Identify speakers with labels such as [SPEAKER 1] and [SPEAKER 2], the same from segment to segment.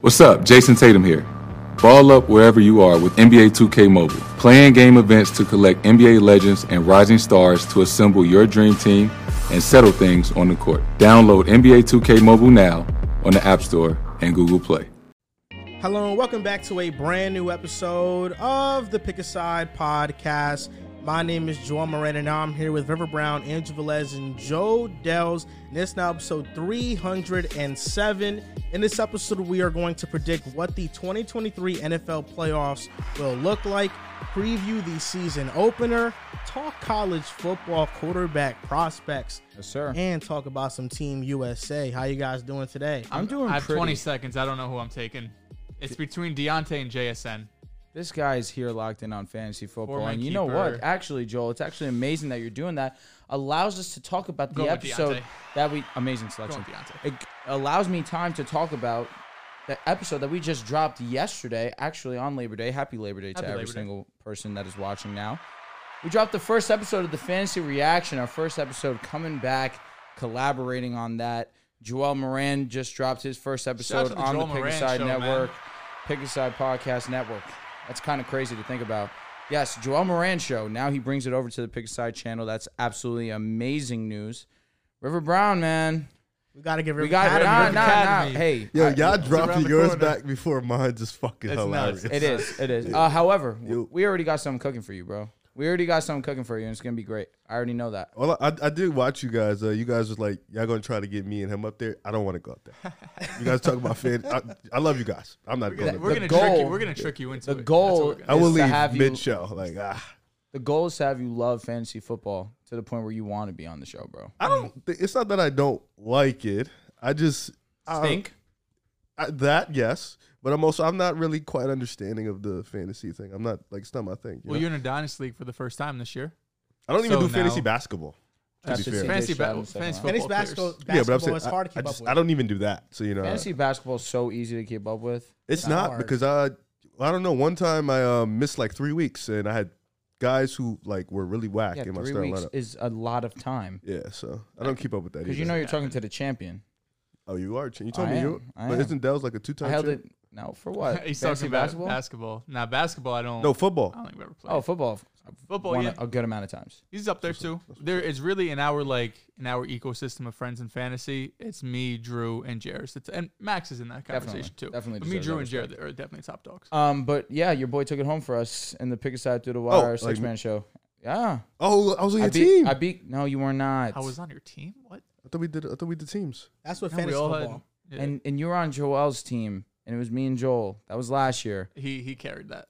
[SPEAKER 1] What's up? Jason Tatum here. Ball up wherever you are with NBA 2K Mobile. Playing game events to collect NBA legends and rising stars to assemble your dream team and settle things on the court. Download NBA 2K Mobile now on the App Store and Google Play.
[SPEAKER 2] Hello and welcome back to a brand new episode of the Pick a Side podcast. My name is Joel Moran and I'm here with River Brown, Andrew Velez, and Joe Dells. And this is now episode 307. In this episode, we are going to predict what the 2023 NFL playoffs will look like, preview the season opener, talk college football quarterback prospects,
[SPEAKER 3] Yes, sir.
[SPEAKER 2] and talk about some Team USA. How you guys doing today?
[SPEAKER 3] I'm doing
[SPEAKER 4] I have
[SPEAKER 3] pretty.
[SPEAKER 4] 20 seconds. I don't know who I'm taking. It's between Deontay and JSN.
[SPEAKER 3] This guy is here locked in on fantasy football.
[SPEAKER 4] my
[SPEAKER 3] And you know what?
[SPEAKER 4] keeper.
[SPEAKER 3] Actually, Joel, it's actually amazing that you're doing that. Allows us to talk about the
[SPEAKER 4] Go with
[SPEAKER 3] episode
[SPEAKER 4] Deontay.
[SPEAKER 3] that we amazing selection.
[SPEAKER 4] Go with Deontay.
[SPEAKER 3] It allows me time to talk about the episode that we just dropped yesterday, actually on Labor Day. Happy Labor Day to
[SPEAKER 4] Happy
[SPEAKER 3] every
[SPEAKER 4] Labor Day.
[SPEAKER 3] single person that is watching now. We dropped the first episode of the Fantasy Reaction, our first episode coming back, collaborating on that. Joel Moran just dropped his first episode
[SPEAKER 4] to the
[SPEAKER 3] on
[SPEAKER 4] Joel
[SPEAKER 3] the Pick
[SPEAKER 4] Moran
[SPEAKER 3] Aside
[SPEAKER 4] show, man.
[SPEAKER 3] Network, Pick Aside Podcast Network. That's kind of crazy to think about. Yes, Joel Moran show. Now he brings it over to the Pick Aside channel. That's absolutely amazing news. River Brown, man.
[SPEAKER 2] We got to give
[SPEAKER 3] We
[SPEAKER 2] River
[SPEAKER 3] got it. Nah,
[SPEAKER 4] Academy.
[SPEAKER 3] nah, nah.
[SPEAKER 4] Academy.
[SPEAKER 3] Hey,
[SPEAKER 5] Yo,
[SPEAKER 3] I-
[SPEAKER 5] y'all dropping
[SPEAKER 4] around the
[SPEAKER 5] yours
[SPEAKER 4] corner.
[SPEAKER 5] back before mine just fucking
[SPEAKER 4] It's nuts.
[SPEAKER 5] hilarious.
[SPEAKER 3] It is. It is. Uh, however, w-
[SPEAKER 5] You-
[SPEAKER 3] we already got something cooking for you, bro. We already got something cooking for you, and it's gonna be great. I already know that.
[SPEAKER 5] Well, I, I did watch you guys. Uh, you guys was like, y'all gonna try to get me and him up there. I don't want to go up there. you guys talk about fan. I, I love you guys. I'm not going. Up
[SPEAKER 4] We're gonna
[SPEAKER 5] there.
[SPEAKER 4] trick
[SPEAKER 3] goal-
[SPEAKER 4] you. We're gonna trick you into
[SPEAKER 3] The
[SPEAKER 4] it. That's
[SPEAKER 3] goal-
[SPEAKER 4] what we're gonna-
[SPEAKER 5] I will
[SPEAKER 3] is to
[SPEAKER 5] leave
[SPEAKER 3] have you-
[SPEAKER 5] mid show. Like, ah,
[SPEAKER 3] The goal is to have you love fantasy football to the point where you want to be on the show, bro.
[SPEAKER 4] Uh,
[SPEAKER 5] I don't.
[SPEAKER 4] Mm.
[SPEAKER 5] thi- It's not that I don't like it. I just I-
[SPEAKER 3] Stink.
[SPEAKER 5] I, that yes, but I'm also I'm not really quite understanding of the fantasy thing. I'm not like it's not my thing. you
[SPEAKER 4] Well,
[SPEAKER 5] know?
[SPEAKER 4] you're in a dynasty league for the first time this year.
[SPEAKER 5] I don't even
[SPEAKER 4] so
[SPEAKER 5] do fantasy
[SPEAKER 4] now-
[SPEAKER 5] basketball. To
[SPEAKER 3] That's
[SPEAKER 5] be
[SPEAKER 3] the
[SPEAKER 5] fair.
[SPEAKER 3] same.
[SPEAKER 4] Fantasy,
[SPEAKER 3] shot in
[SPEAKER 4] ba-
[SPEAKER 3] the second
[SPEAKER 4] fantasy
[SPEAKER 3] round.
[SPEAKER 4] football
[SPEAKER 2] Fantasy basketball,
[SPEAKER 4] players.
[SPEAKER 2] basketball
[SPEAKER 5] yeah, but I'm saying
[SPEAKER 2] is hard to
[SPEAKER 5] I,
[SPEAKER 2] keep
[SPEAKER 5] I, just,
[SPEAKER 2] up with.
[SPEAKER 5] I don't even do that. So you know,
[SPEAKER 3] Fantasy basketball is so easy to keep up with.
[SPEAKER 5] It's
[SPEAKER 2] It's
[SPEAKER 5] not
[SPEAKER 2] hard.
[SPEAKER 5] because I, I don't know. One time I um, missed like three weeks, and I had guys who like were really whack
[SPEAKER 3] Yeah,
[SPEAKER 5] in my
[SPEAKER 3] three
[SPEAKER 5] starting
[SPEAKER 3] weeks
[SPEAKER 5] lineup.
[SPEAKER 3] is a lot of time
[SPEAKER 5] Yeah, so I don't keep up with that.
[SPEAKER 3] because you
[SPEAKER 5] either.
[SPEAKER 3] know you're talking to the champion.
[SPEAKER 5] oh, you are. a champ. You told
[SPEAKER 3] I
[SPEAKER 5] me
[SPEAKER 3] am,
[SPEAKER 5] you.
[SPEAKER 3] I
[SPEAKER 5] But
[SPEAKER 3] am.
[SPEAKER 5] isn't Dell's like a two-time?
[SPEAKER 3] I held it.
[SPEAKER 5] champ?
[SPEAKER 3] No, for what?
[SPEAKER 4] He's
[SPEAKER 3] fantasy
[SPEAKER 4] talking about
[SPEAKER 3] basketball.
[SPEAKER 4] basketball. basketball. Now basketball, I don't.
[SPEAKER 5] No
[SPEAKER 4] I
[SPEAKER 5] football.
[SPEAKER 4] don't think I've ever played.
[SPEAKER 3] Oh, football.
[SPEAKER 4] Football,
[SPEAKER 3] Won
[SPEAKER 4] yeah.
[SPEAKER 3] a, a good amount of times.
[SPEAKER 4] He's up there too. There is really in our like in our ecosystem of friends in fantasy. It's me, Drew, and Jared. It's, and Max is in that
[SPEAKER 3] Definitely,
[SPEAKER 4] conversation too.
[SPEAKER 3] definitely
[SPEAKER 4] But me,
[SPEAKER 3] deserves
[SPEAKER 4] Drew,
[SPEAKER 3] that
[SPEAKER 4] and Jared are definitely top dogs.
[SPEAKER 3] Um, but yeah, your boy took it home for us in the pick aside through the
[SPEAKER 4] Oh,
[SPEAKER 3] wire
[SPEAKER 5] like-
[SPEAKER 3] six man show. Yeah,
[SPEAKER 5] Oh, I was on
[SPEAKER 3] I
[SPEAKER 5] your
[SPEAKER 3] beat.
[SPEAKER 5] team.
[SPEAKER 3] I
[SPEAKER 5] I,
[SPEAKER 3] beat. No, you were not.
[SPEAKER 4] I was on your team. What?
[SPEAKER 5] thought we did. I thought we did teams.
[SPEAKER 2] That's what
[SPEAKER 4] No, we
[SPEAKER 2] fantasy
[SPEAKER 4] all had-
[SPEAKER 2] football.
[SPEAKER 4] yeah.
[SPEAKER 3] and and you were on Joel's team, and it was me and Joel. That was last year.
[SPEAKER 4] he he carried that.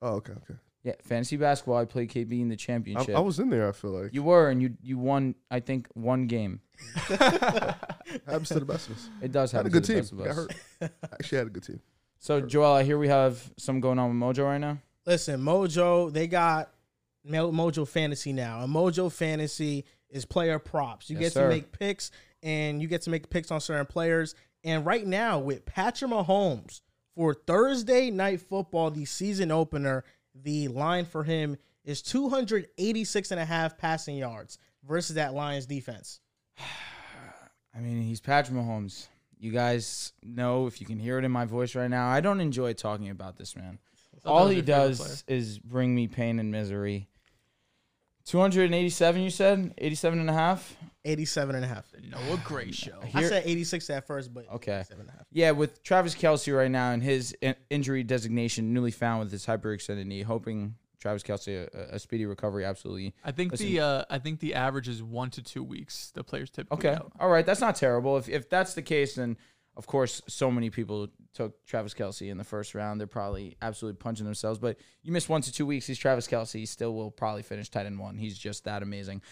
[SPEAKER 5] Oh, okay, okay.
[SPEAKER 3] Yeah, fantasy basketball. I played KB in the
[SPEAKER 5] I-
[SPEAKER 3] championship.
[SPEAKER 5] I, was in there. I feel like.
[SPEAKER 3] You were, and you you won. I think one game.
[SPEAKER 5] happens to the best of us.
[SPEAKER 3] It does
[SPEAKER 5] Had
[SPEAKER 3] happen.
[SPEAKER 5] a good
[SPEAKER 3] to the
[SPEAKER 5] team.
[SPEAKER 3] best of
[SPEAKER 5] Got
[SPEAKER 3] us.
[SPEAKER 5] hurt. Actually, had a good team.
[SPEAKER 3] So Joel, I hear we have some going on with Mojo right now.
[SPEAKER 2] Listen, Mojo, they got Mo- Mojo Fantasy now. And Mojo Fantasy is player props. You
[SPEAKER 3] Yes,
[SPEAKER 2] get to
[SPEAKER 3] sir.
[SPEAKER 2] make picks and you get to make picks on certain players. And right now with Patrick Mahomes for Thursday night football, the season opener, the line for him is 286 and a half passing yards versus that Lions defense.
[SPEAKER 3] I mean, he's Patrick Mahomes. You guys know if you can hear it in my voice right now. I don't enjoy talking about this man. All he
[SPEAKER 4] your favorite
[SPEAKER 3] does is bring me pain and misery. 287 you said? 87 and a half?
[SPEAKER 2] 87 and a half.
[SPEAKER 4] Noah Gray show.
[SPEAKER 2] I
[SPEAKER 3] Here-
[SPEAKER 2] said 86 at first, but
[SPEAKER 3] Okay.
[SPEAKER 2] 87 and a half.
[SPEAKER 3] Yeah, with Travis Kelsey right now and his in- injury designation newly found with his hyperextended knee, hoping Travis Kelsey a, a speedy recovery. Absolutely.
[SPEAKER 4] I think the uh, I think the average is one to two weeks. The players typically
[SPEAKER 3] Okay.
[SPEAKER 4] out.
[SPEAKER 3] All right. That's not terrible. If, if that's the case, then of course, so many people took Travis Kelsey in the first round. They're probably absolutely punching themselves. But you miss one to two weeks. He's Travis Kelsey. He still will probably finish tight end one. He's just that amazing.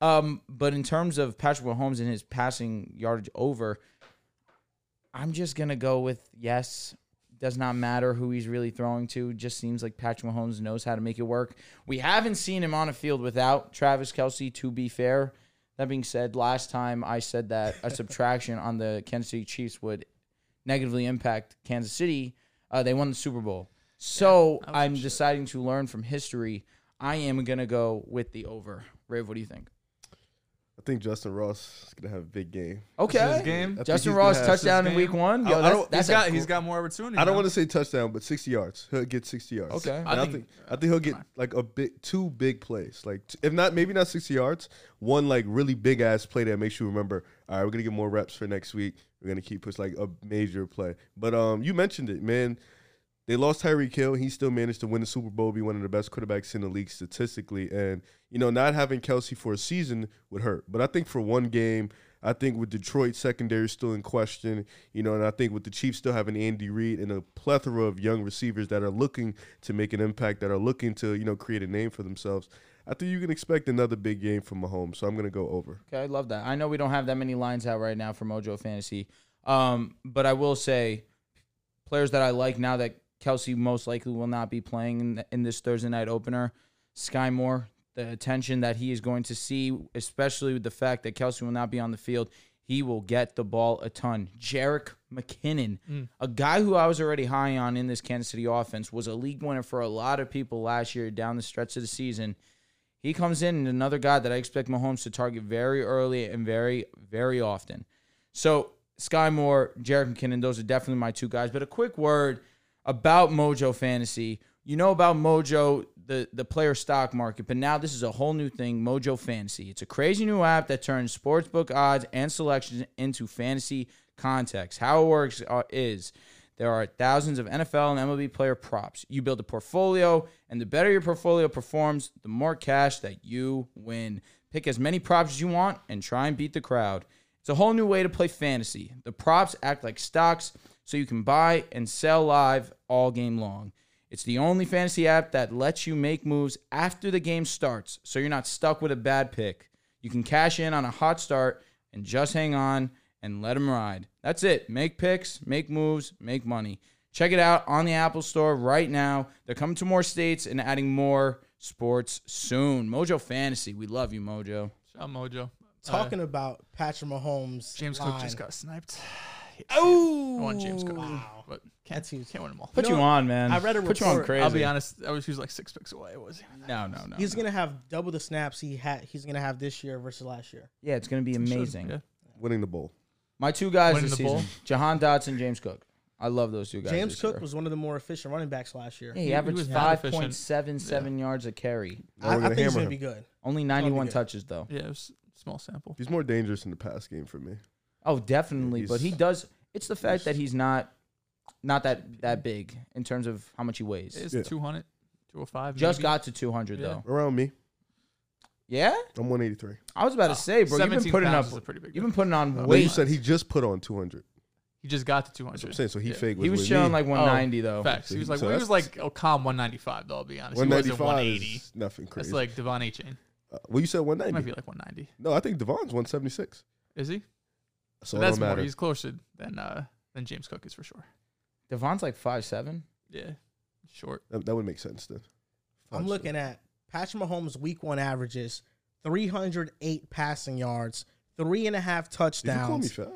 [SPEAKER 3] Um, but in terms of Patrick Mahomes and his passing yardage over, I'm just gonna go with yes. Does not matter who he's really throwing to. Just seems like Patrick Mahomes knows how to make it work. We haven't seen him on a field without Travis Kelsey. To be fair, that being said, last time I said that a subtraction on the Kansas City Chiefs would negatively impact Kansas City. Uh, they won the Super Bowl, so I'm deciding to learn from history. I am gonna go with the over. Riv, what do you think?
[SPEAKER 5] I think Justin Ross is gonna have a big
[SPEAKER 4] This
[SPEAKER 5] game.
[SPEAKER 4] is
[SPEAKER 3] Okay.
[SPEAKER 4] his game.
[SPEAKER 5] I think
[SPEAKER 3] Justin
[SPEAKER 5] he's
[SPEAKER 3] Ross
[SPEAKER 5] gonna have-
[SPEAKER 4] That's
[SPEAKER 3] touchdown
[SPEAKER 4] his
[SPEAKER 3] in week
[SPEAKER 4] game.
[SPEAKER 3] one.
[SPEAKER 5] I-
[SPEAKER 3] Yo,
[SPEAKER 5] I
[SPEAKER 3] that's,
[SPEAKER 5] don't-
[SPEAKER 4] He's
[SPEAKER 3] that's a
[SPEAKER 4] got
[SPEAKER 3] cool-
[SPEAKER 4] he's got more opportunity.
[SPEAKER 5] I don't
[SPEAKER 4] now.
[SPEAKER 5] want to say touchdown, but sixty yards. He'll get sixty yards.
[SPEAKER 3] Okay.
[SPEAKER 5] And
[SPEAKER 4] I
[SPEAKER 5] I,
[SPEAKER 4] think-
[SPEAKER 5] think, I think he'll get like a big two big plays. Like t- if not maybe not sixty yards, one like really big ass play that makes you remember. All right, we're gonna get more reps for next week. We're gonna keep pushing like a major play. But um, you mentioned it, man. They lost Tyreek Hill. He still managed to win the Super Bowl, be one of the best quarterbacks in the league statistically. And, you know, not having Kelsey for a season would hurt. But I think for one game, I think with Detroit secondary still in question, you know, and I think with the Chiefs still having Andy Reid and a plethora of young receivers that are looking to make an impact, that are looking to, you know, create a name for themselves, I think you can expect another big game from Mahomes. So I'm going to go over.
[SPEAKER 3] Okay, I love that. I know we don't have that many lines out right now for Mojo Fantasy, um, but I will say players that I like now that Kelsey most likely will not be playing in, in this Thursday night opener. Sky Moore, the attention that he is going to see, especially with the fact that Kelsey will not be on the field, he will get the ball a ton. Jarek McKinnon, a guy who I was already high on in this Kansas City offense, was a league winner for a lot of people last year down the stretch of the season. He comes in and another guy that I expect Mahomes to target very early and very, very often. So Sky Moore, Jared McKinnon, those are definitely my two guys. But a quick word about Mojo Fantasy. You know about Mojo, the, the player stock market, but now this is a whole new thing, Mojo Fantasy. It's a crazy new app that turns sportsbook odds and selections into fantasy context. How it works uh, is there are thousands of NFL and MLB player props. You build a portfolio, and the better your portfolio performs, the more cash that you win. Pick as many props as you want and try and beat the crowd. It's a whole new way to play fantasy. The props act like stocks, so you can buy and sell live all game long. It's the only fantasy app that lets you make moves after the game starts, so you're not stuck with a bad pick. You can cash in on a hot start and just hang on and let them ride. That's it. Make picks, make moves, make money. Check it out on the Apple Store right now. They're coming to more states and adding more sports soon. Mojo Fantasy, we love you, Mojo.
[SPEAKER 4] Shout out Mojo. Uh,
[SPEAKER 2] Talking about Patrick Mahomes.
[SPEAKER 4] James
[SPEAKER 2] line.
[SPEAKER 4] Cook just got sniped.
[SPEAKER 3] Oh,
[SPEAKER 4] I want James Cook, Ah,
[SPEAKER 2] Wow.
[SPEAKER 4] but can't,
[SPEAKER 2] That's huge.
[SPEAKER 4] can't win them all.
[SPEAKER 3] Put you,
[SPEAKER 2] know,
[SPEAKER 3] on, man.
[SPEAKER 2] I read a
[SPEAKER 3] Put you on
[SPEAKER 2] report.
[SPEAKER 3] crazy.
[SPEAKER 4] I'll be honest. I was he was like six picks away. Was he?
[SPEAKER 3] No, no, no.
[SPEAKER 2] He's
[SPEAKER 3] no.
[SPEAKER 2] gonna have double the snaps he had. He's gonna have this year versus last year.
[SPEAKER 3] yeah, it's gonna be amazing.
[SPEAKER 4] Yeah.
[SPEAKER 5] Winning the bowl.
[SPEAKER 3] My two guys
[SPEAKER 4] Winning
[SPEAKER 3] this
[SPEAKER 4] the bowl.
[SPEAKER 3] season: Jahan Dotson, James Cook. I love those two guys.
[SPEAKER 2] James
[SPEAKER 3] this
[SPEAKER 2] Cook
[SPEAKER 3] year.
[SPEAKER 2] was one of the more efficient running backs last year.
[SPEAKER 3] Yeah, he,
[SPEAKER 4] he
[SPEAKER 3] averaged
[SPEAKER 4] was not
[SPEAKER 3] five
[SPEAKER 4] efficient.
[SPEAKER 3] point seven seven yards a carry.
[SPEAKER 2] I,
[SPEAKER 5] Now we're
[SPEAKER 2] I
[SPEAKER 5] gonna
[SPEAKER 2] think he's
[SPEAKER 5] hammer
[SPEAKER 2] gonna
[SPEAKER 5] him.
[SPEAKER 2] be good.
[SPEAKER 3] Only ninety one
[SPEAKER 2] good.
[SPEAKER 3] touches though.
[SPEAKER 4] Yeah, it was small sample.
[SPEAKER 5] He's more dangerous in the pass game for me.
[SPEAKER 3] Oh, definitely. but he
[SPEAKER 5] he's-
[SPEAKER 3] does. It's the fact that he's not not that that big in terms of how much he weighs.
[SPEAKER 4] It's
[SPEAKER 5] Yeah.
[SPEAKER 4] 200, 205.
[SPEAKER 3] Just
[SPEAKER 4] maybe.
[SPEAKER 3] got to 200
[SPEAKER 4] Yeah.
[SPEAKER 3] though.
[SPEAKER 5] Around me,
[SPEAKER 3] Yeah,
[SPEAKER 5] I'm 183.
[SPEAKER 3] I was
[SPEAKER 4] Oh,
[SPEAKER 3] about to say, bro, you've been
[SPEAKER 4] 17
[SPEAKER 3] putting
[SPEAKER 4] pounds
[SPEAKER 3] up.
[SPEAKER 4] is a pretty big
[SPEAKER 3] You've been putting on
[SPEAKER 5] Wait.
[SPEAKER 3] weight.
[SPEAKER 5] You said he just put on 200.
[SPEAKER 4] He just got to 200.
[SPEAKER 5] That's what I'm saying. So he
[SPEAKER 4] Yeah.
[SPEAKER 5] fake was
[SPEAKER 3] He was
[SPEAKER 5] with
[SPEAKER 3] showing
[SPEAKER 5] me.
[SPEAKER 3] like 190 though.
[SPEAKER 4] Facts. He was like,
[SPEAKER 5] So
[SPEAKER 4] well, he was
[SPEAKER 5] that's-
[SPEAKER 4] like, oh, calm 195 though. I'll be honest.
[SPEAKER 5] 195
[SPEAKER 4] He wasn't 180.
[SPEAKER 5] is nothing crazy.
[SPEAKER 4] That's like Devon A. Chain.
[SPEAKER 5] Uh, well, you said
[SPEAKER 4] He might
[SPEAKER 5] 190.
[SPEAKER 4] be like 190.
[SPEAKER 5] No, I think Devon's 176.
[SPEAKER 4] Is he?
[SPEAKER 5] So,
[SPEAKER 4] So
[SPEAKER 5] it
[SPEAKER 4] that's
[SPEAKER 5] don't
[SPEAKER 4] more.
[SPEAKER 5] matter.
[SPEAKER 4] He's closer than uh than James Cook is for sure.
[SPEAKER 3] Devon's like five seven.
[SPEAKER 4] Yeah, short.
[SPEAKER 5] That, that would make sense then.
[SPEAKER 2] I'm
[SPEAKER 5] Five,
[SPEAKER 2] looking at Patrick Mahomes' week one averages 308 passing yards, three and a half
[SPEAKER 5] Did you call me
[SPEAKER 2] touchdowns,
[SPEAKER 5] fat?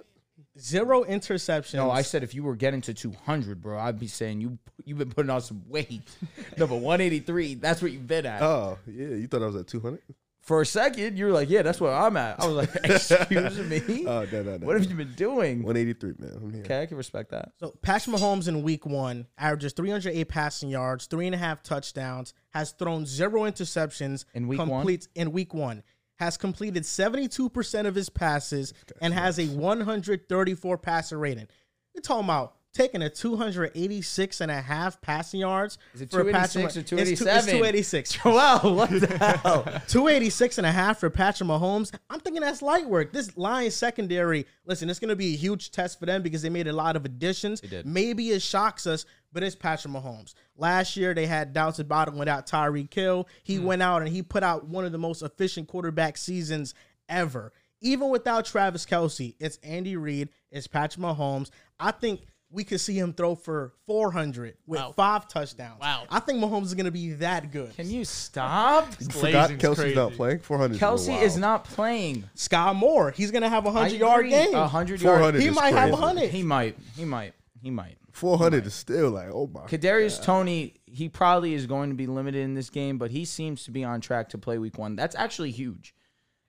[SPEAKER 2] zero interceptions.
[SPEAKER 3] No, I said if you were getting to 200, bro, I'd be saying you you've been putting on some weight. no, but 183, that's what you've been at.
[SPEAKER 5] Oh, yeah. You thought I was at 200?
[SPEAKER 3] For a second, you were like, yeah, that's what I'm at. I was like, excuse me,
[SPEAKER 5] Oh, no, no, no.
[SPEAKER 3] what have you been doing?
[SPEAKER 5] 183, man. I'm here.
[SPEAKER 3] Okay, I can respect that.
[SPEAKER 2] So Patrick Mahomes in week one averages 308 passing yards, three and a half touchdowns, has thrown zero interceptions
[SPEAKER 3] In week one?
[SPEAKER 2] completes, one. In week one, has completed 72% of his passes and has a 134 passer rating. You're talking about taking a 286 and a half passing yards.
[SPEAKER 3] Is it
[SPEAKER 2] for a Patrick
[SPEAKER 3] 286 or
[SPEAKER 2] Mah- it's two- It's
[SPEAKER 3] 287?
[SPEAKER 2] 286.
[SPEAKER 3] Wow, what the hell?
[SPEAKER 2] 286 and a half for Patrick Mahomes. I'm thinking that's light work. This Lions secondary, listen, it's going to be a huge test for them because they made a lot of additions.
[SPEAKER 3] did.
[SPEAKER 2] Maybe it shocks us, but it's Patrick Mahomes. Last year, they had doubts about him without Tyreek Kill. He
[SPEAKER 3] Hmm.
[SPEAKER 2] went out and he put out one of the most efficient quarterback seasons ever. Even without Travis Kelsey, it's Andy Reid, it's Patrick Mahomes. I think we could see him throw for 400 with
[SPEAKER 4] Wow.
[SPEAKER 2] five touchdowns.
[SPEAKER 4] Wow.
[SPEAKER 2] I think Mahomes is going to be that good.
[SPEAKER 3] Can you stop?
[SPEAKER 5] Forgot
[SPEAKER 4] Blazing's
[SPEAKER 5] Kelsey's not
[SPEAKER 4] crazy.
[SPEAKER 5] playing. 400.
[SPEAKER 3] Kelsey
[SPEAKER 5] wild.
[SPEAKER 3] is not playing.
[SPEAKER 2] Sky Moore. He's gonna have a
[SPEAKER 3] I
[SPEAKER 2] hundred yard
[SPEAKER 3] agree.
[SPEAKER 2] game.
[SPEAKER 3] A hundred
[SPEAKER 5] 400
[SPEAKER 3] yard.
[SPEAKER 2] He
[SPEAKER 5] is
[SPEAKER 2] might have
[SPEAKER 5] crazy.
[SPEAKER 2] a hundred.
[SPEAKER 3] He might. He might. He might.
[SPEAKER 5] 400 is still like, oh my.
[SPEAKER 3] Kadarius Tony, he probably is going to be limited in this game, but he seems to be on track to play week one. That's actually huge.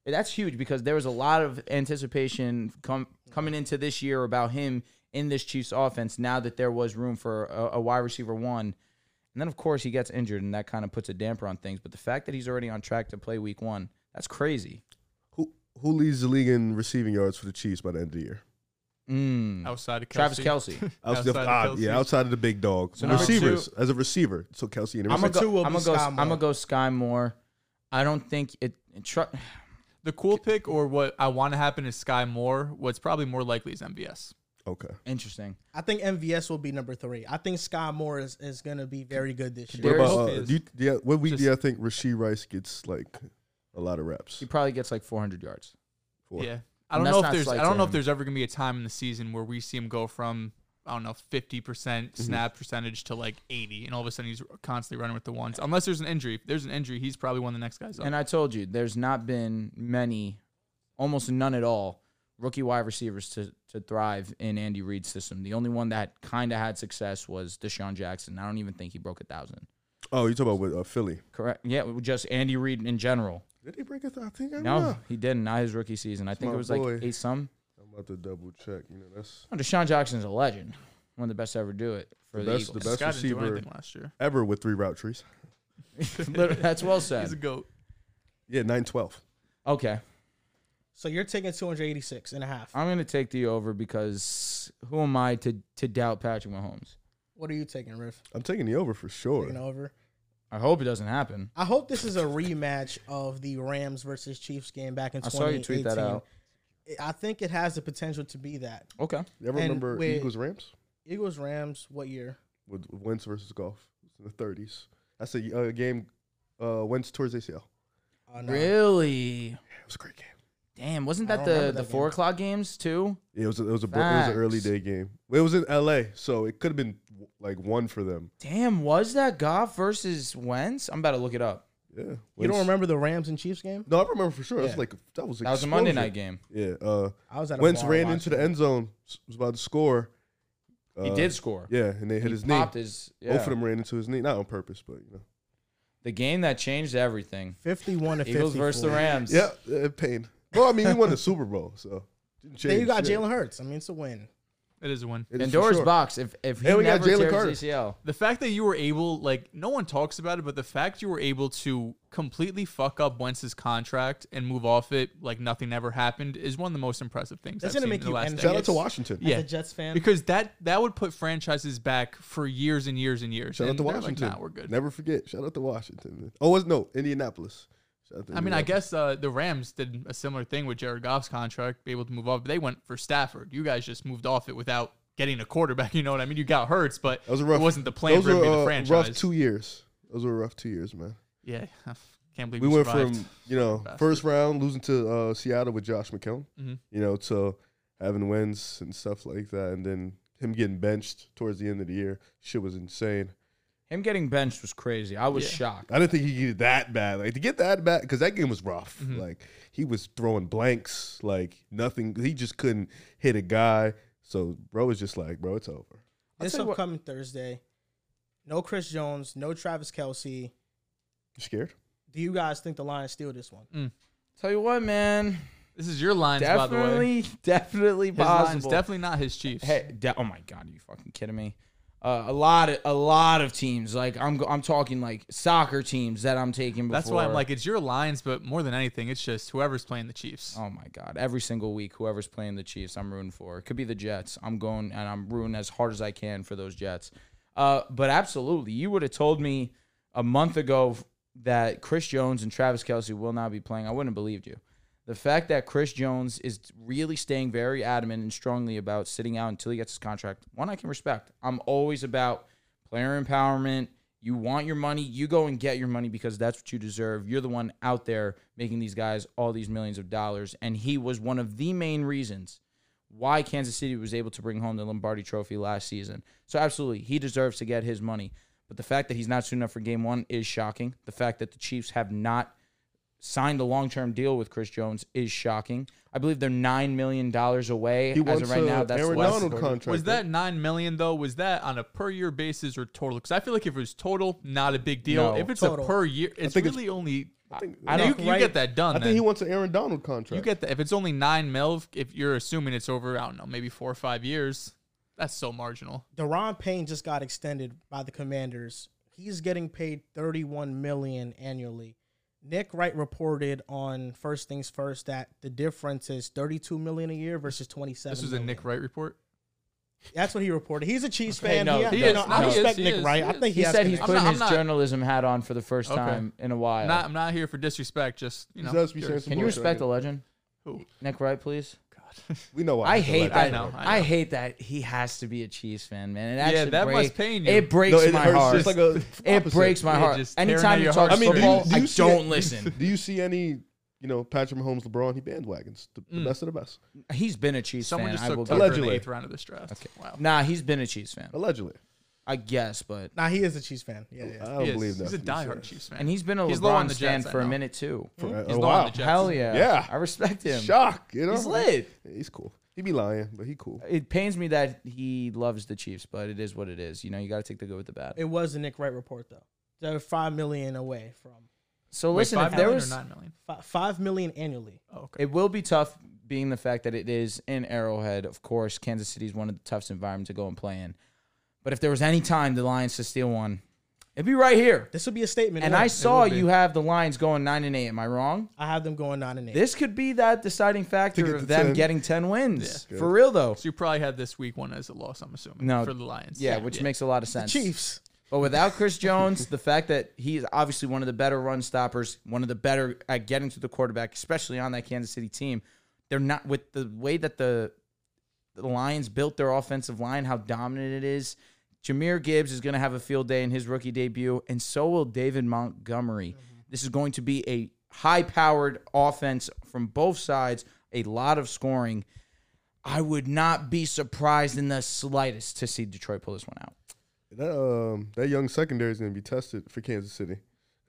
[SPEAKER 3] That's huge because there was a lot of anticipation com- coming into this year about him in this Chiefs offense. Now that there was room for a, a wide receiver one, and then of course he gets injured, and that kind of puts a damper on things. But the fact that he's already on track to play Week One, that's crazy.
[SPEAKER 5] Who who leads the league in receiving yards for the Chiefs by the end of the year? Hmm.
[SPEAKER 3] Mm.
[SPEAKER 4] outside of
[SPEAKER 3] Travis
[SPEAKER 4] Kelce.
[SPEAKER 3] Kelsey.
[SPEAKER 5] Outside, of,
[SPEAKER 4] Outside of
[SPEAKER 5] ah,
[SPEAKER 4] Kelce's.
[SPEAKER 5] yeah, outside of the big dog.
[SPEAKER 3] So number
[SPEAKER 5] receivers as a receiver. So Kelsey and
[SPEAKER 2] I'm gonna
[SPEAKER 3] I'm
[SPEAKER 5] receiver.
[SPEAKER 2] two
[SPEAKER 3] gonna
[SPEAKER 2] will
[SPEAKER 3] go.
[SPEAKER 2] be
[SPEAKER 3] I'm gonna go.
[SPEAKER 2] Sky
[SPEAKER 3] I'm gonna
[SPEAKER 2] Moore.
[SPEAKER 3] go Sky Moore. I don't think it. it tr-
[SPEAKER 4] The cool pick or what I want to happen is Sky Moore. What's probably more likely is MVS.
[SPEAKER 5] okay.
[SPEAKER 3] interesting.
[SPEAKER 2] I think MVS will be number three. I think Sky Moore is, is going to be very good this
[SPEAKER 3] What
[SPEAKER 2] year.
[SPEAKER 5] What about
[SPEAKER 4] There's-
[SPEAKER 5] uh, do you, do you- what week do
[SPEAKER 4] Just-
[SPEAKER 5] you think Rasheed Rice gets like a lot of reps?
[SPEAKER 3] He probably gets like 400 yards.
[SPEAKER 5] for?
[SPEAKER 4] Yeah. I
[SPEAKER 3] And
[SPEAKER 4] don't
[SPEAKER 3] that's
[SPEAKER 4] know
[SPEAKER 3] not
[SPEAKER 4] if there's
[SPEAKER 3] slight
[SPEAKER 4] I don't
[SPEAKER 3] to
[SPEAKER 4] know if
[SPEAKER 3] him.
[SPEAKER 4] there's ever gonna be a time in the season where we see him go from I don't know, fifty percent
[SPEAKER 5] Mm-hmm.
[SPEAKER 4] snap percentage to like eighty, and all of a sudden he's constantly running with the ones. Unless there's an injury. If there's an injury, he's probably one of the next guys up.
[SPEAKER 3] And I told you, there's not been many, almost none at all, rookie wide receivers to, to thrive in Andy Reid's system. The only one that kind of had success was Deshaun Jackson. I don't even think he broke a thousand.
[SPEAKER 5] Oh, you talking about with uh, Philly?
[SPEAKER 3] Correct? Yeah, just Andy Reid in general.
[SPEAKER 5] Did he break a th- I think I don't
[SPEAKER 3] No,
[SPEAKER 5] know.
[SPEAKER 3] he didn't. Not his rookie season. I think
[SPEAKER 5] my
[SPEAKER 3] it was
[SPEAKER 5] boy.
[SPEAKER 3] like eight some.
[SPEAKER 5] I'm about to double check. You know that's
[SPEAKER 3] Oh, Deshaun Jackson's a legend. One of the best to ever do it for
[SPEAKER 5] The
[SPEAKER 3] the,
[SPEAKER 5] best- the
[SPEAKER 3] Eagles.
[SPEAKER 5] best
[SPEAKER 4] Scott didn't do
[SPEAKER 5] receiver-
[SPEAKER 4] anything last year.
[SPEAKER 5] ever with three route trees.
[SPEAKER 3] Literally, That's well
[SPEAKER 4] He's a
[SPEAKER 3] said.
[SPEAKER 4] goat.
[SPEAKER 5] Yeah, nine twelve.
[SPEAKER 3] Okay.
[SPEAKER 2] So you're taking 286 and a half.
[SPEAKER 3] I'm going to take the over because who am I to, to doubt Patrick Mahomes?
[SPEAKER 2] What are you taking, Riff?
[SPEAKER 5] I'm taking the over for sure.
[SPEAKER 2] Taking over.
[SPEAKER 3] I hope it doesn't happen.
[SPEAKER 2] I hope this is a rematch of the Rams versus Chiefs game back in
[SPEAKER 3] I
[SPEAKER 2] 2018.
[SPEAKER 3] saw you tweet that out.
[SPEAKER 2] I think it has the potential to be that.
[SPEAKER 3] Okay.
[SPEAKER 5] You ever
[SPEAKER 2] And
[SPEAKER 5] remember
[SPEAKER 2] with-
[SPEAKER 5] Eagles Rams
[SPEAKER 2] Eagles Rams, what year?
[SPEAKER 5] with Wentz versus Golf in the thirties? That's a uh, game. Uh, Wentz towards ACL.
[SPEAKER 2] Oh, no.
[SPEAKER 3] Really?
[SPEAKER 5] Yeah, it was a great game.
[SPEAKER 3] Damn, wasn't
[SPEAKER 2] I
[SPEAKER 3] that
[SPEAKER 2] don't remember
[SPEAKER 3] the,
[SPEAKER 2] that
[SPEAKER 3] the four
[SPEAKER 2] game.
[SPEAKER 3] o'clock games too?
[SPEAKER 5] Yeah, it was a, it was a bro- it was an early
[SPEAKER 3] Facts.
[SPEAKER 5] day game. It was in L.A., so it could have been like one for them.
[SPEAKER 3] Damn, was that Goff versus Wentz? I'm about to look it up.
[SPEAKER 5] Yeah,
[SPEAKER 2] You
[SPEAKER 5] Wentz-
[SPEAKER 2] don't remember the Rams and Chiefs game?
[SPEAKER 5] No, I remember for sure. That's
[SPEAKER 2] Yeah.
[SPEAKER 5] like that was
[SPEAKER 3] That was a Monday
[SPEAKER 5] explosion.
[SPEAKER 3] night game.
[SPEAKER 5] Yeah. Uh,
[SPEAKER 2] I was at a
[SPEAKER 5] Wentz
[SPEAKER 2] bar
[SPEAKER 5] ran into
[SPEAKER 2] watching
[SPEAKER 5] the
[SPEAKER 2] it.
[SPEAKER 5] end zone. s- Was about to score.
[SPEAKER 3] He
[SPEAKER 5] Uh,
[SPEAKER 3] did score.
[SPEAKER 5] Yeah, and they hit
[SPEAKER 3] he
[SPEAKER 5] his knee.
[SPEAKER 3] popped his. Yeah.
[SPEAKER 5] Both of them ran into his knee, not on purpose, but you know.
[SPEAKER 3] The game that changed everything.
[SPEAKER 2] 51 to 54.
[SPEAKER 3] Eagles versus the Rams.
[SPEAKER 5] Yeah, it pain. Well, I mean, he won the Super Bowl, so. didn't
[SPEAKER 2] Then you
[SPEAKER 5] change
[SPEAKER 2] got
[SPEAKER 5] shit.
[SPEAKER 2] Jalen Hurts. I mean, it's a win.
[SPEAKER 4] It is a win.
[SPEAKER 5] It is
[SPEAKER 3] And
[SPEAKER 5] for
[SPEAKER 3] Doris
[SPEAKER 5] sure.
[SPEAKER 3] Box, if if he
[SPEAKER 5] And we got
[SPEAKER 3] never
[SPEAKER 5] Jalen
[SPEAKER 3] tears
[SPEAKER 5] Carter.
[SPEAKER 3] ACL,
[SPEAKER 4] The fact that you were able, like, no one talks about it, but the fact you were able to completely fuck up Wentz's contract and move off it like nothing ever happened is one of the most impressive things.
[SPEAKER 2] That's
[SPEAKER 4] I've
[SPEAKER 2] gonna
[SPEAKER 4] seen
[SPEAKER 2] make
[SPEAKER 4] in the
[SPEAKER 2] you
[SPEAKER 4] last
[SPEAKER 2] end-
[SPEAKER 5] Shout
[SPEAKER 4] decade.
[SPEAKER 5] out to Washington.
[SPEAKER 4] Yeah.
[SPEAKER 2] As a Jets fan,
[SPEAKER 4] because that that would put franchises back for years and years and years.
[SPEAKER 5] Shout out
[SPEAKER 4] And
[SPEAKER 5] to
[SPEAKER 4] they're like,
[SPEAKER 5] Washington.
[SPEAKER 4] nah, we're good.
[SPEAKER 5] Never forget. Shout out to Washington. man. Oh, was no Indianapolis. Shout out to
[SPEAKER 4] I mean, I
[SPEAKER 5] Indianapolis.
[SPEAKER 4] guess uh, the Rams did a similar thing with Jared Goff's contract, be able to move off. But they went for Stafford. You guys just moved off it without getting a quarterback. You know what I mean? You got Hurts, but
[SPEAKER 5] that was a rough.
[SPEAKER 4] it wasn't the plan
[SPEAKER 5] those
[SPEAKER 4] for him to
[SPEAKER 5] were,
[SPEAKER 4] be
[SPEAKER 5] uh,
[SPEAKER 4] the franchise.
[SPEAKER 5] Rough two years. Those were rough two years, man.
[SPEAKER 4] Yeah, can't believe
[SPEAKER 5] we went from
[SPEAKER 4] survived.
[SPEAKER 5] you know
[SPEAKER 4] Bastard.
[SPEAKER 5] first round losing to uh, Seattle with Josh McCown,
[SPEAKER 3] Mm-hmm.
[SPEAKER 4] Mhm.
[SPEAKER 5] you know, to having wins and stuff like that, and then him getting benched towards the end of the year. Shit was insane.
[SPEAKER 3] him getting benched was crazy. I was
[SPEAKER 4] Yeah.
[SPEAKER 3] shocked.
[SPEAKER 5] I didn't think he did that bad. Like to get that bad because that game was rough.
[SPEAKER 3] Mm-hmm.
[SPEAKER 4] Mhm.
[SPEAKER 5] Like he was throwing blanks, like nothing. He just couldn't hit a guy. So bro was just like, bro, it's over.
[SPEAKER 3] I'll
[SPEAKER 2] this
[SPEAKER 3] tell you what-
[SPEAKER 2] upcoming Thursday, no Chris Jones, no Travis Kelsey.
[SPEAKER 5] You scared?
[SPEAKER 2] Do you guys think the Lions steal this one?
[SPEAKER 3] Mm. Tell you what, man,
[SPEAKER 4] This is your lines, by the way.
[SPEAKER 3] definitely, definitely
[SPEAKER 4] His lines
[SPEAKER 3] possible.
[SPEAKER 4] definitely not his Chiefs.
[SPEAKER 3] Hey, de- oh my god, are you fucking kidding me? Uh, a lot of a lot of teams like I'm go- I'm talking like soccer teams that I'm taking. Before.
[SPEAKER 4] That's why I'm like, it's your lines, but more than anything, it's just whoever's playing the Chiefs.
[SPEAKER 3] oh my god, every single week, whoever's playing the Chiefs, I'm rooting for. It could be the Jets. I'm going and I'm rooting as hard as I can for those Jets. Uh, but absolutely, you would have told me a month ago that Chris Jones and Travis Kelsey will not be playing. I wouldn't have believed you. The fact that Chris Jones is really staying very adamant and strongly about sitting out until he gets his contract, one I can respect. I'm always about player empowerment. You want your money, you go and get your money because that's what you deserve. You're the one out there making these guys all these millions of dollars. And he was one of the main reasons why Kansas City was able to bring home the Lombardi Trophy last season. So absolutely, he deserves to get his money. But the fact that he's not suiting up for game one is shocking. The fact that the Chiefs have not signed a long-term deal with Chris Jones is shocking. I believe they're nine million dollars away
[SPEAKER 5] He
[SPEAKER 3] as
[SPEAKER 5] wants
[SPEAKER 3] of right
[SPEAKER 5] a
[SPEAKER 3] now. That's
[SPEAKER 5] Aaron
[SPEAKER 3] less.
[SPEAKER 5] Donald contract.
[SPEAKER 4] Was that nine million though? Was that on a per year basis or total? Because I feel like if it was total, not a big deal.
[SPEAKER 3] No,
[SPEAKER 4] if it's
[SPEAKER 2] total.
[SPEAKER 4] a per year, it's
[SPEAKER 5] think
[SPEAKER 4] really
[SPEAKER 5] it's-
[SPEAKER 4] only
[SPEAKER 5] I think,
[SPEAKER 3] I
[SPEAKER 4] You,
[SPEAKER 3] don't-
[SPEAKER 4] you
[SPEAKER 2] Right.
[SPEAKER 4] get that done.
[SPEAKER 5] I think
[SPEAKER 4] then.
[SPEAKER 5] he wants an Aaron Donald contract.
[SPEAKER 4] You get that if it's only nine mil. if- If you're assuming it's over, I don't know, maybe four or five years. That's so marginal.
[SPEAKER 2] Deron Payne just got extended by the Commanders. He's getting paid 31 million annually. Nick Wright reported on First Things First that the difference is 32 million a year versus 27.
[SPEAKER 4] This was a
[SPEAKER 2] million.
[SPEAKER 4] Nick Wright report.
[SPEAKER 2] That's what he reported. He's a Chiefs
[SPEAKER 3] Okay,
[SPEAKER 2] fan.
[SPEAKER 3] no,
[SPEAKER 2] He-
[SPEAKER 3] he
[SPEAKER 2] no,
[SPEAKER 3] is,
[SPEAKER 2] no, I
[SPEAKER 3] no.
[SPEAKER 2] respect
[SPEAKER 4] He
[SPEAKER 2] Nick
[SPEAKER 4] is, he
[SPEAKER 2] Wright. I
[SPEAKER 4] is.
[SPEAKER 2] think he,
[SPEAKER 3] He
[SPEAKER 2] has
[SPEAKER 3] said he's
[SPEAKER 2] connections.
[SPEAKER 4] I'm
[SPEAKER 3] putting
[SPEAKER 4] not-
[SPEAKER 3] his
[SPEAKER 4] I'm not-
[SPEAKER 3] journalism hat on for the first
[SPEAKER 4] Okay.
[SPEAKER 3] time in a while.
[SPEAKER 4] I'm not, I'm not here for disrespect. Just you
[SPEAKER 5] He's
[SPEAKER 4] know,
[SPEAKER 5] us, we
[SPEAKER 4] curious.
[SPEAKER 5] saying some
[SPEAKER 3] Can you
[SPEAKER 5] bullshit.
[SPEAKER 3] respect the legend?
[SPEAKER 4] Who?
[SPEAKER 3] Nick Wright, please.
[SPEAKER 4] God.
[SPEAKER 5] We know why.
[SPEAKER 3] I
[SPEAKER 5] he's the
[SPEAKER 3] hate
[SPEAKER 5] left
[SPEAKER 3] that. I,
[SPEAKER 5] tackle.
[SPEAKER 4] know, I know.
[SPEAKER 3] hate that he has to be a Chiefs fan, man. It
[SPEAKER 4] Yeah,
[SPEAKER 3] actually
[SPEAKER 4] that must
[SPEAKER 3] break-
[SPEAKER 4] pain you.
[SPEAKER 3] It breaks
[SPEAKER 5] No, it
[SPEAKER 3] my
[SPEAKER 5] hurts.
[SPEAKER 3] heart.
[SPEAKER 5] It's like a.
[SPEAKER 3] it
[SPEAKER 5] opposite.
[SPEAKER 3] breaks my
[SPEAKER 4] Yeah,
[SPEAKER 3] heart.
[SPEAKER 4] just tearing at
[SPEAKER 3] Anytime you
[SPEAKER 4] your
[SPEAKER 3] talk
[SPEAKER 4] heart.
[SPEAKER 5] I mean, do you-
[SPEAKER 3] football,
[SPEAKER 5] do you
[SPEAKER 3] I
[SPEAKER 5] see
[SPEAKER 3] don't
[SPEAKER 5] it?
[SPEAKER 3] listen.
[SPEAKER 5] Do you see any? You know, Patrick Mahomes, LeBron, he bandwagons the, the
[SPEAKER 4] Mm.
[SPEAKER 5] best of the best,
[SPEAKER 3] He's been a Chiefs
[SPEAKER 4] Someone
[SPEAKER 3] fan.
[SPEAKER 4] just
[SPEAKER 3] I will give
[SPEAKER 4] took
[SPEAKER 5] Tucker.
[SPEAKER 3] him-
[SPEAKER 4] Allegedly. in
[SPEAKER 5] Allegedly.
[SPEAKER 4] the eighth round of this draft. Wow.
[SPEAKER 3] Nah, he's been a Chiefs fan.
[SPEAKER 5] allegedly.
[SPEAKER 3] I guess, but
[SPEAKER 2] Nah, he is a Chiefs fan. Yeah, yeah.
[SPEAKER 5] I
[SPEAKER 3] Uh,
[SPEAKER 5] don't
[SPEAKER 4] He is.
[SPEAKER 5] believe that.
[SPEAKER 4] He's a diehard Chiefs fan.
[SPEAKER 3] and he's been a
[SPEAKER 4] He's low on
[SPEAKER 3] LeBron
[SPEAKER 4] the
[SPEAKER 3] stand
[SPEAKER 4] Jets, I
[SPEAKER 3] for a
[SPEAKER 4] know.
[SPEAKER 3] minute too.
[SPEAKER 5] For- uh,
[SPEAKER 4] He's
[SPEAKER 5] oh,
[SPEAKER 4] low on
[SPEAKER 5] wow.
[SPEAKER 4] the Jets.
[SPEAKER 3] Hell yeah.
[SPEAKER 5] Yeah.
[SPEAKER 3] I respect him.
[SPEAKER 5] Shock, you know.
[SPEAKER 3] He's lit.
[SPEAKER 5] He's cool. He be lying, but he cool.
[SPEAKER 3] It pains me that he loves the Chiefs, but it is what it is. You know, you got to take the good with the bad.
[SPEAKER 2] It was the Nick Wright report though. They're five million away from
[SPEAKER 3] So
[SPEAKER 4] Wait,
[SPEAKER 3] listen,
[SPEAKER 4] five
[SPEAKER 3] if there
[SPEAKER 4] million
[SPEAKER 3] was,
[SPEAKER 4] or nine million.
[SPEAKER 2] fi- five million annually.
[SPEAKER 4] Oh, okay.
[SPEAKER 3] it will be tough being the fact that it is in Arrowhead. Of course, Kansas City is one of the toughest environments to go and play in. But if there was any time the Lions to steal one, it'd be right here.
[SPEAKER 2] This would be a statement.
[SPEAKER 3] And
[SPEAKER 2] win.
[SPEAKER 3] I saw
[SPEAKER 4] would be.
[SPEAKER 3] you have the Lions going nine and eight. Am I wrong?
[SPEAKER 2] I have them going nine and eight.
[SPEAKER 3] This could be that deciding
[SPEAKER 5] To
[SPEAKER 3] factor
[SPEAKER 5] get
[SPEAKER 3] of
[SPEAKER 5] to
[SPEAKER 3] them
[SPEAKER 5] 10.
[SPEAKER 3] getting ten wins.
[SPEAKER 5] Yeah.
[SPEAKER 3] For real though.
[SPEAKER 4] So you probably had this week one as a loss. I'm assuming.
[SPEAKER 3] No.
[SPEAKER 4] for the Lions.
[SPEAKER 3] Yeah, which makes a lot of sense.
[SPEAKER 2] Chiefs.
[SPEAKER 3] But without Chris Jones, the fact that he is obviously one of the better run stoppers, one of the better at getting to the quarterback, especially on that Kansas City team, they're not with the way that the, the Lions built their offensive line, how dominant it is. Jameer Gibbs is going to have a field day in his rookie debut, and so will David Montgomery. This is going to be a high powered offense from both sides, a lot of scoring. I would not be surprised in the slightest to see Detroit pull this one out.
[SPEAKER 5] That um that young secondary is gonna be tested for Kansas City.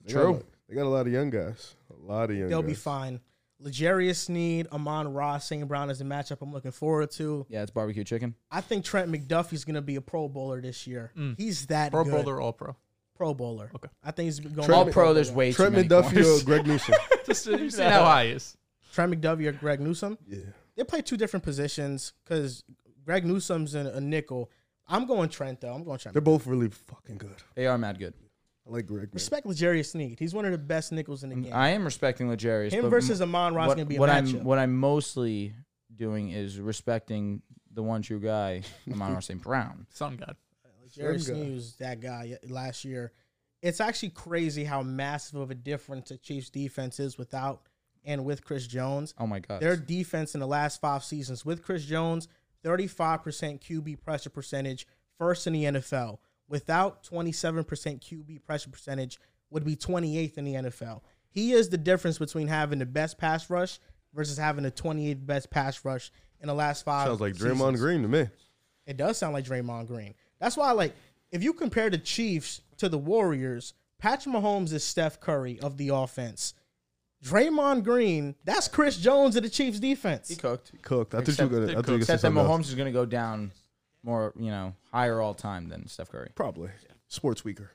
[SPEAKER 5] They Got a
[SPEAKER 3] True.
[SPEAKER 5] lot, they got a lot of young guys. A lot of young.
[SPEAKER 2] They'll
[SPEAKER 5] guys.
[SPEAKER 2] be fine. Legarius Sneed, Amon Ross, St. Brown is a matchup I'm looking forward to.
[SPEAKER 3] Yeah, it's barbecue chicken.
[SPEAKER 2] I think Trent McDuffie's going to be a Pro Bowler this year.
[SPEAKER 3] Mm.
[SPEAKER 2] He's that
[SPEAKER 4] Pro
[SPEAKER 2] good.
[SPEAKER 4] Bowler, All Pro.
[SPEAKER 2] Pro Bowler.
[SPEAKER 4] Okay.
[SPEAKER 2] I think he's going
[SPEAKER 5] Trent
[SPEAKER 3] All
[SPEAKER 5] Mc-
[SPEAKER 3] pro, there's way too
[SPEAKER 5] Trent
[SPEAKER 3] many
[SPEAKER 5] McDuffie
[SPEAKER 3] corners.
[SPEAKER 5] or Greg Newsom.
[SPEAKER 4] Just uh, you see how high he is.
[SPEAKER 2] Trent McDuffie or Greg Newsom.
[SPEAKER 5] yeah.
[SPEAKER 2] They play two different positions because Greg Newsom's in a nickel. I'm going Trent though. I'm going Trent.
[SPEAKER 5] They're both really fucking good.
[SPEAKER 3] They are mad good.
[SPEAKER 5] I like Greg. man.
[SPEAKER 2] Respect Legarius Sneed. He's one of the best nickels in the game.
[SPEAKER 3] I am respecting Legarius.
[SPEAKER 2] Him
[SPEAKER 3] but
[SPEAKER 2] versus
[SPEAKER 3] m-
[SPEAKER 2] Amon Ross
[SPEAKER 3] what,
[SPEAKER 2] going to be a
[SPEAKER 3] what
[SPEAKER 2] matchup.
[SPEAKER 3] I'm what I'm mostly doing is respecting the one true guy, Amon Ross St. Brown.
[SPEAKER 4] Sun God.
[SPEAKER 2] Legarius
[SPEAKER 5] Same guy.
[SPEAKER 2] Sneed was that guy y- last year. It's actually crazy how massive of a difference the Chiefs defense is without and with Chris Jones.
[SPEAKER 3] Oh my God.
[SPEAKER 2] Their defense in the last five seasons with Chris Jones, 35% QB pressure percentage, first in the NFL. Without 27% QB pressure percentage, would be 28th in the NFL. He is the difference between having the best pass rush versus having the 28th best pass rush in the last five.
[SPEAKER 5] Sounds like
[SPEAKER 2] seasons.
[SPEAKER 5] Draymond Green to me.
[SPEAKER 2] It does sound like Draymond Green. That's why, like, if you compare the Chiefs to the Warriors, Patrick Mahomes is Steph Curry of the offense. Draymond Green, that's Chris Jones of the Chiefs defense.
[SPEAKER 3] cooked.
[SPEAKER 5] Cooked. I think you're
[SPEAKER 3] Except-
[SPEAKER 5] gonna. I think you're gonna say
[SPEAKER 3] Except that
[SPEAKER 5] something else.
[SPEAKER 3] Mahomes is going to go down more, you know, higher all time than Steph Curry.
[SPEAKER 5] Probably. Sports weaker.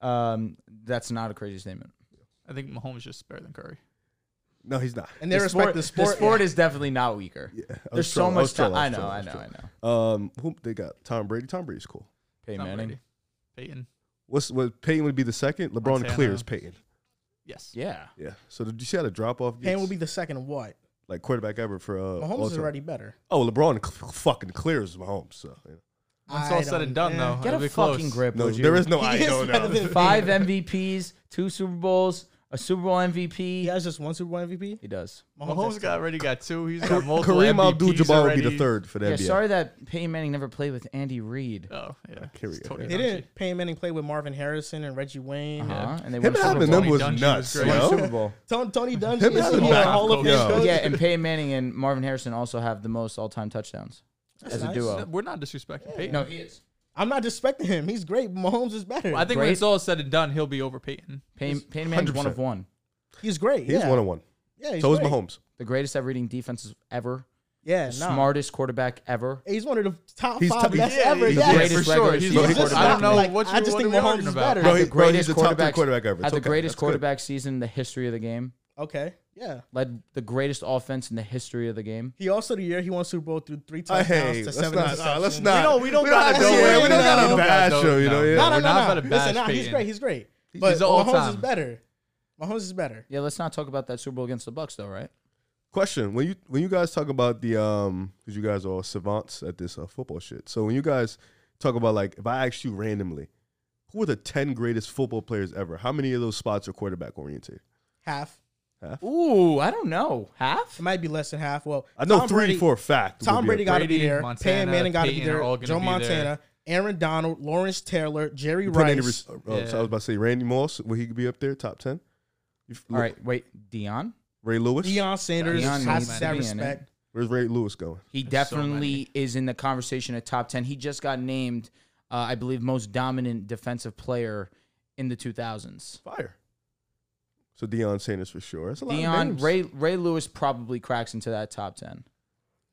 [SPEAKER 3] Um, that's not a crazy statement.
[SPEAKER 4] I think Mahomes is just better than Curry.
[SPEAKER 5] No, he's not.
[SPEAKER 2] And they respect the sport.
[SPEAKER 3] The sport is definitely not weaker.
[SPEAKER 5] Yeah. I was
[SPEAKER 3] There's so
[SPEAKER 5] trolling, I was
[SPEAKER 3] much. time.
[SPEAKER 5] trolling,
[SPEAKER 3] I
[SPEAKER 5] was
[SPEAKER 3] know. I
[SPEAKER 5] trolling,
[SPEAKER 3] know.
[SPEAKER 5] was
[SPEAKER 3] I know.
[SPEAKER 5] trolling. Um, who they got? Tom Brady. Tom Brady's cool.
[SPEAKER 3] Peyton
[SPEAKER 4] Tom
[SPEAKER 3] Manning.
[SPEAKER 4] Brady. Peyton.
[SPEAKER 5] What's what? Peyton would be the second. LeBron
[SPEAKER 4] Montana.
[SPEAKER 5] clears Peyton.
[SPEAKER 4] Yes.
[SPEAKER 3] Yeah.
[SPEAKER 5] Yeah. So did you see how the drop off?
[SPEAKER 2] Payne will be the second what?
[SPEAKER 5] like quarterback ever for uh, all
[SPEAKER 2] Mahomes is
[SPEAKER 5] time.
[SPEAKER 2] already better.
[SPEAKER 5] Oh, LeBron cl- fucking clears Mahomes. So you know.
[SPEAKER 4] When it's all said and done, though,
[SPEAKER 3] Get
[SPEAKER 4] it'll
[SPEAKER 3] a
[SPEAKER 4] be close.
[SPEAKER 3] fucking grip.
[SPEAKER 5] no,
[SPEAKER 3] would you?
[SPEAKER 5] there is Oh, no.
[SPEAKER 2] He
[SPEAKER 5] I
[SPEAKER 2] is
[SPEAKER 5] don't
[SPEAKER 2] better
[SPEAKER 5] know.
[SPEAKER 2] than-
[SPEAKER 3] five MVPs, two Super Bowls, a Super Bowl MVP.
[SPEAKER 2] He has just one Super Bowl MVP.
[SPEAKER 3] He does.
[SPEAKER 4] Mahomes
[SPEAKER 2] has-
[SPEAKER 4] got already got two. He's got multiple
[SPEAKER 5] Kareem
[SPEAKER 4] MVPs
[SPEAKER 5] Abdul-Jabbar would be the
[SPEAKER 4] already.
[SPEAKER 5] third for the
[SPEAKER 3] Yeah,
[SPEAKER 5] NBA.
[SPEAKER 3] sorry that Peyton Manning never played with Andy Reid.
[SPEAKER 4] Oh yeah.
[SPEAKER 5] Here we
[SPEAKER 4] It's
[SPEAKER 5] go.
[SPEAKER 4] totally
[SPEAKER 2] They
[SPEAKER 4] dodgy.
[SPEAKER 2] didn't. Payne Manning played with Marvin Harrison and Reggie Wayne.
[SPEAKER 3] Uh-huh. And they won
[SPEAKER 5] Him
[SPEAKER 3] a Super
[SPEAKER 5] having
[SPEAKER 3] Bowl.
[SPEAKER 5] them was
[SPEAKER 4] Tony Dungy was
[SPEAKER 5] nuts. yo.
[SPEAKER 4] great.
[SPEAKER 5] Yeah,
[SPEAKER 4] Won a
[SPEAKER 5] Super Bowl.
[SPEAKER 2] Tony, Tony Dungy
[SPEAKER 5] Him
[SPEAKER 2] is
[SPEAKER 5] having
[SPEAKER 2] he a
[SPEAKER 5] them-
[SPEAKER 2] Hall of Fame
[SPEAKER 4] Yeah.
[SPEAKER 2] coach?
[SPEAKER 3] yeah, and Peyton Manning and Marvin Harrison also have the most all-time touchdowns as
[SPEAKER 2] nice.
[SPEAKER 3] a
[SPEAKER 4] No,
[SPEAKER 3] duo.
[SPEAKER 4] We're not disrespecting Peyton.
[SPEAKER 3] No, he is.
[SPEAKER 2] I'm not disrespecting him. He's great. Mahomes is better.
[SPEAKER 4] I think when
[SPEAKER 3] Great.
[SPEAKER 4] it's all said and done, he'll be over Peyton.
[SPEAKER 3] Peyton, Peyton Manning's one of
[SPEAKER 5] 100%.
[SPEAKER 3] one.
[SPEAKER 2] he's great.
[SPEAKER 5] He's
[SPEAKER 2] yeah.
[SPEAKER 5] one on one.
[SPEAKER 2] Yeah, he's
[SPEAKER 5] So is
[SPEAKER 2] great.
[SPEAKER 5] Mahomes.
[SPEAKER 3] The greatest at reading defenses ever.
[SPEAKER 2] Yeah,
[SPEAKER 3] the
[SPEAKER 2] nah.
[SPEAKER 3] smartest quarterback ever.
[SPEAKER 2] He's one of the top
[SPEAKER 5] He's
[SPEAKER 2] five
[SPEAKER 5] top-
[SPEAKER 2] best
[SPEAKER 5] yeah,
[SPEAKER 2] ever.
[SPEAKER 5] he's
[SPEAKER 2] Yeah,
[SPEAKER 5] the
[SPEAKER 3] greatest regular
[SPEAKER 4] He's
[SPEAKER 3] season
[SPEAKER 4] like-
[SPEAKER 5] quarterback.
[SPEAKER 4] I don't know
[SPEAKER 2] Like,
[SPEAKER 4] what you,
[SPEAKER 2] I just
[SPEAKER 4] what
[SPEAKER 2] think
[SPEAKER 4] are we
[SPEAKER 2] Mahomes
[SPEAKER 4] arguing
[SPEAKER 2] is
[SPEAKER 4] about.
[SPEAKER 2] better.
[SPEAKER 5] Bro,
[SPEAKER 3] Had
[SPEAKER 5] he-
[SPEAKER 3] the
[SPEAKER 5] bro, he's
[SPEAKER 3] greatest
[SPEAKER 5] the top three
[SPEAKER 3] quarterback,
[SPEAKER 5] quarterback ever. It's
[SPEAKER 3] Had the
[SPEAKER 5] okay.
[SPEAKER 3] greatest
[SPEAKER 5] That's good.
[SPEAKER 3] quarterback season in the history of the game.
[SPEAKER 2] Okay, yeah.
[SPEAKER 3] Led the greatest offense in the history of the game.
[SPEAKER 2] He also the year he won Super Bowl through three
[SPEAKER 5] Uh,
[SPEAKER 2] touchdowns
[SPEAKER 5] hey,
[SPEAKER 2] to
[SPEAKER 5] let's
[SPEAKER 2] seven
[SPEAKER 5] not. Uh, let's
[SPEAKER 2] interceptions.
[SPEAKER 5] not.
[SPEAKER 4] don't- we don't gotta
[SPEAKER 5] yeah,
[SPEAKER 2] go in.
[SPEAKER 5] We don't
[SPEAKER 2] No,
[SPEAKER 5] gotta
[SPEAKER 2] no,
[SPEAKER 5] bash
[SPEAKER 4] no,
[SPEAKER 5] him. You know.
[SPEAKER 4] no.
[SPEAKER 5] yeah.
[SPEAKER 2] No, no,
[SPEAKER 4] We're
[SPEAKER 2] no,
[SPEAKER 4] not
[SPEAKER 2] no.
[SPEAKER 4] about to bash
[SPEAKER 2] Listen, nah, he's
[SPEAKER 4] Peyton.
[SPEAKER 2] great. He's great. But
[SPEAKER 4] he's all
[SPEAKER 2] Mahomes is
[SPEAKER 4] time.
[SPEAKER 2] better. Mahomes is better.
[SPEAKER 3] Yeah, let's not talk about that Super Bowl against the Bucks though, right?
[SPEAKER 5] Question: When you when you guys talk about the um, because you guys are all savants at this uh, football shit. So when you guys talk about like, if I asked you randomly, who are the ten greatest football players ever? How many of those spots are quarterback oriented?
[SPEAKER 2] Half.
[SPEAKER 3] Ooh, I don't know. Half?
[SPEAKER 2] It might be less than half. Well,
[SPEAKER 5] I know
[SPEAKER 2] Tom
[SPEAKER 5] three
[SPEAKER 2] Brady,
[SPEAKER 5] for a fact. would
[SPEAKER 2] Tom
[SPEAKER 5] be
[SPEAKER 2] Brady
[SPEAKER 5] up
[SPEAKER 2] got to be
[SPEAKER 4] Brady,
[SPEAKER 2] there. Peyton
[SPEAKER 4] Montana,
[SPEAKER 2] Manning got to be
[SPEAKER 4] Peyton are
[SPEAKER 2] there.
[SPEAKER 4] all gonna
[SPEAKER 2] Joe
[SPEAKER 4] be
[SPEAKER 2] Montana, Aaron Donald, Lawrence Taylor, Jerry
[SPEAKER 5] You put
[SPEAKER 2] Rice.
[SPEAKER 5] Andy Res- oh, oh, so I
[SPEAKER 4] Yeah.
[SPEAKER 5] was about to say Randy Moss. Would he be up there top ten? You f-
[SPEAKER 3] All right, wait, Dion?
[SPEAKER 5] Ray Lewis.
[SPEAKER 2] Deion Sanders
[SPEAKER 3] Deion
[SPEAKER 2] has
[SPEAKER 3] needs to
[SPEAKER 2] that
[SPEAKER 3] be in it.
[SPEAKER 2] respect.
[SPEAKER 5] Where's Ray Lewis going?
[SPEAKER 3] He
[SPEAKER 4] There's so
[SPEAKER 3] definitely is in the conversation at top 10. He just got named, uh, I believe, most dominant defensive player in the 2000s.
[SPEAKER 5] Fire. So Deion Sanders for sure. That's a lot.
[SPEAKER 3] Dion,
[SPEAKER 5] of names.
[SPEAKER 3] Ray, Ray Lewis probably cracks into that top 10.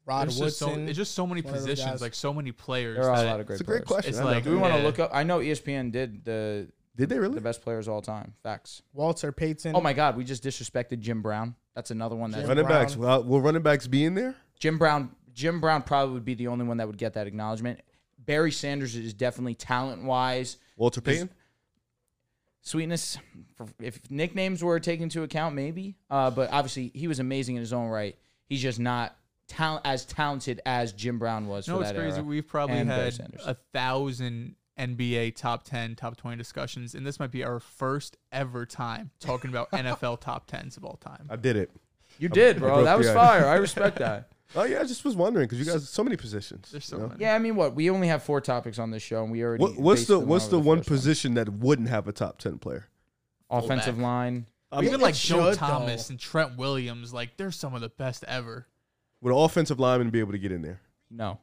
[SPEAKER 2] Rod
[SPEAKER 4] There's just so,
[SPEAKER 2] Woodson.
[SPEAKER 4] it's just so many
[SPEAKER 2] one of those guys.
[SPEAKER 4] positions, like so many players.
[SPEAKER 3] There are a
[SPEAKER 4] that-
[SPEAKER 3] lot of great
[SPEAKER 5] It's a great
[SPEAKER 3] players.
[SPEAKER 5] question.
[SPEAKER 4] It's
[SPEAKER 5] I
[SPEAKER 4] like-
[SPEAKER 5] know.
[SPEAKER 3] Do we want to
[SPEAKER 4] Yeah.
[SPEAKER 3] look up? I know E ESPN did the
[SPEAKER 5] did they really?
[SPEAKER 3] the best players of all time. Facts.
[SPEAKER 2] Walter Payton.
[SPEAKER 3] Oh my God, we just disrespected Jim Brown. That's another one that
[SPEAKER 2] Jim-
[SPEAKER 5] Running backs.
[SPEAKER 2] Brown.
[SPEAKER 5] Well, will running backs be in there?
[SPEAKER 3] Jim Brown. Jim Brown probably would be the only one that would get that acknowledgement. Barry Sanders is definitely talent wise.
[SPEAKER 5] Walter Payton.
[SPEAKER 3] Sweetness, for- if nicknames were taken into account, maybe. Uh, but obviously, he was amazing in his own right. He's just not talent as talented as Jim Brown was.
[SPEAKER 4] No,
[SPEAKER 3] for
[SPEAKER 4] it's
[SPEAKER 3] that
[SPEAKER 4] crazy.
[SPEAKER 3] era.
[SPEAKER 4] We've probably
[SPEAKER 3] and Barry
[SPEAKER 4] had
[SPEAKER 3] Sanders.
[SPEAKER 4] a thousand NBA top 10, top 20 discussions, and this might be our first ever time talking about NFL top 10s of all time.
[SPEAKER 5] I did it.
[SPEAKER 3] You did,
[SPEAKER 5] I
[SPEAKER 3] bro.
[SPEAKER 5] broke
[SPEAKER 3] That
[SPEAKER 5] the
[SPEAKER 3] was
[SPEAKER 5] ice.
[SPEAKER 3] fire. I respect that.
[SPEAKER 5] Oh yeah, I just was wondering because you guys so many positions.
[SPEAKER 4] There's so
[SPEAKER 5] you know?
[SPEAKER 4] many.
[SPEAKER 3] Yeah, I mean, what we only have four topics on this show, and we already.
[SPEAKER 5] What, what's the
[SPEAKER 3] basically went
[SPEAKER 5] what's
[SPEAKER 3] over
[SPEAKER 5] the one
[SPEAKER 3] first one.
[SPEAKER 5] position that wouldn't have a top ten player?
[SPEAKER 3] Offensive
[SPEAKER 4] Fullback.
[SPEAKER 3] line.
[SPEAKER 4] Even like
[SPEAKER 2] it
[SPEAKER 4] Joe
[SPEAKER 2] should,
[SPEAKER 4] Thomas
[SPEAKER 2] though.
[SPEAKER 4] and Trent Williams, like they're some of the best ever.
[SPEAKER 5] Would an offensive lineman be able to get in there?
[SPEAKER 3] No,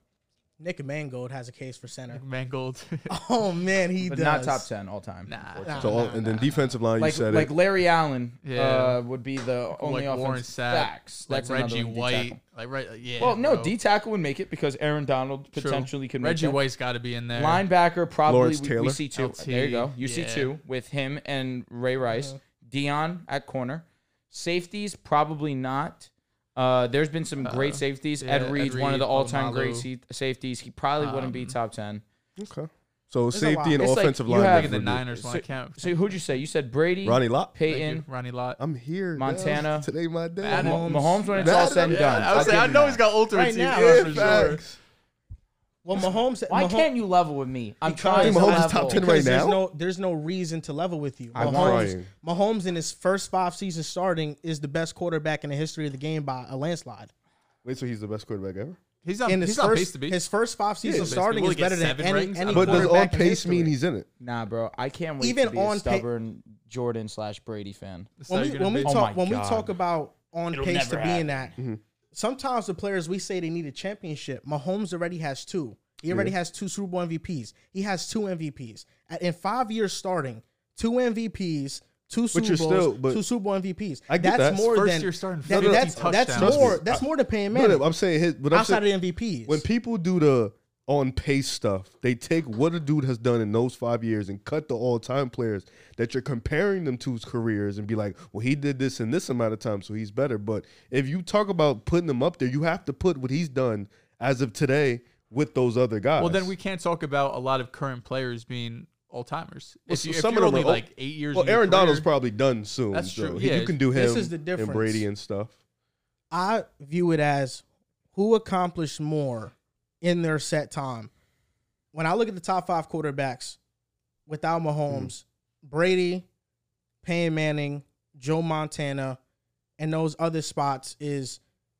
[SPEAKER 2] Nick Mangold has a case for center.
[SPEAKER 4] Mangold,
[SPEAKER 2] Oh man, he
[SPEAKER 3] but
[SPEAKER 2] does.
[SPEAKER 3] not top ten all time.
[SPEAKER 4] nah.
[SPEAKER 5] so all- and then defensive line,
[SPEAKER 3] Like
[SPEAKER 5] you said
[SPEAKER 3] like
[SPEAKER 5] it.
[SPEAKER 3] Larry Allen
[SPEAKER 4] Yeah.
[SPEAKER 3] uh, would be the only
[SPEAKER 4] like Warren
[SPEAKER 3] offensive
[SPEAKER 4] Sapp,
[SPEAKER 3] backs.
[SPEAKER 4] like
[SPEAKER 3] That's another
[SPEAKER 4] Reggie
[SPEAKER 3] one, D
[SPEAKER 4] White,
[SPEAKER 3] tackle.
[SPEAKER 4] like right, yeah.
[SPEAKER 3] Well, no,
[SPEAKER 4] bro.
[SPEAKER 3] D tackle would make it because Aaron Donald
[SPEAKER 4] uh, True.
[SPEAKER 3] potentially could make
[SPEAKER 4] Reggie
[SPEAKER 3] that.
[SPEAKER 4] White's got to be in there.
[SPEAKER 3] Linebacker probably
[SPEAKER 5] Lawrence
[SPEAKER 3] we, we
[SPEAKER 5] Taylor.
[SPEAKER 3] see two.
[SPEAKER 4] LT,
[SPEAKER 3] there you go. You see
[SPEAKER 4] yeah.
[SPEAKER 3] two with him and Ray Rice. Dion at corner. Safeties probably not. Uh, there's been some great
[SPEAKER 4] Uh,
[SPEAKER 3] safeties.
[SPEAKER 4] yeah,
[SPEAKER 3] Ed
[SPEAKER 4] Ed
[SPEAKER 3] Reed's one of
[SPEAKER 4] Reed,
[SPEAKER 3] the all-time
[SPEAKER 4] Polamalu.
[SPEAKER 3] great se- safeties. He probably wouldn't be
[SPEAKER 4] Um,
[SPEAKER 3] top ten.
[SPEAKER 5] Okay. So
[SPEAKER 2] a lot.
[SPEAKER 5] safety and
[SPEAKER 3] It's like
[SPEAKER 5] offensive
[SPEAKER 3] you
[SPEAKER 5] line.
[SPEAKER 3] have-
[SPEAKER 4] Look at the Niners one.
[SPEAKER 3] So-
[SPEAKER 4] I can't.
[SPEAKER 3] So who'd you say? You said Brady,
[SPEAKER 5] Ronnie Lott.
[SPEAKER 4] Thank you,
[SPEAKER 3] Payton,
[SPEAKER 4] Ronnie Lott.
[SPEAKER 5] I'm here.
[SPEAKER 3] Montana.
[SPEAKER 5] guys. Today my day.
[SPEAKER 4] Madden.
[SPEAKER 3] Mahomes. Mahomes when it's all
[SPEAKER 5] Madden.
[SPEAKER 3] said and done.
[SPEAKER 4] I was
[SPEAKER 3] I'll
[SPEAKER 4] saying, I
[SPEAKER 3] give you
[SPEAKER 4] know
[SPEAKER 3] that.
[SPEAKER 4] he's got ultimate
[SPEAKER 2] Right
[SPEAKER 4] teams.
[SPEAKER 2] now,
[SPEAKER 4] yeah,
[SPEAKER 5] Yeah,
[SPEAKER 4] for sure.
[SPEAKER 5] facts.
[SPEAKER 2] Well, Mahomes.
[SPEAKER 3] Why
[SPEAKER 2] Mahomes,
[SPEAKER 3] can't you level with me? I'm
[SPEAKER 2] Because-
[SPEAKER 3] trying.
[SPEAKER 5] Think
[SPEAKER 3] to
[SPEAKER 5] Mahomes is
[SPEAKER 3] level.
[SPEAKER 5] top 10 right
[SPEAKER 2] Because there's
[SPEAKER 5] now?
[SPEAKER 2] no there's no reason to level with you.
[SPEAKER 5] I'm
[SPEAKER 2] Mahomes,
[SPEAKER 5] crying.
[SPEAKER 2] Mahomes in his first five seasons starting is the best quarterback in the history of the game by a landslide.
[SPEAKER 5] Wait, so he's the best quarterback ever?
[SPEAKER 4] He's not.
[SPEAKER 2] In his
[SPEAKER 4] He's not
[SPEAKER 2] first
[SPEAKER 4] based to be.
[SPEAKER 2] his first five seasons
[SPEAKER 4] basically.
[SPEAKER 2] starting
[SPEAKER 4] Will
[SPEAKER 2] is
[SPEAKER 4] he get
[SPEAKER 2] better than
[SPEAKER 4] seven
[SPEAKER 2] any,
[SPEAKER 4] rings?
[SPEAKER 2] any
[SPEAKER 4] But
[SPEAKER 5] But does on
[SPEAKER 2] quarterback in
[SPEAKER 5] pace mean
[SPEAKER 2] history.
[SPEAKER 5] he's in it?
[SPEAKER 3] Nah, bro. I can't wait
[SPEAKER 2] Even
[SPEAKER 3] to be
[SPEAKER 2] on
[SPEAKER 3] a
[SPEAKER 2] pa-
[SPEAKER 3] stubborn Jordan slash Brady fan.
[SPEAKER 2] when we, when we
[SPEAKER 3] be. Oh
[SPEAKER 2] talk
[SPEAKER 3] my
[SPEAKER 2] when we
[SPEAKER 3] God.
[SPEAKER 2] talk about on
[SPEAKER 3] It'll
[SPEAKER 2] pace to
[SPEAKER 3] never
[SPEAKER 2] be in that,
[SPEAKER 5] Mm-hmm.
[SPEAKER 2] sometimes the players we say they need a championship. Mahomes already has two. He already has two Super Bowl MVPs. He has two MVPs At- in five years starting. Two MVPs, two Super
[SPEAKER 5] you're
[SPEAKER 2] Bowls,
[SPEAKER 5] still- but-
[SPEAKER 2] two Super Bowl MVPs.
[SPEAKER 5] I get
[SPEAKER 2] that's
[SPEAKER 5] that.
[SPEAKER 2] more
[SPEAKER 4] First
[SPEAKER 2] than
[SPEAKER 4] year starting
[SPEAKER 2] that-
[SPEAKER 4] 50
[SPEAKER 2] that's that's
[SPEAKER 4] touchdowns.
[SPEAKER 2] more
[SPEAKER 5] Trust me.
[SPEAKER 2] that's more than paying
[SPEAKER 5] No,
[SPEAKER 2] Manning
[SPEAKER 5] no, I'm saying his. But I'm
[SPEAKER 2] outside
[SPEAKER 5] saying,
[SPEAKER 2] of the MVPs.
[SPEAKER 5] when people do the on pace stuff, they take what a dude has done in those five years and cut the all time players that you're comparing them to's careers and be like, well, he did this in this amount of time, so he's better. But if you talk about putting them up there, you have to put what he's done as of today with those other guys.
[SPEAKER 4] Well, then we can't talk about a lot of current players being all timers. if
[SPEAKER 5] so
[SPEAKER 4] you, if
[SPEAKER 5] some
[SPEAKER 4] you're
[SPEAKER 5] of them
[SPEAKER 4] only
[SPEAKER 5] are-
[SPEAKER 4] like eight years.
[SPEAKER 5] Well,
[SPEAKER 4] in your
[SPEAKER 5] Aaron Donald's
[SPEAKER 4] career-
[SPEAKER 5] probably done soon.
[SPEAKER 4] That's
[SPEAKER 5] so
[SPEAKER 4] true.
[SPEAKER 5] he-
[SPEAKER 4] Yeah,
[SPEAKER 5] you can do him
[SPEAKER 2] this is the
[SPEAKER 5] and
[SPEAKER 2] difference.
[SPEAKER 5] Brady and stuff.
[SPEAKER 2] I view it as who accomplished more in their set time. When I look at the top five quarterbacks without Mahomes,
[SPEAKER 5] Hmm.
[SPEAKER 2] Brady, Payne Manning, Joe Montana, and those other spots is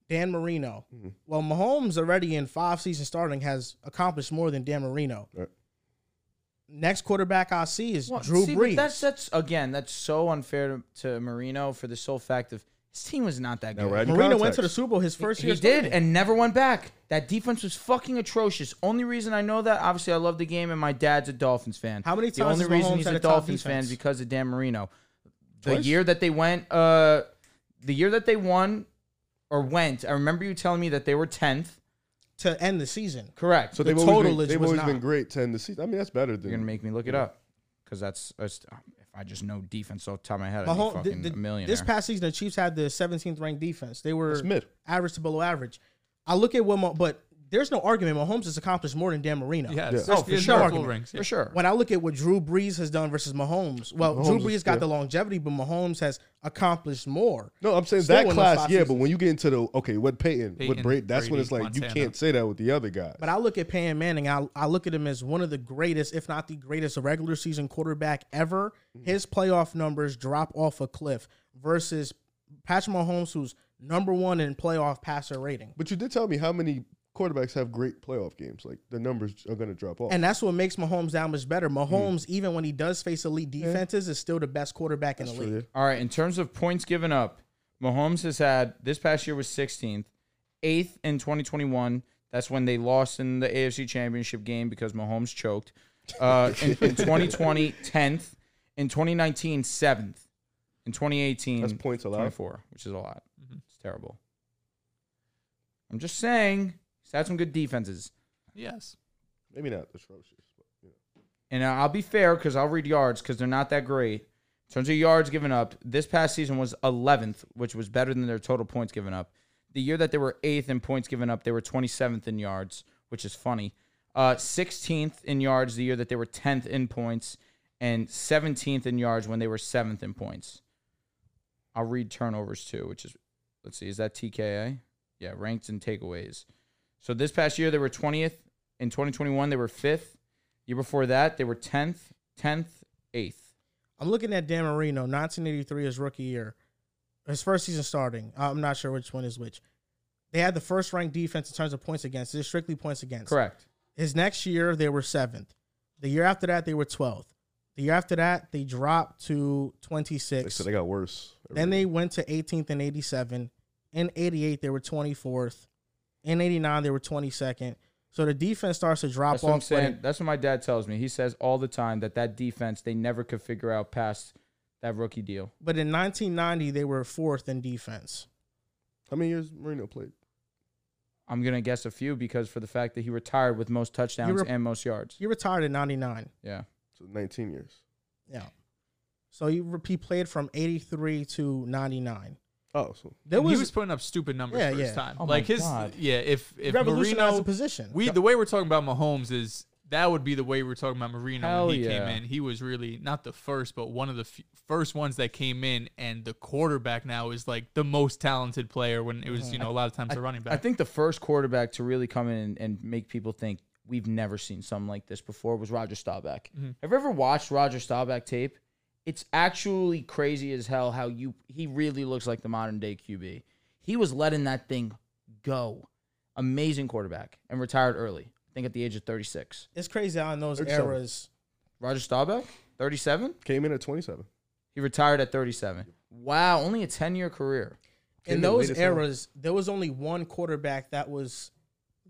[SPEAKER 2] Dan Marino.
[SPEAKER 5] Hmm.
[SPEAKER 2] Well, Mahomes already in five seasons starting has accomplished more than Dan Marino.
[SPEAKER 5] Right.
[SPEAKER 2] Next quarterback I see is
[SPEAKER 3] Well,
[SPEAKER 2] Drew
[SPEAKER 3] see, but
[SPEAKER 2] Brees.
[SPEAKER 3] That's that's again. That's so unfair to, to Marino for the sole fact of his team was not that
[SPEAKER 5] Now
[SPEAKER 3] good.
[SPEAKER 5] we're at
[SPEAKER 2] Marino went
[SPEAKER 5] context.
[SPEAKER 2] to the Super Bowl his first
[SPEAKER 3] he
[SPEAKER 2] year.
[SPEAKER 3] did
[SPEAKER 2] starting.
[SPEAKER 3] and never went back. That defense was fucking atrocious. Only reason I know that, obviously, I love the game and my dad's a Dolphins fan.
[SPEAKER 2] How many
[SPEAKER 3] The
[SPEAKER 2] times
[SPEAKER 3] only
[SPEAKER 2] has
[SPEAKER 3] reason
[SPEAKER 2] Mahomes
[SPEAKER 3] he's
[SPEAKER 2] had
[SPEAKER 3] a
[SPEAKER 2] a top
[SPEAKER 3] Dolphins fan
[SPEAKER 2] defense?
[SPEAKER 3] is because of Dan Marino. The
[SPEAKER 5] Twice?
[SPEAKER 3] year that they went, uh, the year that they won, or went. I remember you telling me that they were tenth.
[SPEAKER 2] to end the season.
[SPEAKER 3] Correct.
[SPEAKER 5] So
[SPEAKER 3] So
[SPEAKER 2] The
[SPEAKER 5] they've always,
[SPEAKER 2] totalage
[SPEAKER 5] been, they've
[SPEAKER 2] was
[SPEAKER 5] always
[SPEAKER 2] not.
[SPEAKER 5] been great to end the season. I mean, that's better
[SPEAKER 3] you're gonna
[SPEAKER 5] than
[SPEAKER 3] make me look it up because that's, that's if I just know defense off the top of my head,
[SPEAKER 2] My
[SPEAKER 3] I'd
[SPEAKER 2] whole,
[SPEAKER 3] be
[SPEAKER 2] the-
[SPEAKER 3] fucking
[SPEAKER 2] the-
[SPEAKER 3] a millionaire.
[SPEAKER 2] this past season, the Chiefs had the 17th ranked defense. They were
[SPEAKER 5] That's mid.
[SPEAKER 2] average to below average. I look at what, Mah- but there's no argument. Mahomes has accomplished more than Dan Marino.
[SPEAKER 4] Yeah,
[SPEAKER 5] Yeah.
[SPEAKER 4] it's-
[SPEAKER 2] Oh,
[SPEAKER 4] there's-
[SPEAKER 2] for
[SPEAKER 4] there's
[SPEAKER 2] sure.
[SPEAKER 4] multiple rings.
[SPEAKER 3] for sure.
[SPEAKER 2] When I look at what Drew Brees has done versus Mahomes, well, Drew
[SPEAKER 5] Mahomes
[SPEAKER 2] Brees
[SPEAKER 5] is-
[SPEAKER 2] got
[SPEAKER 5] yeah.
[SPEAKER 2] the longevity, but Mahomes has accomplished more.
[SPEAKER 5] No, I'm saying
[SPEAKER 2] Still
[SPEAKER 5] that
[SPEAKER 2] in those
[SPEAKER 5] class,
[SPEAKER 2] five
[SPEAKER 5] yeah, but
[SPEAKER 2] seasons.
[SPEAKER 5] when you get into the okay, what Peyton, what
[SPEAKER 4] Peyton,
[SPEAKER 5] Brady, that's when
[SPEAKER 4] Brady,
[SPEAKER 5] it's like you
[SPEAKER 4] Montana.
[SPEAKER 5] can't say that with the other guys.
[SPEAKER 2] But I look at Peyton Manning. I, I look at him as one of the greatest, if not the greatest, regular season quarterback ever.
[SPEAKER 5] Mm-hmm.
[SPEAKER 2] His playoff numbers drop off a cliff versus Patrick Mahomes, who's number one in playoff passer rating.
[SPEAKER 5] But you did tell me how many quarterbacks have great playoff games. Like the numbers are going to drop off.
[SPEAKER 2] And that's what makes Mahomes that much better.
[SPEAKER 5] Mm-hmm.
[SPEAKER 2] Mahomes, even when he does face elite defenses, is still the best quarterback in
[SPEAKER 5] That's
[SPEAKER 2] the
[SPEAKER 5] true,
[SPEAKER 2] league.
[SPEAKER 5] yeah.
[SPEAKER 3] All right, in terms of points given up, Mahomes has had this past year was 16th, 8th in 2021. That's when they lost in the AFC Championship game because Mahomes choked. Uh, in, in 2020, 10th. In 2019, 7th. In 2018,
[SPEAKER 5] That's points allowed.
[SPEAKER 3] 24, which is a lot. It's terrible. I'm just saying, he's had some good defenses.
[SPEAKER 4] Yes.
[SPEAKER 5] Maybe not atrocious. But, you know.
[SPEAKER 3] and I'll be fair because I'll read yards because they're not that great. In terms of yards given up, this past season was 11th, which was better than their total points given up. The year that they were 8th in points given up, they were 27th in yards, which is funny. Uh, 16th in yards the year that they were 10th in points, and 17th in yards when they were 7th in points. I'll read turnovers too, which is, let's see, is that TKA? Yeah, ranked and takeaways. So this past year, they were 20th. In 2021, they were 5th. Year before that, they were 10th, 10th, 8th.
[SPEAKER 2] I'm looking at Dan Marino, 1983, his rookie year, his first season starting. I'm not sure which one is which. They had the first ranked defense in terms of points against. It's strictly points against.
[SPEAKER 3] Correct.
[SPEAKER 2] His next year, they were seventh. The year after that, they were 12th. The year after that, they dropped to
[SPEAKER 5] They
[SPEAKER 2] 26.
[SPEAKER 5] said they got worse. every
[SPEAKER 2] Then they
[SPEAKER 5] year.
[SPEAKER 2] went to 18th and 87. In 88, they were 24th. In 89, they were 22nd. So the defense starts to drop
[SPEAKER 3] That's what I'm
[SPEAKER 2] off. but
[SPEAKER 3] saying. That's what my dad tells me. He says all the time that that defense, they never could figure out past that rookie deal.
[SPEAKER 2] But in 1990, they were fourth in defense.
[SPEAKER 5] How many years Marino played?
[SPEAKER 3] I'm going to guess a few because for the fact that he retired with most touchdowns
[SPEAKER 2] You're-
[SPEAKER 3] and most yards.
[SPEAKER 2] He retired in 99.
[SPEAKER 3] Yeah.
[SPEAKER 5] So 19 years.
[SPEAKER 2] Yeah. So he, re- he played from 83 to 99.
[SPEAKER 5] Oh, so
[SPEAKER 2] There
[SPEAKER 4] And
[SPEAKER 2] was,
[SPEAKER 4] he was putting up stupid numbers
[SPEAKER 2] Yeah,
[SPEAKER 4] for his
[SPEAKER 2] yeah.
[SPEAKER 4] time.
[SPEAKER 3] Oh my
[SPEAKER 4] like his
[SPEAKER 3] God.
[SPEAKER 4] yeah, if if
[SPEAKER 2] revolutionized the
[SPEAKER 4] Marino
[SPEAKER 2] position.
[SPEAKER 4] we the way we're talking about Mahomes is that would be the way we're talking about Marino
[SPEAKER 3] Hell
[SPEAKER 4] when he
[SPEAKER 3] yeah.
[SPEAKER 4] came in. He was really not the first, but one of the f- first ones that came in and the quarterback now is like the most talented player when it was, you know, a lot of times the running back.
[SPEAKER 3] I think the first quarterback to really come in and, and make people think we've never seen something like this before was Roger Staubach. Have you ever watched Roger Staubach tape? It's actually crazy as hell how you he really looks like the modern day QB. He was letting that thing go. Amazing quarterback and retired early. I think at the age of 36.
[SPEAKER 2] it's crazy how in those
[SPEAKER 5] 37.
[SPEAKER 2] eras.
[SPEAKER 3] Roger Staubach, 37?
[SPEAKER 5] came in at 27.
[SPEAKER 3] He retired at 37. Wow, only a 10-year career.
[SPEAKER 5] Came
[SPEAKER 2] in
[SPEAKER 5] in
[SPEAKER 2] those
[SPEAKER 5] late as hell.
[SPEAKER 2] eras, there was only one quarterback that was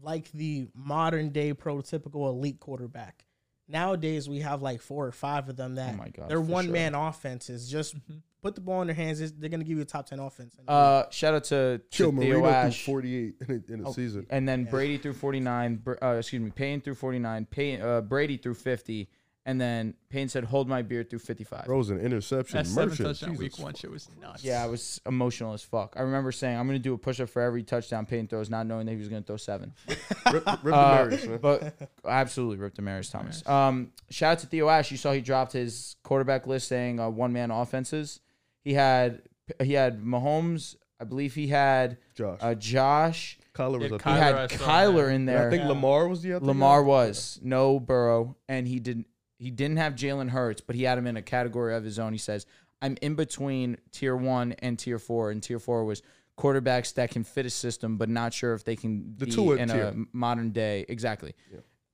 [SPEAKER 2] like the modern day prototypical elite quarterback. Nowadays, we have like four or five of them that
[SPEAKER 3] Oh my God,
[SPEAKER 2] they're
[SPEAKER 3] for
[SPEAKER 2] one man offenses. Just put the ball in their hands; it's- they're going to give you a top ten offense.
[SPEAKER 3] Uh, shout out to,
[SPEAKER 5] Chill,
[SPEAKER 3] to Theo
[SPEAKER 5] Marino threw
[SPEAKER 3] Ash.
[SPEAKER 5] 48 in a, in a
[SPEAKER 2] Oh,
[SPEAKER 5] season.
[SPEAKER 3] Oh, And then Brady threw 49. Br- Uh, excuse me, Payne threw 49. Payne, uh, Brady threw 50. And then Payne said, hold my beer through 55.
[SPEAKER 5] Throws an interception.
[SPEAKER 4] that seven
[SPEAKER 5] Merchant.
[SPEAKER 4] touchdown week
[SPEAKER 5] Jesus.
[SPEAKER 4] one shit was nuts.
[SPEAKER 3] Yeah, I was emotional as fuck. I remember saying, I'm going to do a push up for every touchdown Payne throws, not knowing that he was going to throw seven.
[SPEAKER 5] Rip, rip the
[SPEAKER 2] Uh,
[SPEAKER 5] Maris, man.
[SPEAKER 3] But absolutely ripped Damaris Thomas. Um, shout out to Theo Ash. You saw he dropped his quarterback list saying uh, one man offenses. He had he had Mahomes. I believe he had
[SPEAKER 5] Josh.
[SPEAKER 3] uh, Josh.
[SPEAKER 5] Kyler was
[SPEAKER 4] Yeah,
[SPEAKER 5] up
[SPEAKER 3] He
[SPEAKER 5] there.
[SPEAKER 4] Kyler, I
[SPEAKER 3] had
[SPEAKER 4] saw
[SPEAKER 3] Kyler
[SPEAKER 4] that.
[SPEAKER 3] in
[SPEAKER 5] And
[SPEAKER 3] there.
[SPEAKER 5] I think Lamar was the other
[SPEAKER 3] Lamar
[SPEAKER 5] guy.
[SPEAKER 3] was no Burrow, and he didn't he didn't have Jalen Hurts, but he had him in a category of his own. He says, "I'm in between tier one and tier four, and tier four was quarterbacks that can fit a system, but not sure if they can
[SPEAKER 5] The
[SPEAKER 3] be
[SPEAKER 5] Tua
[SPEAKER 3] in
[SPEAKER 5] tier.
[SPEAKER 3] a modern day exactly."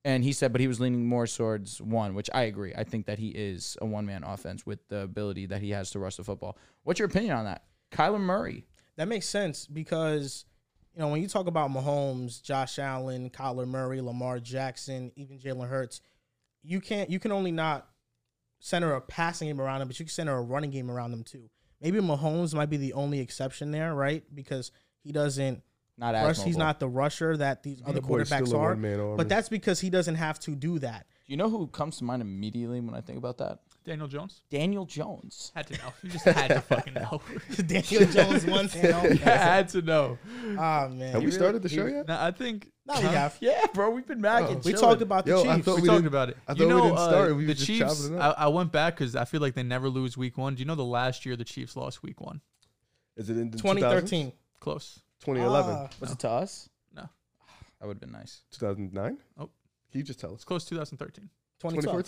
[SPEAKER 3] And he said, but he was leaning more towards one, which I agree. I think that he is a one man offense with the ability that he has to rush the football. What's your opinion on that, Kyler Murray?
[SPEAKER 2] That makes sense because you know when you talk about Mahomes, Josh Allen, Kyler Murray, Lamar Jackson, even Jalen Hurts, you can't you can only not center a passing game around them, but you can center a running game around them too. Maybe Mahomes might be the only exception there, right? Because He doesn't
[SPEAKER 3] Not as
[SPEAKER 2] rush. He's
[SPEAKER 3] mobile.
[SPEAKER 2] not the rusher that these other
[SPEAKER 5] boy's still
[SPEAKER 2] quarterbacks
[SPEAKER 5] a
[SPEAKER 2] are.
[SPEAKER 5] one-man army.
[SPEAKER 2] But that's because he doesn't have to do that.
[SPEAKER 3] You know who comes to mind immediately when I think about that?
[SPEAKER 4] Daniel Jones
[SPEAKER 3] Daniel Jones.
[SPEAKER 4] had to know. You just had to fucking know.
[SPEAKER 2] Daniel Jones once. and
[SPEAKER 4] You
[SPEAKER 2] all.
[SPEAKER 4] had to know.
[SPEAKER 2] Ah man,
[SPEAKER 5] Have we started the show yet?
[SPEAKER 4] Now, I think
[SPEAKER 2] No, we have.
[SPEAKER 3] Yeah, bro, we've been back. and
[SPEAKER 2] We
[SPEAKER 3] chilling.
[SPEAKER 2] talked about the
[SPEAKER 5] Yo, I
[SPEAKER 2] Chiefs.
[SPEAKER 5] thought
[SPEAKER 4] we,
[SPEAKER 5] we
[SPEAKER 4] talked
[SPEAKER 5] didn't-
[SPEAKER 4] about it.
[SPEAKER 5] I thought
[SPEAKER 4] you
[SPEAKER 5] we
[SPEAKER 4] know,
[SPEAKER 5] didn't
[SPEAKER 4] uh,
[SPEAKER 5] start, we were
[SPEAKER 4] the
[SPEAKER 5] just
[SPEAKER 4] Chiefs.
[SPEAKER 5] chopping it
[SPEAKER 4] I,
[SPEAKER 5] up.
[SPEAKER 4] I went back because I feel like they never lose week one. Do you know the last year the Chiefs lost week one?
[SPEAKER 5] Is it in the
[SPEAKER 2] 2013.
[SPEAKER 4] Close.
[SPEAKER 5] 2011,
[SPEAKER 2] Ah.
[SPEAKER 3] Was it to us?
[SPEAKER 4] No.
[SPEAKER 3] That would have been nice.
[SPEAKER 5] 2009?
[SPEAKER 4] Oh.
[SPEAKER 5] Can you just tell us?
[SPEAKER 4] It's close. 2013,
[SPEAKER 2] 2012.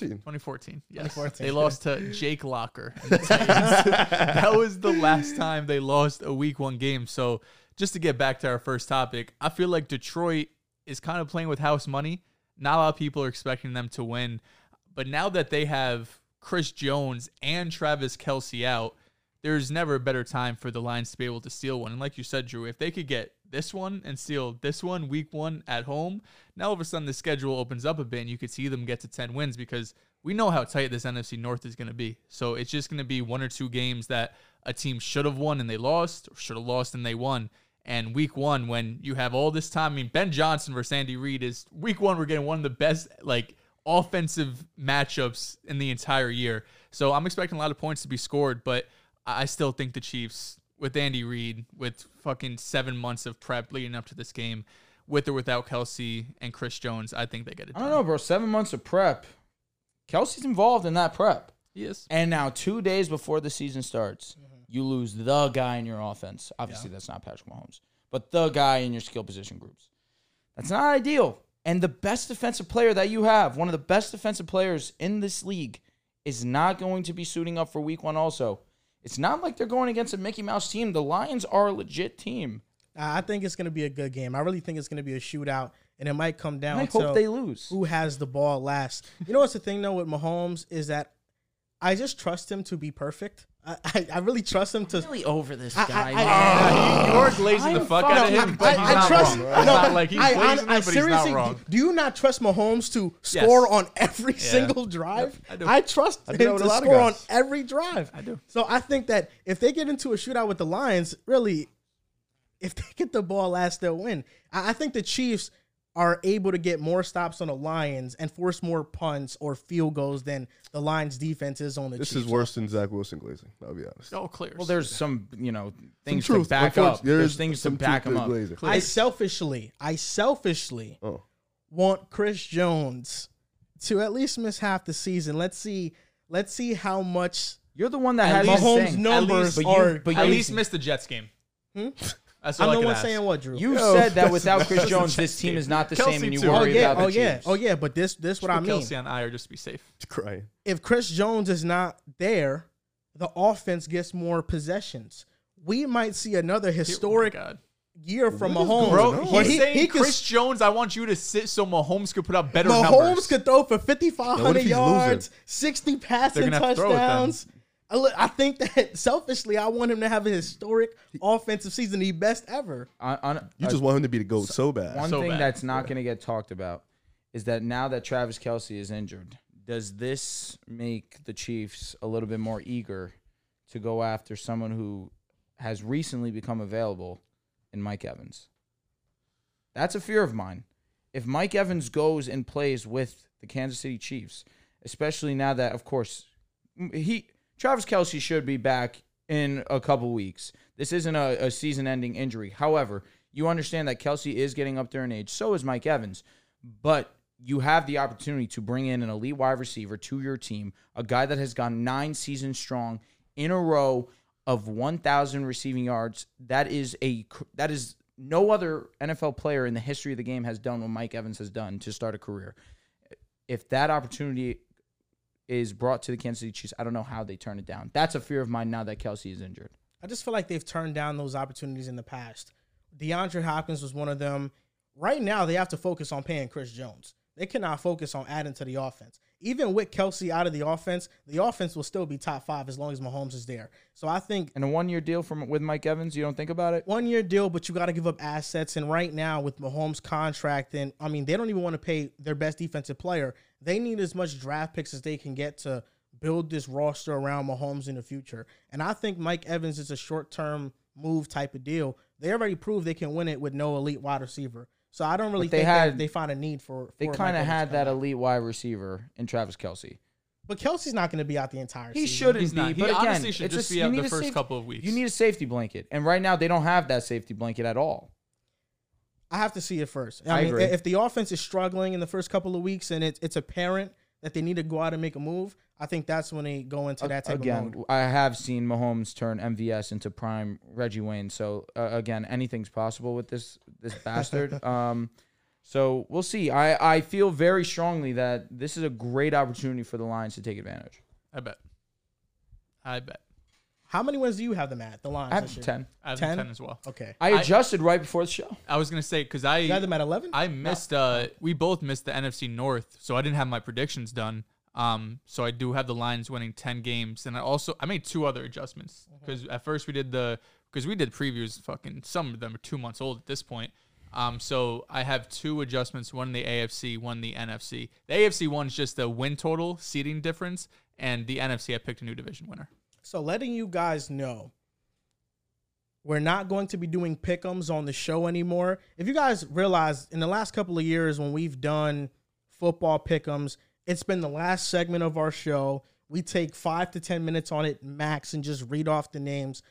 [SPEAKER 4] 2014.
[SPEAKER 5] 2014.
[SPEAKER 4] Yes,
[SPEAKER 2] 2014.
[SPEAKER 4] they lost to Jake Locker. and the Titans. that was the last time they lost a week one game. So just to get back to our first topic, I feel like Detroit is kind of playing with house money. Not a lot of people are expecting them to win, but now that they have Chris Jones and Travis Kelsey out, there's never a better time for the Lions to be able to steal one. And like you said, Drew, if they could get this one and steal this one week one at home, now all of a sudden the schedule opens up a bit and you could see them get to 10 wins because we know how tight this NFC North is going to be. So it's just going to be one or two games that a team should have won and they lost, or should have lost and they won. And week one, when you have all this time, I mean, Ben Johnson versus Andy Reid is week one, we're getting one of the best, like, offensive matchups in the entire year. So I'm expecting a lot of points to be scored, but I I still think the Chiefs, with Andy Reid, with fucking seven months of prep leading up to this game, with or without Kelsey and Chris Jones, I think they get it
[SPEAKER 3] I
[SPEAKER 4] done.
[SPEAKER 3] don't know, bro. Seven months of prep. Kelsey's involved in that prep.
[SPEAKER 4] Yes.
[SPEAKER 3] And now, two days before the season starts, you lose the guy in your offense. Obviously, that's not Patrick Mahomes, but the guy in your skill position groups. That's not ideal. And the best defensive player that you have, one of the best defensive players in this league, is not going to be suiting up for week one, also. It's not like they're going against a Mickey Mouse team. The Lions are a legit team.
[SPEAKER 2] Uh, I think it's going to be a good game. I really think it's going to be a shootout, and it might come down
[SPEAKER 3] I
[SPEAKER 2] to
[SPEAKER 3] hope they lose.
[SPEAKER 2] who has the ball last. You know what's the thing though with Mahomes is that I just trust him to be perfect. I, I, I really trust him to.
[SPEAKER 3] Really over this
[SPEAKER 2] I-
[SPEAKER 3] guy.
[SPEAKER 2] I-
[SPEAKER 3] man.
[SPEAKER 4] You are Ah, glazing
[SPEAKER 3] I'm
[SPEAKER 4] the fuck
[SPEAKER 3] fine.
[SPEAKER 4] out of
[SPEAKER 3] No,
[SPEAKER 4] him,
[SPEAKER 3] I-
[SPEAKER 4] but
[SPEAKER 2] I-
[SPEAKER 4] he's
[SPEAKER 2] I
[SPEAKER 4] not
[SPEAKER 2] trust-
[SPEAKER 4] wrong.
[SPEAKER 2] no,
[SPEAKER 4] It's not like he's
[SPEAKER 2] I,
[SPEAKER 4] glazing
[SPEAKER 2] I,
[SPEAKER 4] it,
[SPEAKER 2] I
[SPEAKER 4] but he's not
[SPEAKER 2] seriously,
[SPEAKER 4] wrong.
[SPEAKER 2] do you not trust Mahomes to score on every single drive?
[SPEAKER 4] I do.
[SPEAKER 2] trust
[SPEAKER 5] I do that
[SPEAKER 2] him
[SPEAKER 5] with
[SPEAKER 2] to
[SPEAKER 5] a lot of
[SPEAKER 2] score on
[SPEAKER 5] guys.
[SPEAKER 2] every drive. I
[SPEAKER 4] do.
[SPEAKER 2] So I think that if they get into a shootout with the Lions, really, if they get the ball last, they'll win. I, I think the Chiefs are able to get more stops on the Lions and force more punts or field goals than the Lions' defense is on the
[SPEAKER 5] This
[SPEAKER 2] Chiefs.
[SPEAKER 5] is worse than Zach Wilson glazing. I'll be honest.
[SPEAKER 4] All clear.
[SPEAKER 3] Well, there's some, you know, things
[SPEAKER 5] Truth.
[SPEAKER 3] to back up.
[SPEAKER 5] Unfortunately, there
[SPEAKER 3] There's
[SPEAKER 5] is
[SPEAKER 3] things to
[SPEAKER 5] some
[SPEAKER 3] back
[SPEAKER 5] truth
[SPEAKER 3] them up.
[SPEAKER 5] glazing.
[SPEAKER 2] I selfishly, I selfishly
[SPEAKER 5] Oh.
[SPEAKER 2] want Chris Jones to at least miss half the season. Let's see, let's see how much
[SPEAKER 3] You're the one that
[SPEAKER 2] At
[SPEAKER 3] had
[SPEAKER 2] least-
[SPEAKER 3] these
[SPEAKER 2] Mahomes
[SPEAKER 3] things.
[SPEAKER 2] numbers
[SPEAKER 3] At least-
[SPEAKER 2] are Hmm?
[SPEAKER 3] But you, but
[SPEAKER 4] At
[SPEAKER 3] you,
[SPEAKER 4] least missed the Jets game. That's
[SPEAKER 2] I'm
[SPEAKER 4] all I
[SPEAKER 2] the
[SPEAKER 4] can
[SPEAKER 2] one
[SPEAKER 4] ask.
[SPEAKER 2] saying what, Drew.
[SPEAKER 3] you
[SPEAKER 5] Yo,
[SPEAKER 3] said that
[SPEAKER 5] that's-
[SPEAKER 3] without Chris
[SPEAKER 5] that's a
[SPEAKER 3] Jones, this team is not the
[SPEAKER 4] Kelsey
[SPEAKER 3] same, and you
[SPEAKER 4] too.
[SPEAKER 2] Oh
[SPEAKER 3] worry
[SPEAKER 2] yeah,
[SPEAKER 3] about
[SPEAKER 2] oh
[SPEAKER 3] the
[SPEAKER 2] yeah,
[SPEAKER 3] Chiefs.
[SPEAKER 2] oh yeah. But this, this what I
[SPEAKER 4] Put
[SPEAKER 2] mean.
[SPEAKER 4] Kelsey on IR just to be safe. Oh
[SPEAKER 5] Crying.
[SPEAKER 2] If Chris Jones is not there, the offense gets more possessions. We might see another historic
[SPEAKER 4] oh God.
[SPEAKER 2] year from
[SPEAKER 5] What
[SPEAKER 2] Mahomes.
[SPEAKER 5] is going
[SPEAKER 4] Bro,
[SPEAKER 5] on?
[SPEAKER 2] where
[SPEAKER 4] he's
[SPEAKER 5] But
[SPEAKER 2] he,
[SPEAKER 4] saying
[SPEAKER 2] he could,
[SPEAKER 4] Chris Jones, I want you to sit so Mahomes could put up better
[SPEAKER 2] Mahomes
[SPEAKER 4] numbers.
[SPEAKER 2] could throw for
[SPEAKER 5] Now, what
[SPEAKER 2] 5,500
[SPEAKER 5] if he's losing?
[SPEAKER 2] yards, 60 passing
[SPEAKER 4] gonna have to throw it then.
[SPEAKER 2] touchdowns. I li- I think that selfishly, I want him to have a historic offensive season, the best ever.
[SPEAKER 3] On, on,
[SPEAKER 5] You
[SPEAKER 3] uh,
[SPEAKER 5] just want him to be the GOAT so bad.
[SPEAKER 3] one
[SPEAKER 4] so
[SPEAKER 3] thing
[SPEAKER 4] bad.
[SPEAKER 3] that's not going to get talked about is that now that Travis Kelsey is injured, does this make the Chiefs a little bit more eager to go after someone who has recently become available in Mike Evans? That's a fear of mine. If Mike Evans goes and plays with the Kansas City Chiefs, especially now that, of course, m- he Travis Kelsey should be back in a couple weeks. This isn't a, a season-ending injury. However, you understand that Kelsey is getting up there in age. So is Mike Evans, but you have the opportunity to bring in an elite wide receiver to your team, a guy that has gone nine seasons strong in a row of 1,000 receiving yards. That is a cr- that is no other NFL player in the history of the game has done what Mike Evans has done to start a career. If that opportunity is brought to the Kansas City Chiefs, I don't know how they turn it down. That's a fear of mine now that Kelsey is injured.
[SPEAKER 2] I just feel like they've turned down those opportunities in the past. DeAndre Hopkins was one of them. Right now, they have to focus on paying Chris Jones. They cannot focus on adding to the offense. Even with Kelsey out of the offense, the offense will still be top five as long as Mahomes is there. So I think
[SPEAKER 3] And a one year deal from with Mike Evans, you don't think about it?
[SPEAKER 2] one year deal, but you got to give up assets. And right now, with Mahomes' contract, and I mean, they don't even want to pay their best defensive player. They need as much draft picks as they can get to build this roster around Mahomes in the future. And I think Mike Evans is a short term move type of deal They already proved they can win it with no elite wide receiver. So I don't really
[SPEAKER 3] But they
[SPEAKER 2] think that
[SPEAKER 3] had-
[SPEAKER 2] they find a need for. for
[SPEAKER 3] They
[SPEAKER 2] Mike
[SPEAKER 3] kind of
[SPEAKER 2] Evans
[SPEAKER 3] had
[SPEAKER 2] coming
[SPEAKER 3] that
[SPEAKER 2] back.
[SPEAKER 3] elite wide receiver in Travis Kelsey.
[SPEAKER 2] But Kelsey's not going to be out the entire.
[SPEAKER 3] He
[SPEAKER 2] season.
[SPEAKER 3] shouldn't
[SPEAKER 4] He's
[SPEAKER 3] be.
[SPEAKER 4] not.
[SPEAKER 3] But
[SPEAKER 4] He
[SPEAKER 3] again,
[SPEAKER 4] honestly should
[SPEAKER 3] it's
[SPEAKER 4] just
[SPEAKER 3] a-
[SPEAKER 4] be
[SPEAKER 3] you
[SPEAKER 4] out
[SPEAKER 3] need
[SPEAKER 4] the
[SPEAKER 3] a
[SPEAKER 4] first
[SPEAKER 3] safety-
[SPEAKER 4] couple of weeks.
[SPEAKER 3] You need a safety blanket, and right now they don't have that safety blanket at all.
[SPEAKER 2] I have to see it first. I,
[SPEAKER 3] I
[SPEAKER 2] mean,
[SPEAKER 3] agree.
[SPEAKER 2] if the offense is struggling in the first couple of weeks and it, it's apparent that they need to go out and make a move, I think that's when they go into that type of
[SPEAKER 3] again,
[SPEAKER 2] mode.
[SPEAKER 3] I have seen Mahomes turn MVS into prime Reggie Wayne. So uh, again, anything's possible with this this bastard. um, so we'll see. I I feel very strongly that this is a great opportunity for the Lions to take advantage.
[SPEAKER 4] I bet. I bet.
[SPEAKER 2] How many wins do you have them at the Lions?
[SPEAKER 3] I have
[SPEAKER 2] this year?
[SPEAKER 3] ten.
[SPEAKER 4] I have
[SPEAKER 2] 10?
[SPEAKER 4] 10? 10 as well.
[SPEAKER 2] Okay,
[SPEAKER 3] I adjusted right before the show.
[SPEAKER 4] I was going to say, because
[SPEAKER 2] you had them at eleven.
[SPEAKER 4] I missed. Uh, we both missed the NFC North, so I didn't have my predictions done. Um, so I do have the Lions winning ten games, and I also I made two other adjustments
[SPEAKER 2] Mm-hmm.
[SPEAKER 4] because at first we did the because we did previews. Fucking some of them are two months old at this point. Um, so I have two adjustments: one in the AFC, one in the NFC. The AFC one's just the win total, seeding difference, and the NFC I picked a new division winner.
[SPEAKER 2] So letting you guys know, we're not going to be doing pickums on the show anymore. If you guys realize, in the last couple of years when we've done football pickums, it's been the last segment of our show. We take five to ten minutes on it max and just read off the names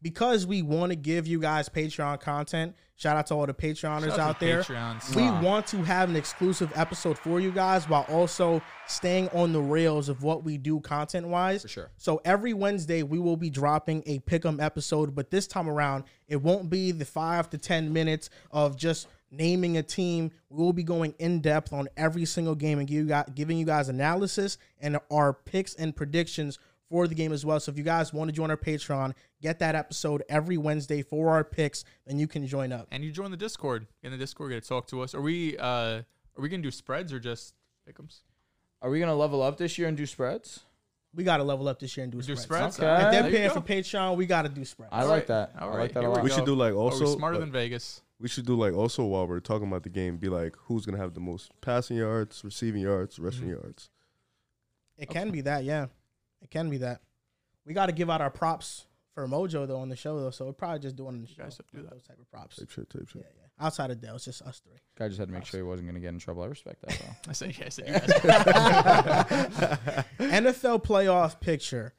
[SPEAKER 2] because we want to give you guys Patreon content. Shout out to all the Patreoners
[SPEAKER 4] Shout out
[SPEAKER 2] out
[SPEAKER 4] to
[SPEAKER 2] there.
[SPEAKER 4] Patreons.
[SPEAKER 2] We
[SPEAKER 3] Wow.
[SPEAKER 2] want to have an exclusive episode for you guys while also staying on the rails of what we do content wise. For
[SPEAKER 3] sure.
[SPEAKER 2] So every Wednesday we will be dropping a pick'em episode, but this time around it won't be the five to ten minutes of just naming a team. We will be going in depth on every single game and give you guys, giving you guys analysis and our picks and predictions for the game as well. So if you guys want to join our Patreon, get that episode every Wednesday for our picks, then you can join up.
[SPEAKER 4] And you join the Discord. In the Discord, get to talk to us. Are we uh, are we gonna do spreads or just pickums?
[SPEAKER 3] Are we gonna level up this year and do spreads?
[SPEAKER 2] We got to level up this year and do,
[SPEAKER 4] Do
[SPEAKER 2] spreads.
[SPEAKER 4] spreads?
[SPEAKER 3] Okay.
[SPEAKER 4] Uh,
[SPEAKER 2] If they're
[SPEAKER 4] there you
[SPEAKER 2] paying
[SPEAKER 4] go.
[SPEAKER 2] for Patreon, we gotta do spreads.
[SPEAKER 3] I like that.
[SPEAKER 4] All
[SPEAKER 3] I like
[SPEAKER 4] right.
[SPEAKER 3] that a
[SPEAKER 4] Here
[SPEAKER 3] lot.
[SPEAKER 5] we should do like
[SPEAKER 4] Are we
[SPEAKER 5] also
[SPEAKER 4] smarter
[SPEAKER 5] like,
[SPEAKER 4] than Vegas?
[SPEAKER 5] we should do like also while we're talking about the game, be like who's gonna have the most passing yards, receiving yards, rushing
[SPEAKER 3] Mm-hmm.
[SPEAKER 5] yards.
[SPEAKER 2] it can be that, yeah. It can be that. We gotta give out our props for Mojo though on the show though, so we're probably just doing the show
[SPEAKER 4] guys don't do
[SPEAKER 2] with
[SPEAKER 4] that.
[SPEAKER 2] those type of props.
[SPEAKER 5] Tape shit, tape shit.
[SPEAKER 2] Outside of Dell, it's just us three.
[SPEAKER 3] Guy just had to make sure he wasn't gonna get in trouble. I respect that. Though.
[SPEAKER 4] I said, yeah, I said, you guys
[SPEAKER 2] NFL playoff picture.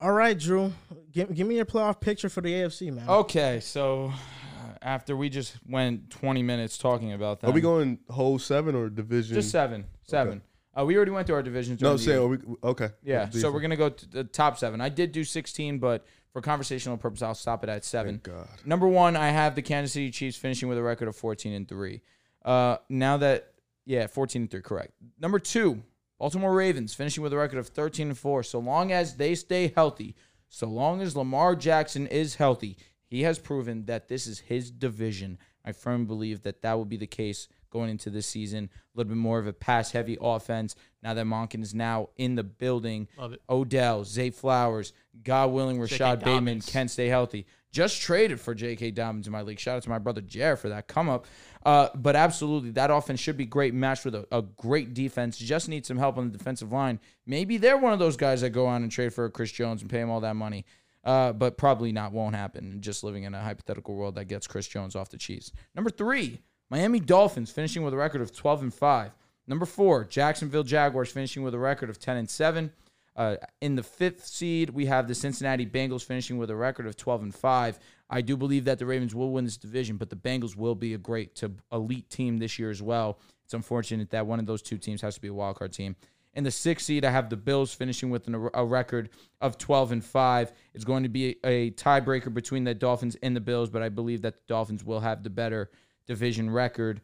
[SPEAKER 2] All right, Drew, give, give me your playoff picture for the AFC, man.
[SPEAKER 3] Okay, so uh, after we just went 20 minutes talking about that,
[SPEAKER 5] Are we going whole seven or division?
[SPEAKER 3] just seven, seven? Uh, we already went through our divisions. during
[SPEAKER 5] no,
[SPEAKER 3] the
[SPEAKER 5] say
[SPEAKER 3] year.
[SPEAKER 5] are we okay?
[SPEAKER 3] yeah. So we're gonna go to the top seven. I did do 16, but for conversational purpose, I'll stop it at seven.
[SPEAKER 5] God.
[SPEAKER 3] Number one, I have the Kansas City Chiefs finishing with a record of 14 and three. Uh, now that yeah, 14 and three, correct. Number two, Baltimore Ravens finishing with a record of 13 and four. So long as they stay healthy, so long as Lamar Jackson is healthy, he has proven that this is his division. I firmly believe that that will be the case going into this season. A little bit more of a pass heavy offense now that Monken is now in the building.
[SPEAKER 4] Love it.
[SPEAKER 3] Odell, Zay Flowers, God willing, Rashad Bateman
[SPEAKER 4] Dobbins.
[SPEAKER 3] can stay healthy. Just traded for J.K. Dobbins in my league. Shout out to my brother Jared for that come up. Uh, but absolutely, that offense should be great matched with a, a great defense. Just need some help on the defensive line. Maybe they're one of those guys that go on and trade for a Chris Jones and pay him all that money. Uh, but probably not. Won't happen. Just living in a hypothetical world that gets Chris Jones off the Chiefs. Number three, Miami Dolphins finishing with a record of 12 and five. Number four, Jacksonville Jaguars finishing with a record of 10 and seven. Uh, in the fifth seed, we have the Cincinnati Bengals finishing with a record of 12 and 5. I do believe that the Ravens will win this division, but the Bengals will be a great to elite team this year as well. It's unfortunate that one of those two teams has to be a wild card team. In the sixth seed, I have the Bills finishing with an, a record of 12 and 5. It's going to be a tiebreaker between the Dolphins and the Bills, but I believe that the Dolphins will have the better division record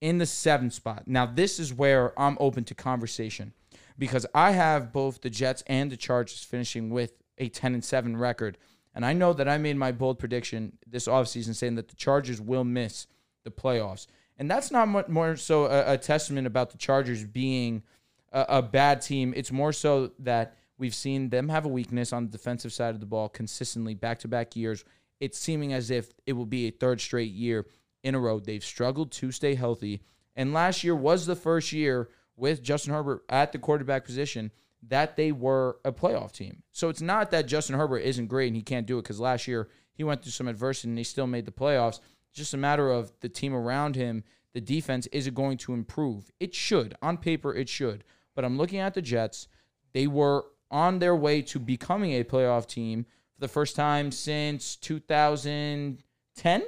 [SPEAKER 3] in the seventh spot. Now, this is where I'm open to conversation because I have both the Jets and the Chargers finishing with a 10 and 7 record. And I know that I made my bold prediction this offseason saying that the Chargers will miss the playoffs. And that's not much more so a, a testament about the Chargers being a, a bad team. It's more so that we've seen them have a weakness on the defensive side of the ball consistently back to back years. It's seeming as if it will be a third straight year in a row. They've struggled to stay healthy. And last year was the first year with Justin Herbert at the quarterback position that they were a playoff team. So it's not that Justin Herbert isn't great and he can't do it because last year He went through some adversity and he still made the playoffs. It's just a matter of the team around him. The defense is it going to improve? It should. On paper, it should. But I'm looking at the Jets. They were on their way to becoming a playoff team for the first time since 2010.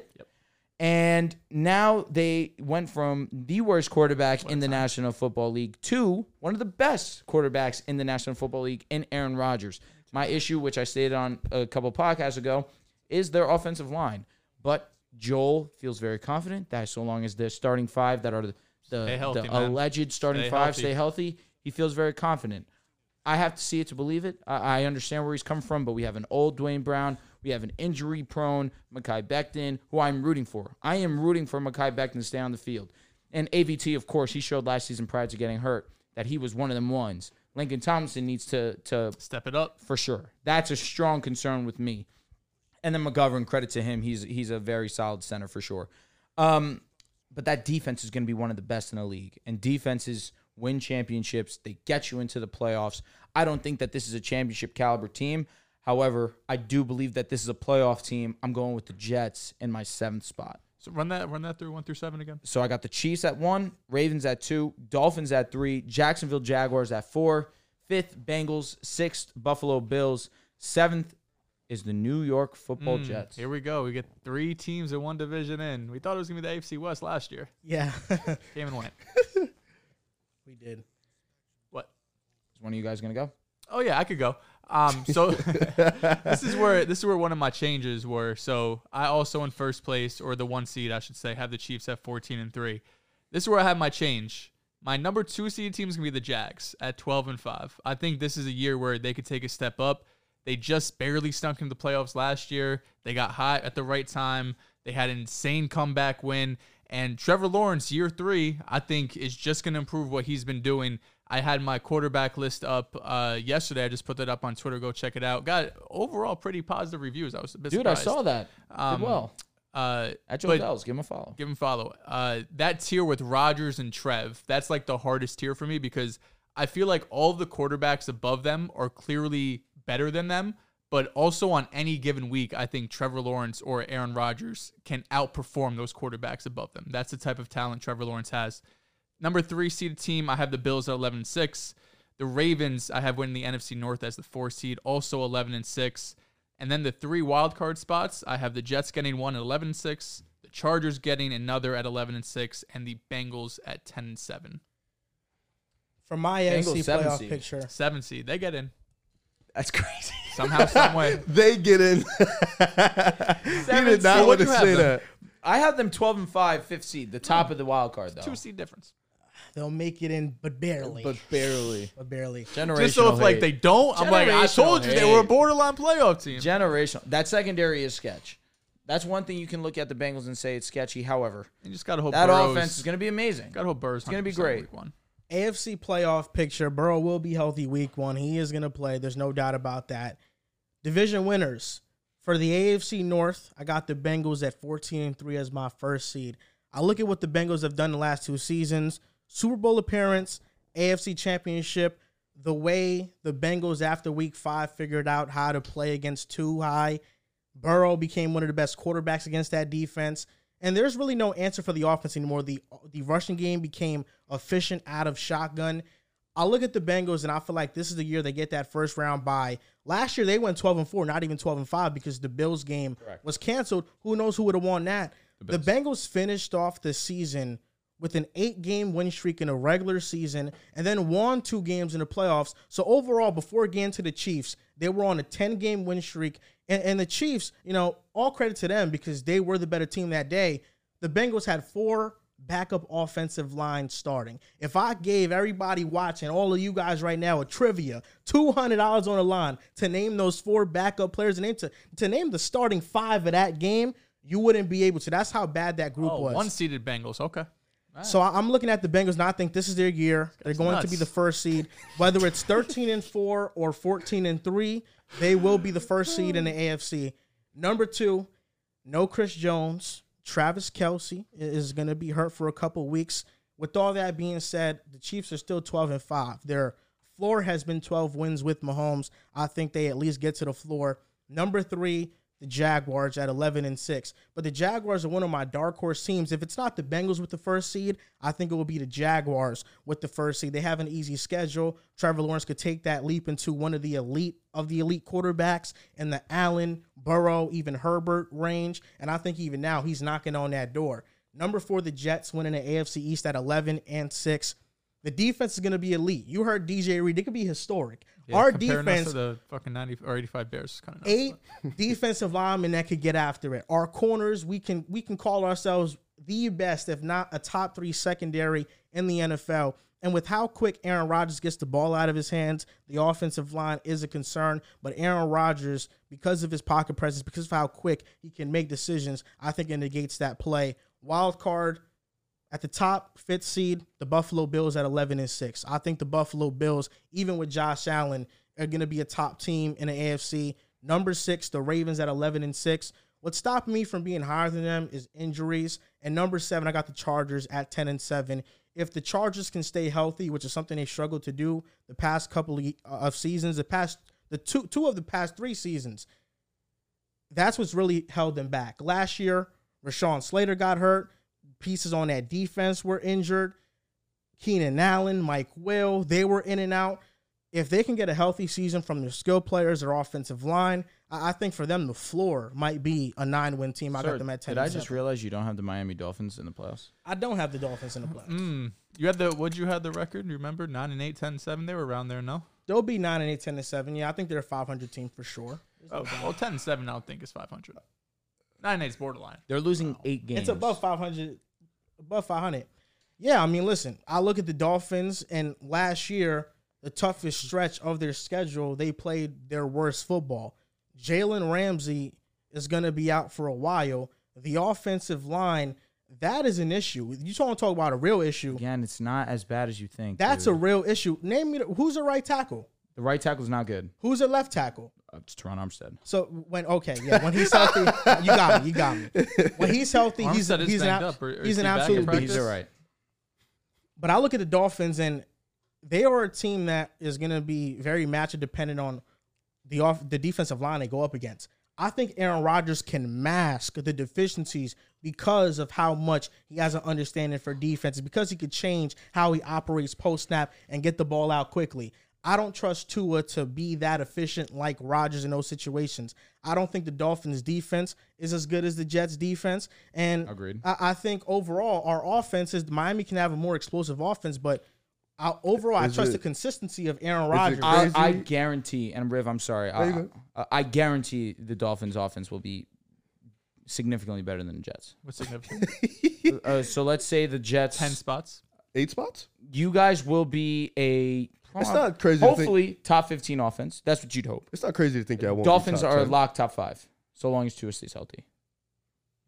[SPEAKER 3] And now they went from the worst quarterback in the National Football League to one of the best quarterbacks in the National Football League in Aaron Rodgers. My issue, which I stated on a couple podcasts ago, is their offensive line. But Joel feels very confident that so long as the starting five that are the, the,
[SPEAKER 4] Stay healthy,
[SPEAKER 3] the
[SPEAKER 4] man.
[SPEAKER 3] alleged starting
[SPEAKER 4] Stay
[SPEAKER 3] five
[SPEAKER 4] healthy.
[SPEAKER 3] stay healthy, he feels very confident. I have to see it to believe it. I, I understand where he's come from, but we have an old Dwayne Brown. We have an injury prone Makai Becton, who I'm rooting for. I am rooting for Makai Becton to stay on the field. And AVT, of course, he showed last season prior to getting hurt that he was one of them ones. Lincoln Thompson needs to to
[SPEAKER 4] Step it up.
[SPEAKER 3] for sure. That's a strong concern with me. And then McGovern, credit to him, he's he's a very solid center for sure. Um, but that defense is going to be one of the best in the league. And defenses win championships. They get you into the playoffs. I don't think that this is a championship caliber team. However, I do believe that this is a playoff team. I'm going with the Jets in my seventh spot.
[SPEAKER 4] So run that run that through one through seven again.
[SPEAKER 3] So I got the Chiefs at one, Ravens at two, Dolphins at three, Jacksonville Jaguars at four, fifth Bengals, sixth Buffalo Bills, seventh is the New York Football Jets.
[SPEAKER 4] Hmm, Here we go. We get three teams in one division in. We thought it was gonna be the AFC West last year.
[SPEAKER 2] Yeah,
[SPEAKER 4] Came and went.
[SPEAKER 2] we did.
[SPEAKER 4] What?
[SPEAKER 3] Is one of you guys gonna go?
[SPEAKER 4] Oh yeah, I could go. Um, so this is where this is where one of my changes were. So I also in first place or the one seed I should say have the Chiefs at fourteen and three. This is where I have my change. My number two seed team is gonna be the Jags at twelve and five. I think this is a year where they could take a step up. They just barely snuck into the playoffs last year. They got hot at the right time. They had an insane comeback win. And Trevor Lawrence, year three, I think is just going to improve what he's been doing. I had my quarterback list up uh, yesterday. I just put that up on Twitter. Go check it out. Got overall pretty positive reviews. I was a bit
[SPEAKER 3] Dude,
[SPEAKER 4] surprised.
[SPEAKER 3] I saw that.
[SPEAKER 4] Um,
[SPEAKER 3] Did well.
[SPEAKER 4] Uh,
[SPEAKER 3] At Joe
[SPEAKER 4] but-
[SPEAKER 3] Dells, give him a follow.
[SPEAKER 4] Give him a follow. Uh, that tier with Rodgers and Trev, that's like the hardest tier for me because I feel like all of the quarterbacks above them are clearly better than them. But also on any given week, I think Trevor Lawrence or Aaron Rodgers can outperform those quarterbacks above them. That's the type of talent Trevor Lawrence has. Number three seeded team, I have the Bills at 11 and 6. The Ravens, I have winning the NFC North as the four seed, also 11 and 6. And then the three wild card spots, I have the Jets getting one at 11 and 6, the Chargers getting another at 11 and 6, and the Bengals at 10 and 7.
[SPEAKER 2] For my
[SPEAKER 3] Bengals
[SPEAKER 2] AFC
[SPEAKER 3] seven
[SPEAKER 2] playoff
[SPEAKER 3] seed.
[SPEAKER 2] picture,
[SPEAKER 4] Seven seed, they get in
[SPEAKER 3] That's crazy.
[SPEAKER 4] somehow, some way.
[SPEAKER 5] They get in. he did not
[SPEAKER 3] seed.
[SPEAKER 5] want
[SPEAKER 3] What'd
[SPEAKER 5] to
[SPEAKER 3] you have,
[SPEAKER 5] say
[SPEAKER 3] though?
[SPEAKER 5] that.
[SPEAKER 3] I have them twelve and five, fifth seed, the top of the wild card though.
[SPEAKER 4] Two seed difference.
[SPEAKER 2] they'll make it in, but barely. But,
[SPEAKER 3] barely.
[SPEAKER 2] barely.
[SPEAKER 3] Generational.
[SPEAKER 4] Just so if like
[SPEAKER 3] hate.
[SPEAKER 4] they don't, I'm like, I told you they
[SPEAKER 3] Generational
[SPEAKER 4] were a
[SPEAKER 3] hate.
[SPEAKER 4] borderline playoff team.
[SPEAKER 3] generational. That secondary is sketch. That's one thing you can look at the Bengals and say it's sketchy. However,
[SPEAKER 4] you just gotta hope
[SPEAKER 3] that
[SPEAKER 4] Burrow's-
[SPEAKER 3] offense is going to be amazing.
[SPEAKER 4] gotta hope Burrow's
[SPEAKER 3] gonna be
[SPEAKER 4] 100%
[SPEAKER 3] great.
[SPEAKER 4] week One.
[SPEAKER 2] AFC playoff picture, Burrow will be healthy week one. He is going to play. There's no doubt about that. Division winners for the AFC North. I got the Bengals at 14 and 3 as my first seed. I look at what the Bengals have done the last two seasons Super Bowl appearance, AFC championship. The way the Bengals after week five figured out how to play against too high Burrow became one of the best quarterbacks against that defense. And there's really no answer for the offense anymore. The the rushing game became efficient out of shotgun. I look at the Bengals and I feel like this is the year they get that first round bye. Last year they went 12 and 4, not even 12 and 5 because the Bills game was canceled. Who knows who would have won that? The, Bengals finished off the season with an 8-game win streak in a regular season and then won two games in the playoffs. So overall before getting to the Chiefs, they were on a 10-game win streak and, and the Chiefs, you know, all credit to them because they were the better team that day. The Bengals had four backup offensive line starting. If I gave everybody watching, all of you guys right now, a trivia, two hundred dollars on the line to name those four backup players and name to to name the starting five of that game, you wouldn't be able to. That's how bad that group
[SPEAKER 4] Oh,
[SPEAKER 2] was.
[SPEAKER 4] one seeded Bengals. Okay.
[SPEAKER 2] So I- I'm looking at the Bengals, and I think this is their year. They're going to be
[SPEAKER 4] nuts.
[SPEAKER 2] the first seed, whether it's 13 and four or 14 and three. They will be the first seed in the AFC. Number two, no Chris Jones. Travis Kelsey is going to be hurt for a couple weeks. With all that being said, the Chiefs are still 12 and five. Their floor has been 12 wins with Mahomes. I think they at least get to the floor. Number three, the Jaguars at 11 and 6. But the Jaguars are one of my dark horse teams. If it's not the Bengals with the first seed, I think it will be the Jaguars with the first seed. They have an easy schedule. Trevor Lawrence could take that leap into one of the elite of the elite quarterbacks in the Allen, Burrow, even Herbert range. And I think even now he's knocking on that door. Number four, the Jets winning the AFC East at 11 and 6. The defense is going to be elite. You heard DJ Reed. It could be historic.
[SPEAKER 4] Yeah,
[SPEAKER 2] Our
[SPEAKER 4] comparing us
[SPEAKER 2] defense
[SPEAKER 4] to the fucking 90 or 85 Bears is kind of
[SPEAKER 2] eight defensive linemen that could get after it. Our corners, we can we can call ourselves the best, if not a top three secondary in the NFL. And with how quick Aaron Rodgers gets the ball out of his hands, the offensive line is a concern. But Aaron Rodgers, because of his pocket presence, because of how quick he can make decisions, I think it negates that play. Wild card, at the top, fifth seed, the Buffalo Bills at 11 and 6. I think the Buffalo Bills, even with Josh Allen, are going to be a top team in the AFC. Number six, the Ravens at 11 and 6. What stopped me from being higher than them is injuries. And number seven, I got the Chargers at 10 and 7. If the Chargers can stay healthy, which is something they struggled to do the past couple of- uh, of seasons, the past the two two of the past three seasons, that's what's really held them back. Last year, Rashawn Slater got hurt. Pieces on that defense were injured. Keenan Allen, Mike Will, they were in and out. If they can get a healthy season from their skill players, their offensive line, I I think for them the floor might be a nine-win team. I
[SPEAKER 3] Sir,
[SPEAKER 2] got them at ten.
[SPEAKER 3] did I
[SPEAKER 2] and
[SPEAKER 3] just
[SPEAKER 2] seven.
[SPEAKER 3] realize you don't have the Miami Dolphins in the playoffs?
[SPEAKER 2] I don't have the Dolphins in the playoffs.
[SPEAKER 4] Mm. You had the what you had the record, you remember? 9 and 8, 10 and 7. They were around there, no?
[SPEAKER 2] They'll be nine and eight, ten and seven. Yeah, I think they're a five hundred team for sure.
[SPEAKER 4] Oh, well, 10 and 7 I don't think is 500. 9 and 8 is borderline.
[SPEAKER 3] They're losing eight games.
[SPEAKER 2] It's above 500. Above 500. Yeah, I mean, listen, I look at the Dolphins, and last year, the toughest stretch of their schedule, they played their worst football. Jalen Ramsey is going to be out for a while. The offensive line, that is an issue. You talking talk about a real issue.
[SPEAKER 3] Again, it's not as bad as you think.
[SPEAKER 2] That's a
[SPEAKER 3] dude.
[SPEAKER 2] real issue. Name me the- who's a right tackle?
[SPEAKER 3] the right tackle's not good.
[SPEAKER 2] Who's a left tackle?
[SPEAKER 3] Uh, it's Teron Armstead.
[SPEAKER 2] So when okay, yeah, when he's healthy, you got me, you got me. When he's healthy, he's,
[SPEAKER 4] Armstead is
[SPEAKER 2] he's an,
[SPEAKER 4] banged
[SPEAKER 2] ab-
[SPEAKER 4] up, or- or
[SPEAKER 2] he's
[SPEAKER 4] is
[SPEAKER 2] an
[SPEAKER 4] he back in
[SPEAKER 2] absolute
[SPEAKER 4] practice?
[SPEAKER 2] beast.
[SPEAKER 3] He's all right.
[SPEAKER 2] But I look at the Dolphins and they are a team that is going to be very matchup dependent on the off the defensive line they go up against. I think Aaron Rodgers can mask the deficiencies because of how much he has an understanding for defense, because he could change how he operates post snap and get the ball out quickly. I don't trust Tua to be that efficient like Rodgers in those situations. I don't think the Dolphins' defense is as good as the Jets' defense. And
[SPEAKER 3] Agreed.
[SPEAKER 2] I, I think overall, our offense is Miami can have a more explosive offense, but I, overall, I
[SPEAKER 5] Is
[SPEAKER 2] trust
[SPEAKER 5] it-
[SPEAKER 2] the consistency of Aaron Rodgers.
[SPEAKER 5] crazy?
[SPEAKER 3] I, I
[SPEAKER 5] Crazy.
[SPEAKER 3] guarantee, and Riv, I'm sorry. I, I, I guarantee the Dolphins' offense will be significantly better than the Jets.
[SPEAKER 4] What's significant?
[SPEAKER 3] Uh, so let's say the Jets.
[SPEAKER 4] 10 spots.
[SPEAKER 5] Eight spots?
[SPEAKER 3] you guys will be a.
[SPEAKER 5] It's not crazy to think-
[SPEAKER 3] Hopefully, top 15 offense. That's what you'd hope.
[SPEAKER 5] It's not crazy to think that I won't. be
[SPEAKER 3] Dolphins
[SPEAKER 5] top
[SPEAKER 3] are
[SPEAKER 5] 10.
[SPEAKER 3] locked top five, so long as Tua stays healthy.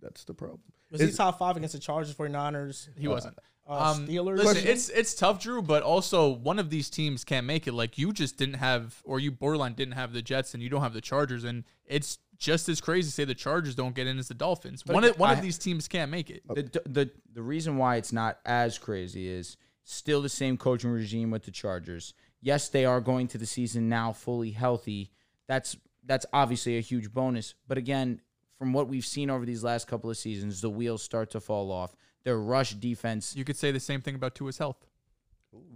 [SPEAKER 5] That's the problem.
[SPEAKER 2] Was he
[SPEAKER 5] Is-
[SPEAKER 2] top five against the Chargers 49ers?
[SPEAKER 4] He wasn't.
[SPEAKER 2] uh,
[SPEAKER 4] um,
[SPEAKER 2] Steelers?
[SPEAKER 4] Listen, it's it's tough, Drew, but also one of these teams can't make it. Like you just didn't have, or you borderline didn't have the Jets, and you don't have the Chargers, and it's just as crazy to say the Chargers don't get in as the Dolphins. one of, one
[SPEAKER 3] I-
[SPEAKER 4] of these teams can't make
[SPEAKER 2] Uh,
[SPEAKER 4] it.
[SPEAKER 3] the, the the reason why it's not as crazy is still the same coaching regime with the Chargers. Yes, they are going to the season now fully healthy. That's that's obviously a huge bonus. But again, from what we've seen over these last couple of seasons, the wheels start to fall off. Their rush defense
[SPEAKER 4] You could say the same thing about Tua's health.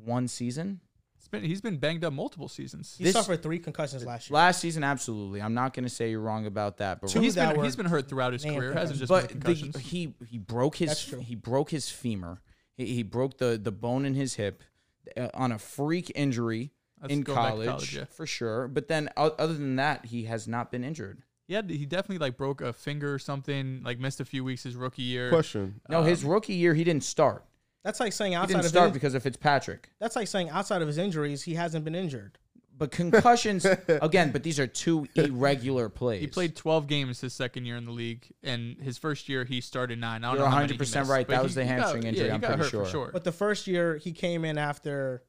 [SPEAKER 3] one season.
[SPEAKER 4] It's been, he's been banged up multiple seasons.
[SPEAKER 2] he
[SPEAKER 3] this-
[SPEAKER 2] suffered three concussions last year.
[SPEAKER 3] Last season, absolutely. I'm not gonna say you're wrong about that, but
[SPEAKER 2] Two
[SPEAKER 4] He's
[SPEAKER 2] that
[SPEAKER 4] been,
[SPEAKER 2] were-
[SPEAKER 4] he's been hurt throughout his
[SPEAKER 2] Man,
[SPEAKER 4] career. Hasn't just been
[SPEAKER 3] but the,
[SPEAKER 4] concussions.
[SPEAKER 3] he he broke his
[SPEAKER 2] That's true.
[SPEAKER 3] he broke his femur. He, he broke the the bone in his hip uh, on a freak injury
[SPEAKER 4] That's
[SPEAKER 3] in
[SPEAKER 4] going back to
[SPEAKER 3] college,
[SPEAKER 4] college, yeah.
[SPEAKER 3] for sure. But then o- other than that, he has not been injured.
[SPEAKER 4] he had he definitely like broke a finger or something. Like missed a few weeks his rookie year.
[SPEAKER 5] Question.
[SPEAKER 4] Um,
[SPEAKER 3] No, his rookie year he didn't start.
[SPEAKER 2] That's like saying
[SPEAKER 3] He
[SPEAKER 2] outside
[SPEAKER 3] didn't
[SPEAKER 2] of
[SPEAKER 3] start
[SPEAKER 2] his,
[SPEAKER 3] because of Fitzpatrick.
[SPEAKER 2] that's like saying outside of his injuries, he hasn't been injured.
[SPEAKER 3] But concussions again. But these are two irregular plays.
[SPEAKER 4] He played 12 games his second year in the league, and his first year he started nine. I don't
[SPEAKER 3] You're
[SPEAKER 4] know how many
[SPEAKER 3] 100%
[SPEAKER 4] he missed,
[SPEAKER 3] right.
[SPEAKER 4] but
[SPEAKER 3] That
[SPEAKER 4] he-
[SPEAKER 3] was the
[SPEAKER 4] he got-
[SPEAKER 3] hamstring
[SPEAKER 4] yeah,
[SPEAKER 3] injury,
[SPEAKER 4] he
[SPEAKER 3] I'm
[SPEAKER 4] got
[SPEAKER 3] pretty
[SPEAKER 4] hurt for
[SPEAKER 3] sure.
[SPEAKER 4] sure.
[SPEAKER 2] But the first year he came in after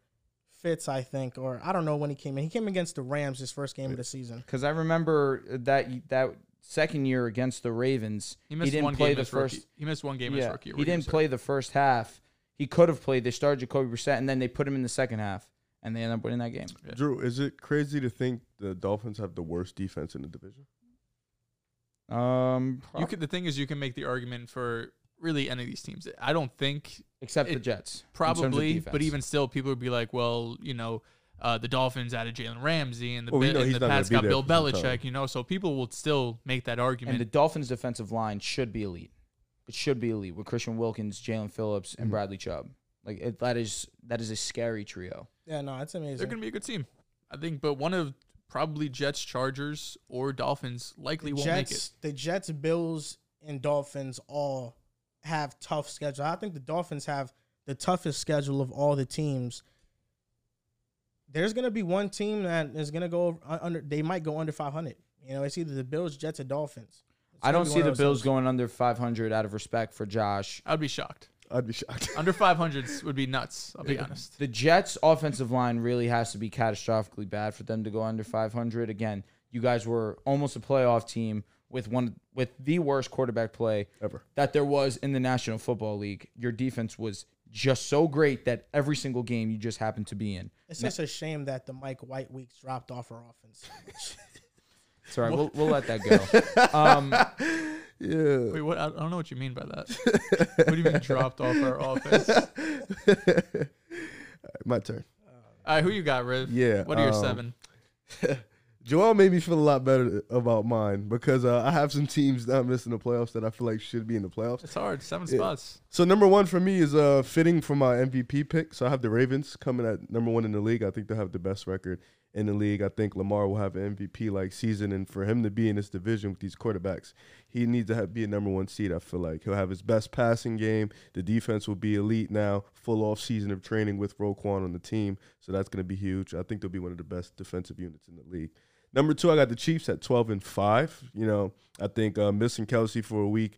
[SPEAKER 2] Fitz, I think, or I don't know when he came in. He came against the Rams his first game of the season.
[SPEAKER 3] because I remember that that second year against the Ravens.
[SPEAKER 4] He missed
[SPEAKER 3] didn't
[SPEAKER 4] one
[SPEAKER 3] play
[SPEAKER 4] game
[SPEAKER 3] the
[SPEAKER 4] as
[SPEAKER 3] first.
[SPEAKER 4] rookie. He missed one game as rookie.
[SPEAKER 3] He didn't play the first half. He could have played. They started Jacoby Brissett, and then they put him in the second half, and they ended up winning that game.
[SPEAKER 4] Yeah.
[SPEAKER 5] Drew, is it crazy to think the Dolphins have the worst defense in the division?
[SPEAKER 3] Um,
[SPEAKER 4] You could. The thing is, you can make the argument for really any of these teams. I don't think
[SPEAKER 3] except the
[SPEAKER 4] it-
[SPEAKER 3] Jets, in terms of
[SPEAKER 4] probably, but
[SPEAKER 3] defense.
[SPEAKER 4] even still, people would be like, well, you know, uh, the Dolphins added Jalen Ramsey, and the,
[SPEAKER 5] Well, we
[SPEAKER 4] Bi-
[SPEAKER 5] know
[SPEAKER 4] and
[SPEAKER 5] he's
[SPEAKER 4] the
[SPEAKER 5] not gonna
[SPEAKER 4] Pats
[SPEAKER 5] be
[SPEAKER 4] got
[SPEAKER 5] there
[SPEAKER 4] Bill
[SPEAKER 5] for some time.
[SPEAKER 4] Belichick. You know, so people will still make that
[SPEAKER 3] and
[SPEAKER 4] argument.
[SPEAKER 3] the Dolphins' defensive line should be elite. It should be elite with Christian Wilkins, Jalen Phillips,
[SPEAKER 2] Mm-hmm.
[SPEAKER 3] and Bradley Chubb. Like it, that is that is a scary trio.
[SPEAKER 2] Yeah, no, it's amazing.
[SPEAKER 4] They're going to be a good team, I think. But one of probably Jets, Chargers, or Dolphins likely won't make it.
[SPEAKER 2] Jets, the Jets, Bills, and Dolphins all have tough schedule. I think the Dolphins have the toughest schedule of all the teams. There's gonna be one team that is gonna go over- under. They might go under 500. You know, it's either the Bills, Jets, or Dolphins. It's
[SPEAKER 3] I
[SPEAKER 2] gonna
[SPEAKER 3] don't
[SPEAKER 2] be
[SPEAKER 3] see
[SPEAKER 2] one
[SPEAKER 3] the
[SPEAKER 2] of those
[SPEAKER 3] Bills
[SPEAKER 2] teams.
[SPEAKER 3] going under 500 out of respect for Josh.
[SPEAKER 4] I'd be shocked.
[SPEAKER 5] I'd be shocked.
[SPEAKER 4] Under 500s would be nuts. I'll be honest.
[SPEAKER 3] The Jets' offensive line really has to be catastrophically bad for them to go under 500. Again, you guys were almost a playoff team with one with the worst quarterback play
[SPEAKER 5] Ever.
[SPEAKER 3] that there was in the National Football League. Your defense was just so great that every single game you just happened to be in.
[SPEAKER 2] It's just a shame that the Mike White weeks dropped off our offense.
[SPEAKER 3] It's all right. We'll, we'll let that go. Um,
[SPEAKER 5] yeah.
[SPEAKER 4] Wait, what? I I don't know what you mean by that. what do you mean dropped off our offense? All
[SPEAKER 5] My turn.
[SPEAKER 4] right, who you got, Riv?
[SPEAKER 5] Yeah,
[SPEAKER 4] What are your
[SPEAKER 5] um,
[SPEAKER 4] seven?
[SPEAKER 5] Joel made me feel a lot better about mine because uh, I have some teams that I'm missing the playoffs that I feel like should be in the playoffs.
[SPEAKER 4] It's hard. Seven
[SPEAKER 5] yeah.
[SPEAKER 4] spots.
[SPEAKER 5] So number one for me is uh, fitting for my MVP pick. So I have the Ravens coming at number one in the league. I think they'll have the best record in the league. I think Lamar will have an MVP like season, and for him to be in this division with these quarterbacks, he needs to have, be a number one seed. I feel like he'll have his best passing game. The defense will be elite now. Full off season of training with Roquan on the team, so that's going to be huge. I think they'll be one of the best defensive units in the league. Number two, I got the Chiefs at twelve and five. You know, I think uh, missing Kelsey for a week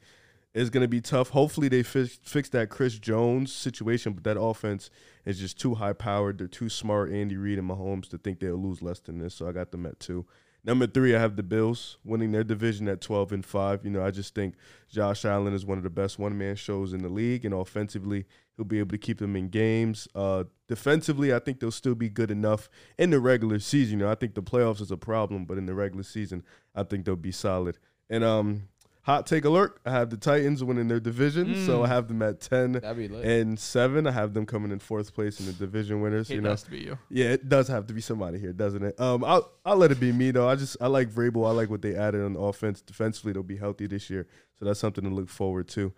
[SPEAKER 5] is going to be tough. Hopefully, they fix, fix that Chris Jones situation, but that offense is just too high powered. They're too smart, Andy Reid and Mahomes, to think they'll lose less than this. So I got them at two. Number three, I have the Bills winning their division at 12 and 5. You know, I just think Josh Allen is one of the best one man shows in the league, and offensively, he'll be able to keep them in games. Uh, defensively, I think they'll still be good enough in the regular season. You know, I think the playoffs is a problem, but in the regular season, I think they'll be solid. And um, Hot take alert. I have the Titans winning their division, so I have them at 10
[SPEAKER 3] Mm. that'd be lit.
[SPEAKER 5] and 7. I have them coming in fourth place in the division winners,
[SPEAKER 4] It
[SPEAKER 5] you know.
[SPEAKER 4] has to be you.
[SPEAKER 5] Yeah, it does have to be somebody here, doesn't it? Um I'll, I'll let it be me though. I just I like Vrabel. I like what they added on offense. Defensively, they'll be healthy this year. So that's something to look forward to.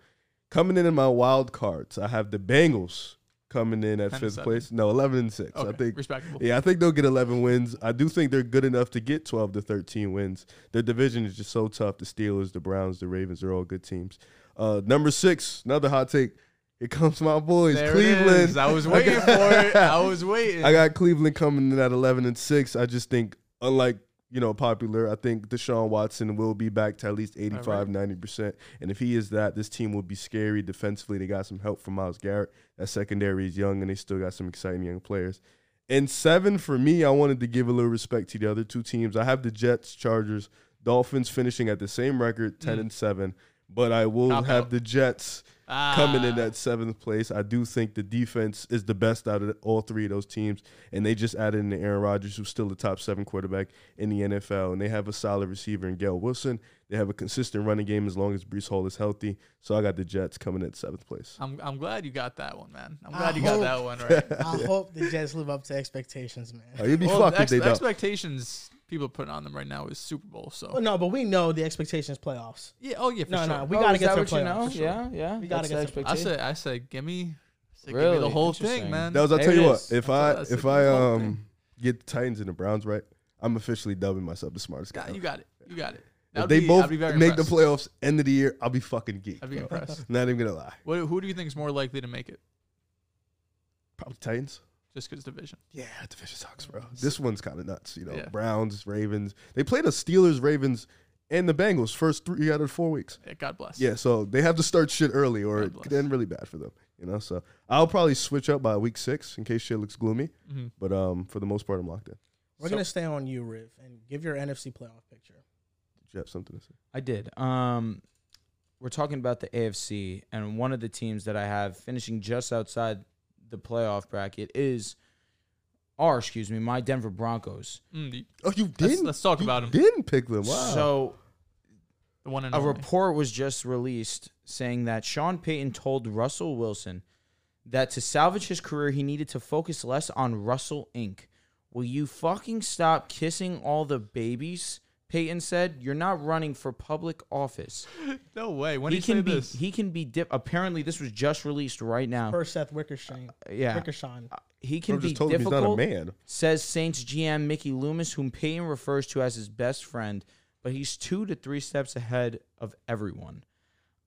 [SPEAKER 5] Coming in in my wild cards, I have the Bengals coming in
[SPEAKER 4] 10
[SPEAKER 5] at
[SPEAKER 4] and
[SPEAKER 5] fifth
[SPEAKER 4] seven.
[SPEAKER 5] place. No, 11 and 6.
[SPEAKER 4] Okay.
[SPEAKER 5] I think
[SPEAKER 4] respectable.
[SPEAKER 5] yeah, I think they'll get 11 wins. I do think they're good enough to get 12 to 13 wins. Their division is just so tough. The Steelers, the Browns, the Ravens are all good teams. Uh, number six, another hot take. Here comes my boys,
[SPEAKER 4] There it
[SPEAKER 5] Cleveland.
[SPEAKER 4] is. I was waiting for it. I was waiting.
[SPEAKER 5] I got Cleveland coming in at 11 and 6. I just think, unlike, you know, popular, I think Deshaun Watson will be back to at least 85, 90%. And if he is that, this team will be scary defensively. They got some help from Miles Garrett. That secondary is young, and they still got some exciting young players. And seven for me, I wanted to give a little respect to the other two teams. I have the Jets, Chargers, Dolphins finishing at the same record, 10 and 7. But I will
[SPEAKER 4] Cop
[SPEAKER 5] have
[SPEAKER 4] out.
[SPEAKER 5] the Jets coming
[SPEAKER 4] Ah.
[SPEAKER 5] in at seventh place. I do think the defense is the best out of all three of those teams, and they just added in Aaron Rodgers, who's still the top seven quarterback in the NFL, and they have a solid receiver in Gail Wilson. They have a consistent running game as long as Brees Hall is healthy. So I got the Jets coming in at seventh place.
[SPEAKER 4] I'm, I'm glad you got that one, man. I'm
[SPEAKER 2] I
[SPEAKER 4] glad you
[SPEAKER 2] hope-
[SPEAKER 4] got that one right.
[SPEAKER 2] I hope the Jets live up to expectations, man.
[SPEAKER 5] Oh, you'd be
[SPEAKER 4] Well, the,
[SPEAKER 5] fucked if
[SPEAKER 4] ex-
[SPEAKER 5] they
[SPEAKER 4] the
[SPEAKER 5] don't.
[SPEAKER 4] expectations people putting on them right now is Super Bowl.
[SPEAKER 2] Well,
[SPEAKER 4] So
[SPEAKER 2] Oh, no, but we know the expectations playoffs.
[SPEAKER 4] yeah, oh yeah, for
[SPEAKER 2] No,
[SPEAKER 4] sure.
[SPEAKER 2] no, we
[SPEAKER 3] Oh,
[SPEAKER 2] gotta
[SPEAKER 3] is
[SPEAKER 2] get
[SPEAKER 3] that
[SPEAKER 2] to the
[SPEAKER 3] what you
[SPEAKER 2] playoffs.
[SPEAKER 3] know?
[SPEAKER 2] for sure.
[SPEAKER 3] Yeah, yeah.
[SPEAKER 2] We gotta
[SPEAKER 3] That's
[SPEAKER 2] get to
[SPEAKER 3] the
[SPEAKER 2] the playoffs.
[SPEAKER 4] I
[SPEAKER 3] expectation.
[SPEAKER 4] said, I said, give me, I said, give me
[SPEAKER 3] Really?
[SPEAKER 4] the whole
[SPEAKER 3] Interesting.
[SPEAKER 4] thing, man.
[SPEAKER 5] That was I'll
[SPEAKER 3] There
[SPEAKER 5] tell
[SPEAKER 3] it
[SPEAKER 5] you
[SPEAKER 3] is.
[SPEAKER 5] what. If I
[SPEAKER 4] That's
[SPEAKER 5] if
[SPEAKER 4] the
[SPEAKER 5] I
[SPEAKER 4] default
[SPEAKER 5] um get the Titans and the Browns right, I'm officially dubbing myself the smartest guy.
[SPEAKER 4] Got- you got it. You got it.
[SPEAKER 5] if
[SPEAKER 4] That'd
[SPEAKER 5] they
[SPEAKER 4] be-
[SPEAKER 5] both
[SPEAKER 4] I'd be very
[SPEAKER 5] make
[SPEAKER 4] impressed.
[SPEAKER 5] the playoffs end of the year, I'll be fucking geeked.
[SPEAKER 4] I'd be
[SPEAKER 5] bro.
[SPEAKER 4] impressed.
[SPEAKER 5] Not even gonna lie.
[SPEAKER 4] What, who do you think is more likely to make it?
[SPEAKER 5] Probably Titans.
[SPEAKER 4] Just because division.
[SPEAKER 5] Yeah, division sucks, bro. This one's kind of nuts. You know,
[SPEAKER 4] Yeah.
[SPEAKER 5] Browns, Ravens. They played the Steelers, Ravens, and the Bengals first three out of four weeks.
[SPEAKER 4] Yeah, God bless.
[SPEAKER 5] Yeah, so they have to start shit early, or
[SPEAKER 4] God
[SPEAKER 5] it could
[SPEAKER 4] bless.
[SPEAKER 5] end really bad for them. You know, so I'll probably switch up by week six in case shit looks gloomy.
[SPEAKER 4] Mhm.
[SPEAKER 5] But um, for the most part, I'm locked in.
[SPEAKER 2] We're gonna stay on you, Riv, and give your NFC playoff picture.
[SPEAKER 5] Did you have something to say?
[SPEAKER 3] I did. Um, we're talking about the AFC, and one of the teams that I have finishing just outside the playoff bracket is, or excuse me, my Denver Broncos.
[SPEAKER 4] Mm, the-
[SPEAKER 5] Oh, you
[SPEAKER 4] Let's-
[SPEAKER 5] didn't.
[SPEAKER 4] let's talk
[SPEAKER 5] you
[SPEAKER 4] about 'em.
[SPEAKER 5] Didn't pick them. Wow.
[SPEAKER 3] So
[SPEAKER 4] The one and
[SPEAKER 3] a
[SPEAKER 4] only.
[SPEAKER 3] report was just released saying that Sean Payton told Russell Wilson that to salvage his career, he needed to focus less on Russell Inc. Will you fucking stop kissing all the babies? Payton said, "You're not running for public office.
[SPEAKER 4] no way. When
[SPEAKER 3] he
[SPEAKER 4] did he
[SPEAKER 3] can
[SPEAKER 4] say
[SPEAKER 3] be.
[SPEAKER 4] this?
[SPEAKER 3] He can be. Dip- Apparently, this was just released right now.
[SPEAKER 2] Per Seth Wickersham.
[SPEAKER 4] Uh,
[SPEAKER 3] yeah,
[SPEAKER 2] Wickersham.
[SPEAKER 3] he can
[SPEAKER 5] I'm
[SPEAKER 3] be
[SPEAKER 5] just told him he's
[SPEAKER 3] difficult.
[SPEAKER 5] not a man.
[SPEAKER 3] Says Saints GM Mickey Loomis, whom Payton refers to as his best friend, but he's two to three steps ahead of everyone.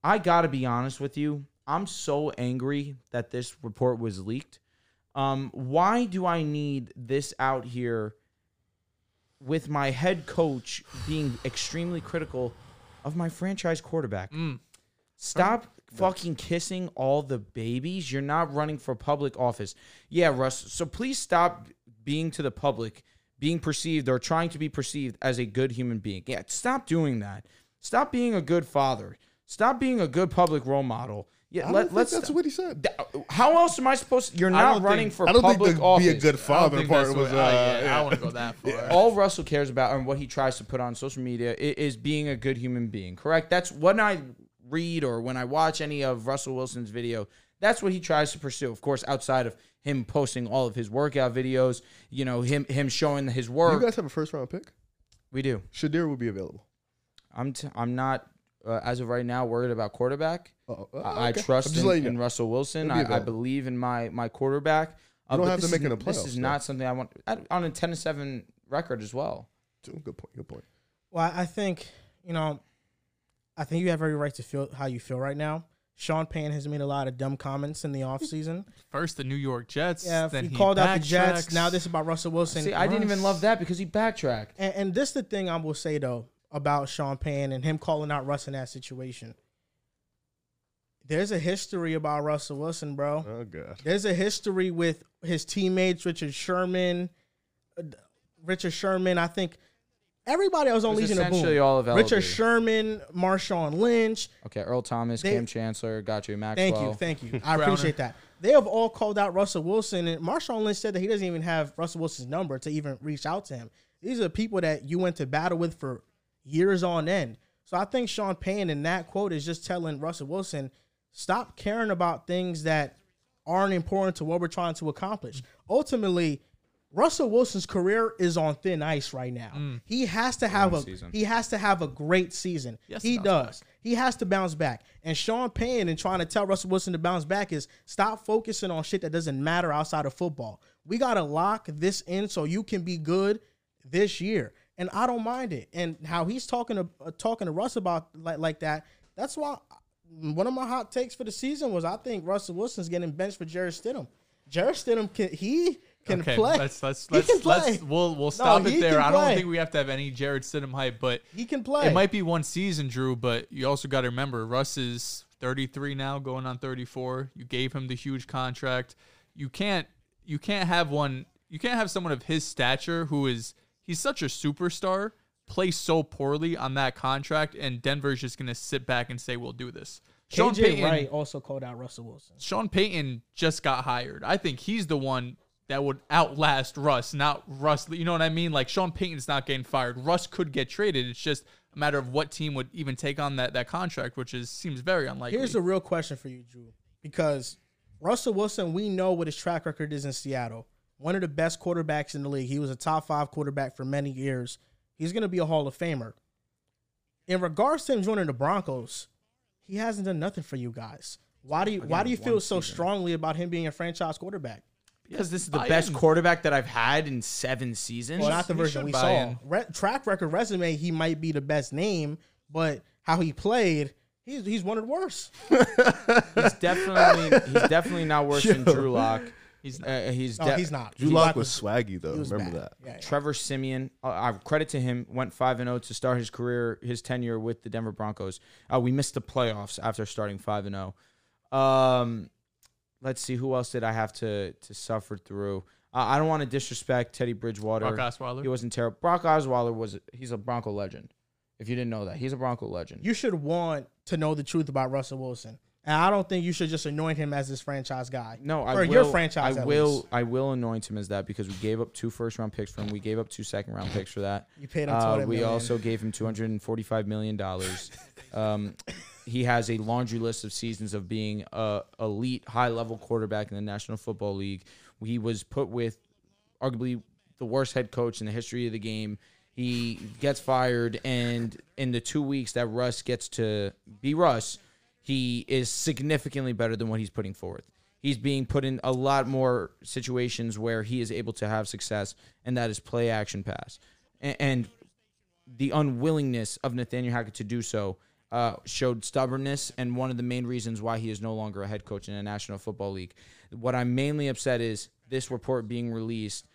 [SPEAKER 3] I gotta be honest with you. I'm so angry that this report was leaked. Um, why do I need this out here with my head coach being extremely critical of my franchise quarterback?
[SPEAKER 5] Mm.
[SPEAKER 3] Stop fucking kissing all the babies. You're not running for public office. Yeah, Russ. So please stop being to the public, being perceived or trying to be perceived as a good human being. Yeah, stop doing that. Stop being a good father. Stop being a good public role model. Yeah,
[SPEAKER 5] I don't
[SPEAKER 3] let,
[SPEAKER 5] think
[SPEAKER 3] let's.
[SPEAKER 5] that's what he said.
[SPEAKER 3] how else am I supposed? You're
[SPEAKER 4] I
[SPEAKER 3] not
[SPEAKER 4] don't
[SPEAKER 3] running
[SPEAKER 4] think-
[SPEAKER 3] for
[SPEAKER 5] I don't
[SPEAKER 3] public
[SPEAKER 5] think the
[SPEAKER 3] office.
[SPEAKER 5] be a good
[SPEAKER 4] I don't
[SPEAKER 5] father
[SPEAKER 4] think
[SPEAKER 5] part
[SPEAKER 4] that's
[SPEAKER 5] was.
[SPEAKER 4] the
[SPEAKER 5] uh,
[SPEAKER 4] way- oh, yeah, I
[SPEAKER 5] yeah.
[SPEAKER 4] don't want to go that far.
[SPEAKER 3] all Russell cares about and what he tries to put on social media i- is being a good human being, correct? That's when I read or when I watch any of Russell Wilson's video, that's what he tries to pursue. Of course, outside of him posting all of his workout videos, you know, him him showing his
[SPEAKER 5] You
[SPEAKER 3] work.
[SPEAKER 5] guys have a first round pick.
[SPEAKER 3] we do.
[SPEAKER 5] Shadir will be available.
[SPEAKER 3] I'm t- I'm not uh, as of right now worried about quarterback.
[SPEAKER 5] Uh-oh. Uh,
[SPEAKER 3] I I
[SPEAKER 5] okay. I'm
[SPEAKER 3] trust
[SPEAKER 5] just
[SPEAKER 3] in,
[SPEAKER 5] letting you
[SPEAKER 3] in
[SPEAKER 5] know.
[SPEAKER 3] Russell Wilson.
[SPEAKER 5] It'll be
[SPEAKER 3] I, I
[SPEAKER 5] available.
[SPEAKER 3] believe in my my quarterback. Uh,
[SPEAKER 5] You don't
[SPEAKER 3] but
[SPEAKER 5] have
[SPEAKER 3] this
[SPEAKER 5] to make
[SPEAKER 3] is-
[SPEAKER 5] it a
[SPEAKER 3] This
[SPEAKER 5] playoffs,
[SPEAKER 3] is
[SPEAKER 5] though.
[SPEAKER 3] not something I want I, on a 10-7 record as well.
[SPEAKER 5] Good point. Good point.
[SPEAKER 2] Well, I think you know, I think you have every right to feel how you feel right now. Sean Payne has made a lot of dumb comments in the offseason.
[SPEAKER 4] First the New York Jets.
[SPEAKER 2] Yeah,
[SPEAKER 4] then
[SPEAKER 2] he
[SPEAKER 4] he
[SPEAKER 2] called out the
[SPEAKER 4] backtracks.
[SPEAKER 2] Jets. Now this is about Russell Wilson.
[SPEAKER 3] See, I didn't even love that because he backtracked.
[SPEAKER 2] And, and this the thing I will say though about Sean Payne and him calling out Russ in that situation. There's a history about Russell Wilson, bro.
[SPEAKER 5] Oh god.
[SPEAKER 2] There's a history with his teammates, Richard Sherman. uh, Richard Sherman, I think everybody else on
[SPEAKER 3] It was
[SPEAKER 2] Legion of
[SPEAKER 3] essentially
[SPEAKER 2] Boom.
[SPEAKER 3] all of LLB.
[SPEAKER 2] Richard Sherman, Marshawn Lynch.
[SPEAKER 3] Okay, Earl Thomas,
[SPEAKER 2] They-
[SPEAKER 3] Cam Chancellor, Gotcha Maxwell.
[SPEAKER 2] Thank you, thank you. I appreciate that. They have all called out Russell Wilson, and Marshawn Lynch said that he doesn't even have Russell Wilson's number to even reach out to him. These are people that you went to battle with for years on end. So I think Sean Payne in that quote is just telling Russell Wilson, stop caring about things that aren't important to what we're trying to accomplish. Ultimately, Russell Wilson's career is on thin ice right now.
[SPEAKER 4] Mm.
[SPEAKER 2] He has to have a he has to have a great season.
[SPEAKER 4] Yes,
[SPEAKER 2] he
[SPEAKER 4] bounce
[SPEAKER 2] does. He has to bounce back. And Sean Payne and trying to tell Russell Wilson to bounce back is stop focusing on shit that doesn't matter outside of football. We gotta lock this in so you can be good this year. And I don't mind it. And how he's talking to uh, talking to Russ about like like that. That's why mm, one of my hot takes for the season was I think Russell Wilson's getting benched for Jared Stidham. Jared Stidham can he can
[SPEAKER 4] Okay,
[SPEAKER 2] play.
[SPEAKER 4] let's let's
[SPEAKER 2] He
[SPEAKER 4] let's,
[SPEAKER 2] can
[SPEAKER 4] let's
[SPEAKER 2] play.
[SPEAKER 4] we'll
[SPEAKER 2] No,
[SPEAKER 4] we'll stop
[SPEAKER 2] he
[SPEAKER 4] it there.
[SPEAKER 2] can
[SPEAKER 4] I don't
[SPEAKER 2] play.
[SPEAKER 4] think we have to have any Jared Stidham hype, but
[SPEAKER 2] he can play.
[SPEAKER 4] It might be one season, Drew, but you also got to remember Russ is 33 now, going on 34. You gave him the huge contract. You can't you can't have one you can't have someone of his stature who is he's such a superstar play so poorly on that contract and Denver's just going to sit back and say we'll do this. Sean
[SPEAKER 2] KJ
[SPEAKER 4] Payton
[SPEAKER 2] Wright also called out Russell Wilson.
[SPEAKER 4] Sean Payton just got hired. I think he's the one that would outlast Russ, not Russ. You know what I mean? Like Sean Payton's not getting fired. Russ could get traded. It's just a matter of what team would even take on that that contract, which is seems very unlikely.
[SPEAKER 2] Here's the real question for you, Drew, because Russell Wilson, we know what his track record is in Seattle. One of the best quarterbacks in the league. He was a top five quarterback for many years. He's going to be a Hall of Famer. In regards to him joining the Broncos, he hasn't done nothing for you guys. Why do you Why do you feel so strongly about him being a franchise quarterback?
[SPEAKER 3] Because this is the
[SPEAKER 4] Buy
[SPEAKER 3] best
[SPEAKER 4] in.
[SPEAKER 3] quarterback that I've had in seven seasons.
[SPEAKER 2] Well, not the
[SPEAKER 4] you
[SPEAKER 2] version
[SPEAKER 4] should
[SPEAKER 2] we
[SPEAKER 4] buy
[SPEAKER 2] saw.
[SPEAKER 4] in.
[SPEAKER 2] Re- track record resume, he might be the best name, but how he played, he's he's one of the worst.
[SPEAKER 3] he's definitely he's definitely not worse than Drew Lock. He's uh, he's,
[SPEAKER 2] No,
[SPEAKER 3] de-
[SPEAKER 2] he's not.
[SPEAKER 5] Drew Lock was swaggy though.
[SPEAKER 2] he was
[SPEAKER 5] Remember
[SPEAKER 2] bad.
[SPEAKER 5] that.
[SPEAKER 2] Yeah, yeah.
[SPEAKER 3] Trevor Simeon, uh, I credit to him, went five and zero to start his career, his tenure with the Denver Broncos. Uh, we missed the playoffs after starting five and zero. Um, let's see who else did I have to to suffer through. Uh, I don't want to disrespect Teddy Bridgewater.
[SPEAKER 4] Brock Osweiler.
[SPEAKER 3] He wasn't terrible. Brock Osweiler was he's a Bronco legend. If you didn't know that, he's a Bronco legend.
[SPEAKER 2] you should want to know the truth about Russell Wilson. And I don't think you should just anoint him as this franchise guy.
[SPEAKER 3] No, I
[SPEAKER 2] or
[SPEAKER 3] will,
[SPEAKER 2] your franchise.
[SPEAKER 3] I
[SPEAKER 2] at
[SPEAKER 3] will.
[SPEAKER 2] least.
[SPEAKER 3] I will anoint him as that because we gave up two first round picks for him. We gave up two second round picks for that.
[SPEAKER 2] You paid him
[SPEAKER 3] Uh,
[SPEAKER 2] 200
[SPEAKER 3] we
[SPEAKER 2] million.
[SPEAKER 3] also gave him two hundred and forty five million dollars. um, he has a laundry list of seasons of being a elite high level quarterback in the National Football League. He was put with arguably the worst head coach in the history of the game. He gets fired, and in the two weeks that Russ gets to be Russ, he is significantly better than what he's putting forth. He's being put in a lot more situations where he is able to have success, and that is play action pass. And, and the unwillingness of Nathaniel Hackett to do so uh, showed stubbornness and one of the main reasons why he is no longer a head coach in the National Football League. What I'm mainly upset is this report being released.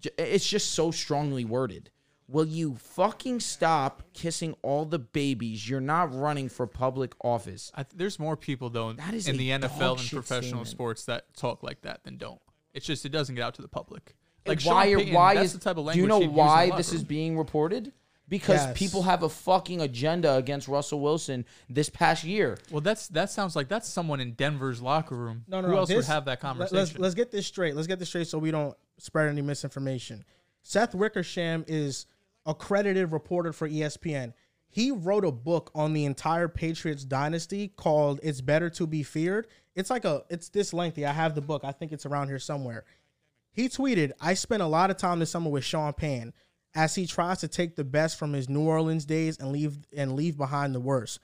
[SPEAKER 3] j- It's just so strongly worded. Will you fucking stop kissing all the babies? You're not running for public office.
[SPEAKER 4] I th- there's more people though in,
[SPEAKER 3] That is
[SPEAKER 4] in
[SPEAKER 3] a
[SPEAKER 4] the
[SPEAKER 3] dog
[SPEAKER 4] NFL and
[SPEAKER 3] shit
[SPEAKER 4] professional
[SPEAKER 3] statement.
[SPEAKER 4] sports that talk like that than don't. It's just it doesn't get out to the public.
[SPEAKER 3] Like
[SPEAKER 4] Like
[SPEAKER 3] why?
[SPEAKER 4] Sean
[SPEAKER 3] are
[SPEAKER 4] Payton,
[SPEAKER 3] why
[SPEAKER 4] that's
[SPEAKER 3] is
[SPEAKER 4] the type of language?
[SPEAKER 3] do you know
[SPEAKER 4] he'd use in the
[SPEAKER 3] why
[SPEAKER 4] locker
[SPEAKER 3] this is
[SPEAKER 4] room.
[SPEAKER 3] being reported? Because
[SPEAKER 2] Yes.
[SPEAKER 3] people have a fucking agenda against Russell Wilson this past year.
[SPEAKER 4] Well, that's that sounds like that's someone in Denver's locker room.
[SPEAKER 2] No, no,
[SPEAKER 4] Who
[SPEAKER 2] no.
[SPEAKER 4] else
[SPEAKER 2] this-
[SPEAKER 4] would have that
[SPEAKER 2] let-
[SPEAKER 4] conversation?
[SPEAKER 2] Let's, let's get this straight. Let's get this straight so we don't spread any misinformation. Seth Wickersham is accredited reporter for E ESPN. He wrote a book on the entire Patriots dynasty called "It's Better to Be Feared." It's like a it's this lengthy. I have the book. I think it's around here somewhere. He tweeted, "I spent a lot of time this summer with Sean Pan as he tries to take the best from his New Orleans days and leave and leave behind the worst."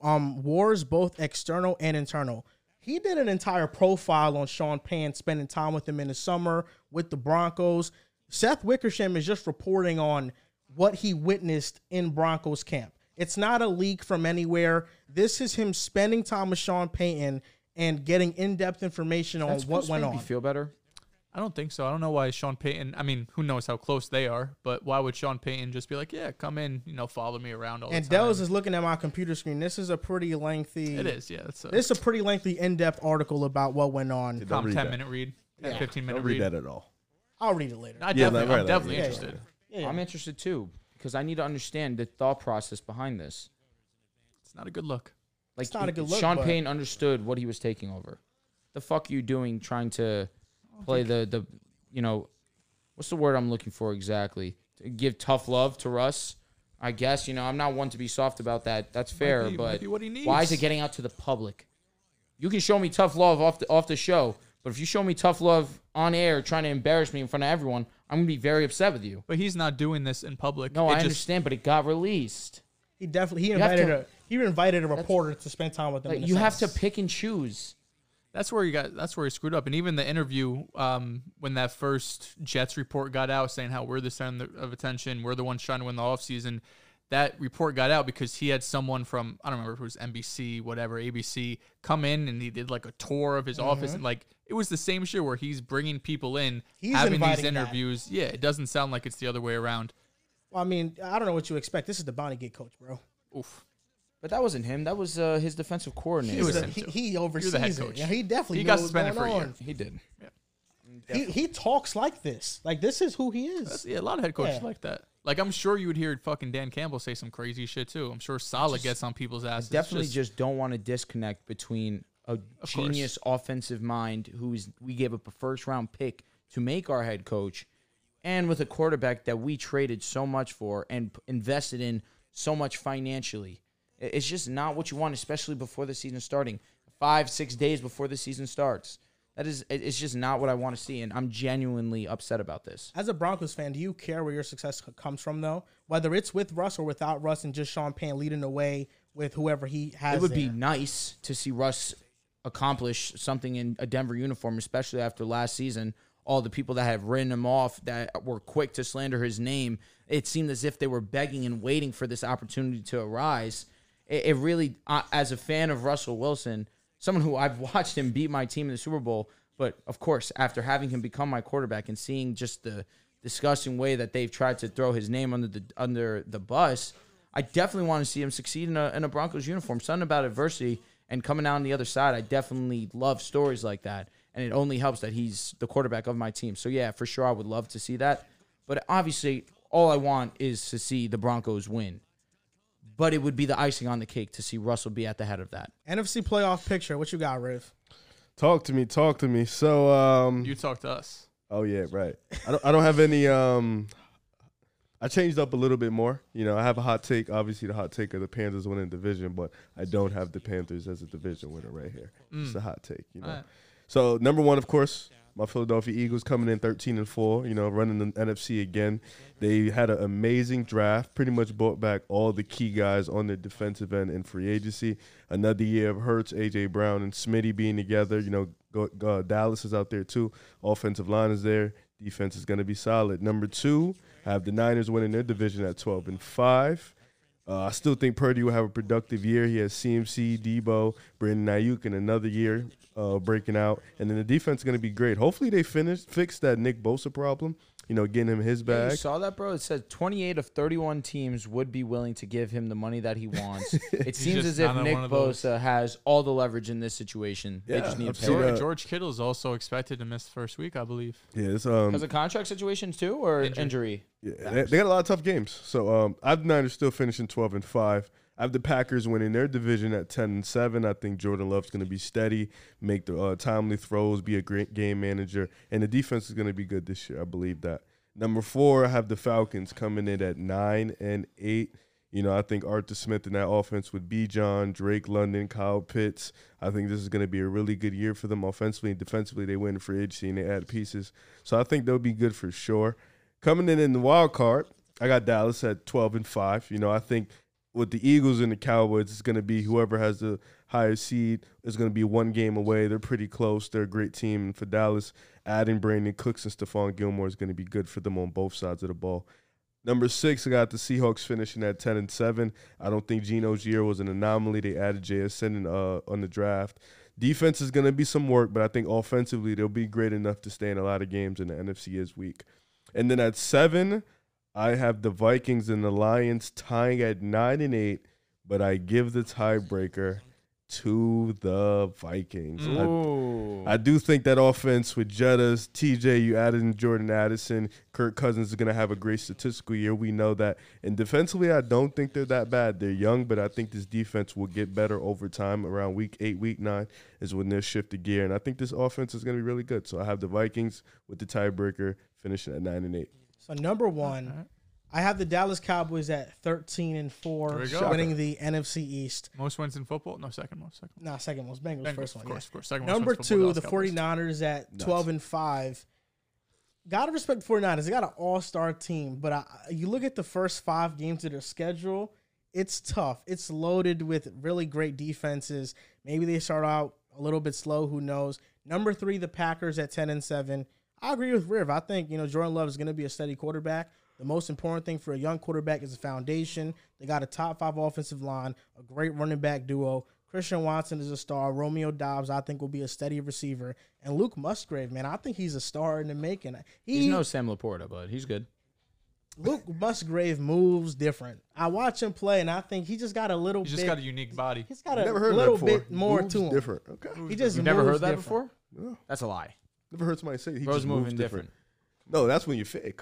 [SPEAKER 2] um wars both external and internal. He did an entire profile on Sean Pan, spending time with him in the summer with the Broncos. Seth Wickersham is just reporting on what he witnessed in Broncos camp. It's not a leak from anywhere. This is him spending time with Sean Payton and getting in-depth information on what went on.
[SPEAKER 3] You feel better?
[SPEAKER 4] I don't think so. I don't know why Sean Payton. I mean, who knows how close they are? But why would Sean Payton just be like, "Yeah, come in, you know, follow me around all
[SPEAKER 2] and
[SPEAKER 4] the time"?
[SPEAKER 2] Dells is looking at my computer screen. This is a pretty lengthy.
[SPEAKER 4] it is, yeah. That's a
[SPEAKER 2] This is a pretty lengthy in-depth article about what went on.
[SPEAKER 5] Don't
[SPEAKER 4] Tom
[SPEAKER 5] read
[SPEAKER 4] ten
[SPEAKER 5] that.
[SPEAKER 4] minute read, 10, fifteen minute
[SPEAKER 5] Don't read
[SPEAKER 4] read.
[SPEAKER 5] that at all.
[SPEAKER 2] I'll read it later.
[SPEAKER 4] I
[SPEAKER 5] Yeah,
[SPEAKER 4] definitely,
[SPEAKER 5] right,
[SPEAKER 4] I'm
[SPEAKER 5] right,
[SPEAKER 4] definitely
[SPEAKER 5] yeah, yeah.
[SPEAKER 4] interested.
[SPEAKER 3] I'm interested too because I need to understand the thought process behind this.
[SPEAKER 4] It's not a good look.
[SPEAKER 3] Like
[SPEAKER 2] It's not a good look,
[SPEAKER 3] Sean
[SPEAKER 2] but-
[SPEAKER 3] Payne understood what he was taking over. The fuck you doing trying to play the the you know what's the word I'm looking for exactly? To give tough love to Russ. I guess you know I'm not one to be soft about that. That's fair,
[SPEAKER 4] be- might
[SPEAKER 3] but
[SPEAKER 4] be what he
[SPEAKER 3] why is it
[SPEAKER 4] needs.
[SPEAKER 3] getting out to the public? You can show me tough love off the off the show, but if you show me tough love on air trying to embarrass me in front of everyone, I'm gonna be very upset with you.
[SPEAKER 4] But he's not doing this in public.
[SPEAKER 3] No,
[SPEAKER 4] It
[SPEAKER 3] I
[SPEAKER 4] just-
[SPEAKER 3] understand, but it got released.
[SPEAKER 2] He definitely he
[SPEAKER 3] have
[SPEAKER 2] invited
[SPEAKER 3] to-
[SPEAKER 2] a he invited a reporter to spend time with him. in
[SPEAKER 3] Like
[SPEAKER 2] the
[SPEAKER 3] you have to
[SPEAKER 2] sense.
[SPEAKER 3] pick and choose.
[SPEAKER 4] That's where you got. That's where he screwed up. And even the interview, um, when that first Jets report got out, saying how we're the center of attention, we're the ones trying to win the offseason, that report got out because he had someone from I don't remember if it was NBC, whatever, ABC, come in and he did like a tour of his
[SPEAKER 2] Mm-hmm.
[SPEAKER 4] office and like it was the same shit where he's bringing people in,
[SPEAKER 2] He's
[SPEAKER 4] having these
[SPEAKER 2] inviting that.
[SPEAKER 4] interviews. Yeah, it doesn't sound like it's the other way around.
[SPEAKER 2] Well, I mean, I don't know what you expect. This is the Bonnie Gate coach, bro.
[SPEAKER 4] Oof.
[SPEAKER 3] But that wasn't him. That was uh, his defensive coordinator.
[SPEAKER 4] It was
[SPEAKER 2] The-
[SPEAKER 4] him,
[SPEAKER 2] he,
[SPEAKER 4] too.
[SPEAKER 2] he oversees
[SPEAKER 4] the head
[SPEAKER 2] it.
[SPEAKER 4] coach.
[SPEAKER 2] Yeah, he definitely
[SPEAKER 4] He
[SPEAKER 2] knows
[SPEAKER 4] got suspended
[SPEAKER 2] what's
[SPEAKER 4] for a
[SPEAKER 2] going
[SPEAKER 4] year.
[SPEAKER 3] He did.
[SPEAKER 2] on. He, he talks like this. Like this is who he
[SPEAKER 4] That's,
[SPEAKER 2] is.
[SPEAKER 4] yeah, a lot of head coaches
[SPEAKER 2] Yeah.
[SPEAKER 4] like that. Like I'm sure you would hear fucking Dan Campbell say some crazy shit too. I'm sure Salah gets on people's asses. It's
[SPEAKER 3] Definitely just, don't want to disconnect between a genius offensive mind who's we gave up a first round pick to make our head coach, and with a quarterback that we traded so much for and p- invested in so much financially. I- It's just not what you want, especially before the season starting. Five, six days before the season starts. That is, it- it's just not what I want to see, and I'm genuinely upset about this.
[SPEAKER 2] As a Broncos fan, do you care where your success c- comes from though? Whether it's with Russ or without Russ, and just Sean Payne leading the way with whoever he has.
[SPEAKER 3] it would be
[SPEAKER 2] there.
[SPEAKER 3] nice to see Russ accomplish something in a Denver uniform, especially after last season. All the people that have written him off that were quick to slander his name, it seemed as if they were begging and waiting for this opportunity to arise. It, it really, I as a fan of Russell Wilson, someone who I've watched him beat my team in the Super Bowl, but of course, after having him become my quarterback and seeing just the disgusting way that they've tried to throw his name under the under the bus, I definitely want to see him succeed in a, in a Broncos uniform. Something about adversity and coming out on the other side. I definitely love stories like that, and it only helps that he's the quarterback of my team. So yeah, for sure, I would love to see that. But obviously, all I want is to see the Broncos win. But it would be the icing on the cake to see Russell be at the head of that.
[SPEAKER 2] NFC playoff picture. What you got, Riff?
[SPEAKER 5] Talk to me, talk to me. So, um,
[SPEAKER 4] You talk to us.
[SPEAKER 5] oh yeah, right. I don't, I don't have any. Um, I changed up a little bit more. You know, I have a hot take. Obviously, the hot take of the Panthers winning the division, but I don't have the Panthers as a division winner right here.
[SPEAKER 4] Mm.
[SPEAKER 5] It's a hot take. You know.
[SPEAKER 4] Alright.
[SPEAKER 5] So number one, of course, my Philadelphia Eagles coming in thirteen and four. You know, running the NFC again. They had an amazing draft. Pretty much brought back all the key guys on their defensive end in free agency. Another year of Hurts, AJ Brown, and Smitty being together. You know, go, uh, Dallas is out there too. Offensive line is there. Defense is going to be solid. Number two, I have the Niners winning their division at twelve and five. Uh, I still think Purdy will have a productive year. He has CMC, Debo, Brandon Ayuk in another year uh, breaking out, and then the defense is going to be great. Hopefully, they finish fix that Nick Bosa problem. You know, getting him his
[SPEAKER 3] You
[SPEAKER 5] bag.
[SPEAKER 3] saw that, bro? It said 28 of 31 teams would be willing to give him the money that he wants. it seems
[SPEAKER 4] just
[SPEAKER 3] as if
[SPEAKER 4] not on
[SPEAKER 3] Nick
[SPEAKER 4] one of those.
[SPEAKER 3] Bosa has all the leverage in this situation. they
[SPEAKER 5] Yeah,
[SPEAKER 3] just need
[SPEAKER 5] I've
[SPEAKER 3] to pay
[SPEAKER 5] seen
[SPEAKER 2] Uh,
[SPEAKER 5] that.
[SPEAKER 4] George, George Kittle is also expected to miss the first week, I believe.
[SPEAKER 5] Yeah, it's, um,
[SPEAKER 3] Because of contract situations too, or injury?
[SPEAKER 4] Injury.
[SPEAKER 5] yeah, they, they got a lot of tough games. So um, I have the Niners still finishing twelve and five. I have the Packers winning their division at ten and seven. I think Jordan Love's going to be steady, make the uh, timely throws, be a great game manager, and the defense is going to be good this year. I believe that. Number four, I have the Falcons coming in at nine and eight. You know, I think Arthur Smith in that offense with B. John, Drake London, Kyle Pitts. I think this is going to be a really good year for them offensively and defensively. They win for agency and they add pieces. So I think they'll be good for sure. Coming in in the wild card, I got Dallas at 12 and 5. You know, I think with the Eagles and the Cowboys, it's going to be whoever has the higher seed is going to be one game away. They're pretty close. They're a great team. And for Dallas, adding Brandon Cooks and Stephon Gilmore is going to be good for them on both sides of the ball. Number six, I got the Seahawks finishing at ten and seven. I don't think Geno's year was an anomaly. They added JSN in, uh, on the draft. Defense is going to be some work, but I think offensively they'll be great enough to stay in a lot of games. And the NFC is weak. And then at seven, I have the Vikings and the Lions tying at nine and eight, but I give the tiebreaker to the Vikings. I-
[SPEAKER 3] Ooh.
[SPEAKER 5] I do think that offense with Jettas, TJ, you added in Jordan Addison, Kirk Cousins is going to have a great statistical year. We know that. And defensively, I don't think they're that bad. They're young, but I think this defense will get better over time. Around week eight, week nine is when they'll shift the gear. And I think this offense is going to be really good. So I have the Vikings with the tiebreaker finishing at nine and eight.
[SPEAKER 2] So number one, I have the Dallas Cowboys at thirteen and four,
[SPEAKER 4] we go.
[SPEAKER 2] winning the NFC East.
[SPEAKER 4] Most wins in football? No, second most. Second.
[SPEAKER 2] Nah, second most Bengals,
[SPEAKER 4] Bengals,
[SPEAKER 2] first one.
[SPEAKER 4] of course,
[SPEAKER 2] yeah.
[SPEAKER 4] of course. Second most
[SPEAKER 2] Number
[SPEAKER 4] wins in
[SPEAKER 2] two,
[SPEAKER 4] football,
[SPEAKER 2] the
[SPEAKER 4] Dallas Cowboys.
[SPEAKER 2] 49ers at 12 and 5. Gotta respect the 49ers. They got an all star team, but I, you look at the first five games of their schedule, it's tough. It's loaded with really great defenses. Maybe they start out a little bit slow, who knows? Number three, the Packers at 10 and 7. I agree with Riv. I think, you know, Jordan Love is going to be a steady quarterback. The most important thing for a young quarterback is a foundation. They got a top five offensive line, a great running back duo. Christian Watson is a star. Romeo Dobbs, I think, will be a steady receiver. And Luke Musgrave, man, I think he's a star in the making.
[SPEAKER 3] He's
[SPEAKER 2] He,
[SPEAKER 3] no Sam Laporta, but he's good.
[SPEAKER 2] Luke Musgrave moves different. I watch him play, and I think he just got a little
[SPEAKER 4] He's
[SPEAKER 2] bit.
[SPEAKER 4] just got a unique body.
[SPEAKER 2] he's got a
[SPEAKER 5] Never heard
[SPEAKER 2] little
[SPEAKER 5] of that before.
[SPEAKER 2] bit more
[SPEAKER 5] Moves
[SPEAKER 2] to him.
[SPEAKER 5] different. Okay.
[SPEAKER 2] He just
[SPEAKER 3] You've never
[SPEAKER 2] moves
[SPEAKER 3] heard that
[SPEAKER 2] different.
[SPEAKER 3] before?
[SPEAKER 5] Yeah.
[SPEAKER 3] That's a lie.
[SPEAKER 5] Never heard somebody say he
[SPEAKER 3] Bro's
[SPEAKER 5] just moves
[SPEAKER 3] moving different.
[SPEAKER 5] No, that's when you fake.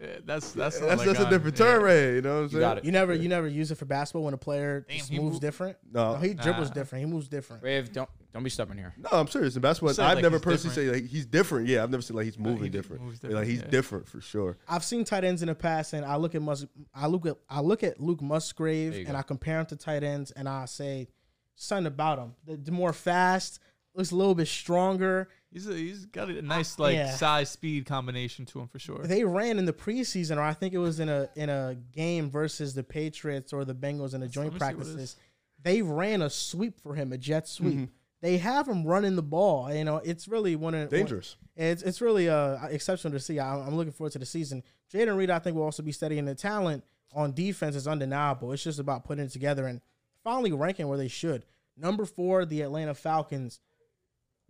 [SPEAKER 4] Yeah, that's that's not
[SPEAKER 5] That's,
[SPEAKER 4] like
[SPEAKER 5] that's a
[SPEAKER 4] on-
[SPEAKER 5] different
[SPEAKER 4] yeah.
[SPEAKER 5] term, right? You know what I'm
[SPEAKER 3] You
[SPEAKER 5] saying?
[SPEAKER 3] got it.
[SPEAKER 2] You never, you never use it for basketball when a player
[SPEAKER 4] Damn,
[SPEAKER 2] just
[SPEAKER 4] he
[SPEAKER 2] moves
[SPEAKER 4] mo-
[SPEAKER 2] different.
[SPEAKER 5] No.
[SPEAKER 2] he dribbles
[SPEAKER 4] Nah.
[SPEAKER 2] different. He moves different.
[SPEAKER 3] Rave, don't don't be stubborn here.
[SPEAKER 5] No, I'm serious. And that's what
[SPEAKER 4] Said,
[SPEAKER 5] I've
[SPEAKER 4] like,
[SPEAKER 5] never
[SPEAKER 4] he's
[SPEAKER 5] personally
[SPEAKER 4] different.
[SPEAKER 5] said. Like, he's different. Yeah, I've never said like he's moving
[SPEAKER 4] he d-
[SPEAKER 5] different.
[SPEAKER 4] moves
[SPEAKER 5] Like
[SPEAKER 4] different,
[SPEAKER 5] he's
[SPEAKER 4] yeah.
[SPEAKER 5] different for sure.
[SPEAKER 2] I've seen tight ends in the past, and I look at Mus, I look at I look at Luke Musgrave,
[SPEAKER 3] you
[SPEAKER 2] and
[SPEAKER 3] go.
[SPEAKER 2] I compare him to tight ends, and I say something about him. The, the more fast, looks a little bit stronger.
[SPEAKER 4] He's a, he's got a nice like
[SPEAKER 2] Uh, yeah.
[SPEAKER 4] size speed combination to him for sure.
[SPEAKER 2] They ran in the preseason, or I think it was in a in a game versus the Patriots or the Bengals in the joint
[SPEAKER 4] me see what it is.
[SPEAKER 2] practices. They ran a sweep for him, a jet sweep. They have him running the ball. You know, it's really one of
[SPEAKER 5] Dangerous.
[SPEAKER 2] It's it's really uh, exceptional to see. I, I'm looking forward to the season. Jaden Reed, I think, will also be studying the talent on defense is undeniable. It's just about putting it together and finally ranking where they should. Number four, the Atlanta Falcons.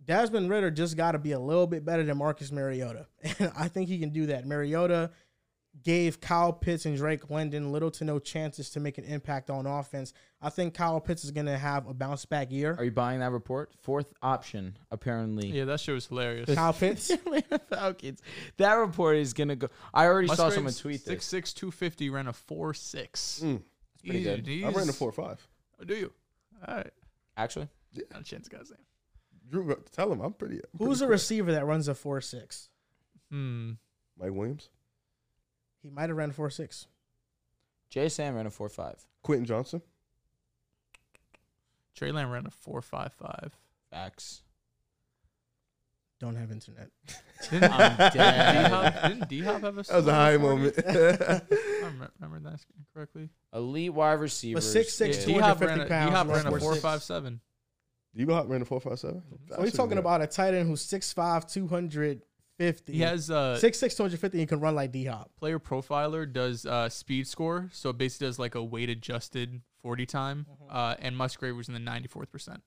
[SPEAKER 2] Desmond Ritter just got to be a little bit better than Marcus Mariota, and I think he can do that. Mariota gave Kyle Pitts and Drake London little to no chances to make an impact on offense. I think Kyle Pitts is going to have a bounce back year.
[SPEAKER 3] Are you buying that report? Fourth option, apparently.
[SPEAKER 4] yeah, that shit was hilarious.
[SPEAKER 2] Kyle Pitts.
[SPEAKER 3] Atlanta Falcons. That report is gonna go. I already saw someone tweet this. Hmm,
[SPEAKER 4] six six two fifty ran a four six.
[SPEAKER 3] That's pretty
[SPEAKER 4] Easy,
[SPEAKER 3] good.
[SPEAKER 4] dude.
[SPEAKER 5] I ran the four five.
[SPEAKER 4] Oh, do you? All right.
[SPEAKER 3] Actually,
[SPEAKER 4] Not a chance, guy's name.
[SPEAKER 5] Drew, tell him I'm pretty. I'm pretty
[SPEAKER 2] Who's a
[SPEAKER 5] quick.
[SPEAKER 2] receiver that runs a four six?
[SPEAKER 4] Hmm.
[SPEAKER 5] Mike Williams,
[SPEAKER 2] He might have ran four six.
[SPEAKER 3] Jay Sam ran a four five.
[SPEAKER 5] Quentin Johnson.
[SPEAKER 4] Trey Lamb ran a four five five.
[SPEAKER 3] Facts.
[SPEAKER 2] Don't have internet.
[SPEAKER 4] Didn't
[SPEAKER 3] I'm
[SPEAKER 4] D-Hop,
[SPEAKER 3] dead.
[SPEAKER 4] didn't D-Hop have a?
[SPEAKER 5] That was a high moment.
[SPEAKER 4] I remember, remember that correctly.
[SPEAKER 3] Elite wide receiver.
[SPEAKER 2] But six six
[SPEAKER 4] Yeah,
[SPEAKER 2] two
[SPEAKER 4] D-Hop
[SPEAKER 2] hundred
[SPEAKER 4] ran
[SPEAKER 2] fifty
[SPEAKER 4] a,
[SPEAKER 2] pounds.
[SPEAKER 4] D-Hop ran
[SPEAKER 2] runs
[SPEAKER 4] a four
[SPEAKER 2] 4.6.
[SPEAKER 4] five seven.
[SPEAKER 5] Debo Hop ran a four five seven.
[SPEAKER 2] So he's talking about a tight end who's 6'5", 250.
[SPEAKER 4] He has uh,
[SPEAKER 2] 6'6", 250 and can run like D Hop.
[SPEAKER 4] player profiler does uh, speed score, so it basically does like a weight adjusted forty time.
[SPEAKER 5] Mm-hmm.
[SPEAKER 4] Uh, and Musgrave was in the ninety fourth percent.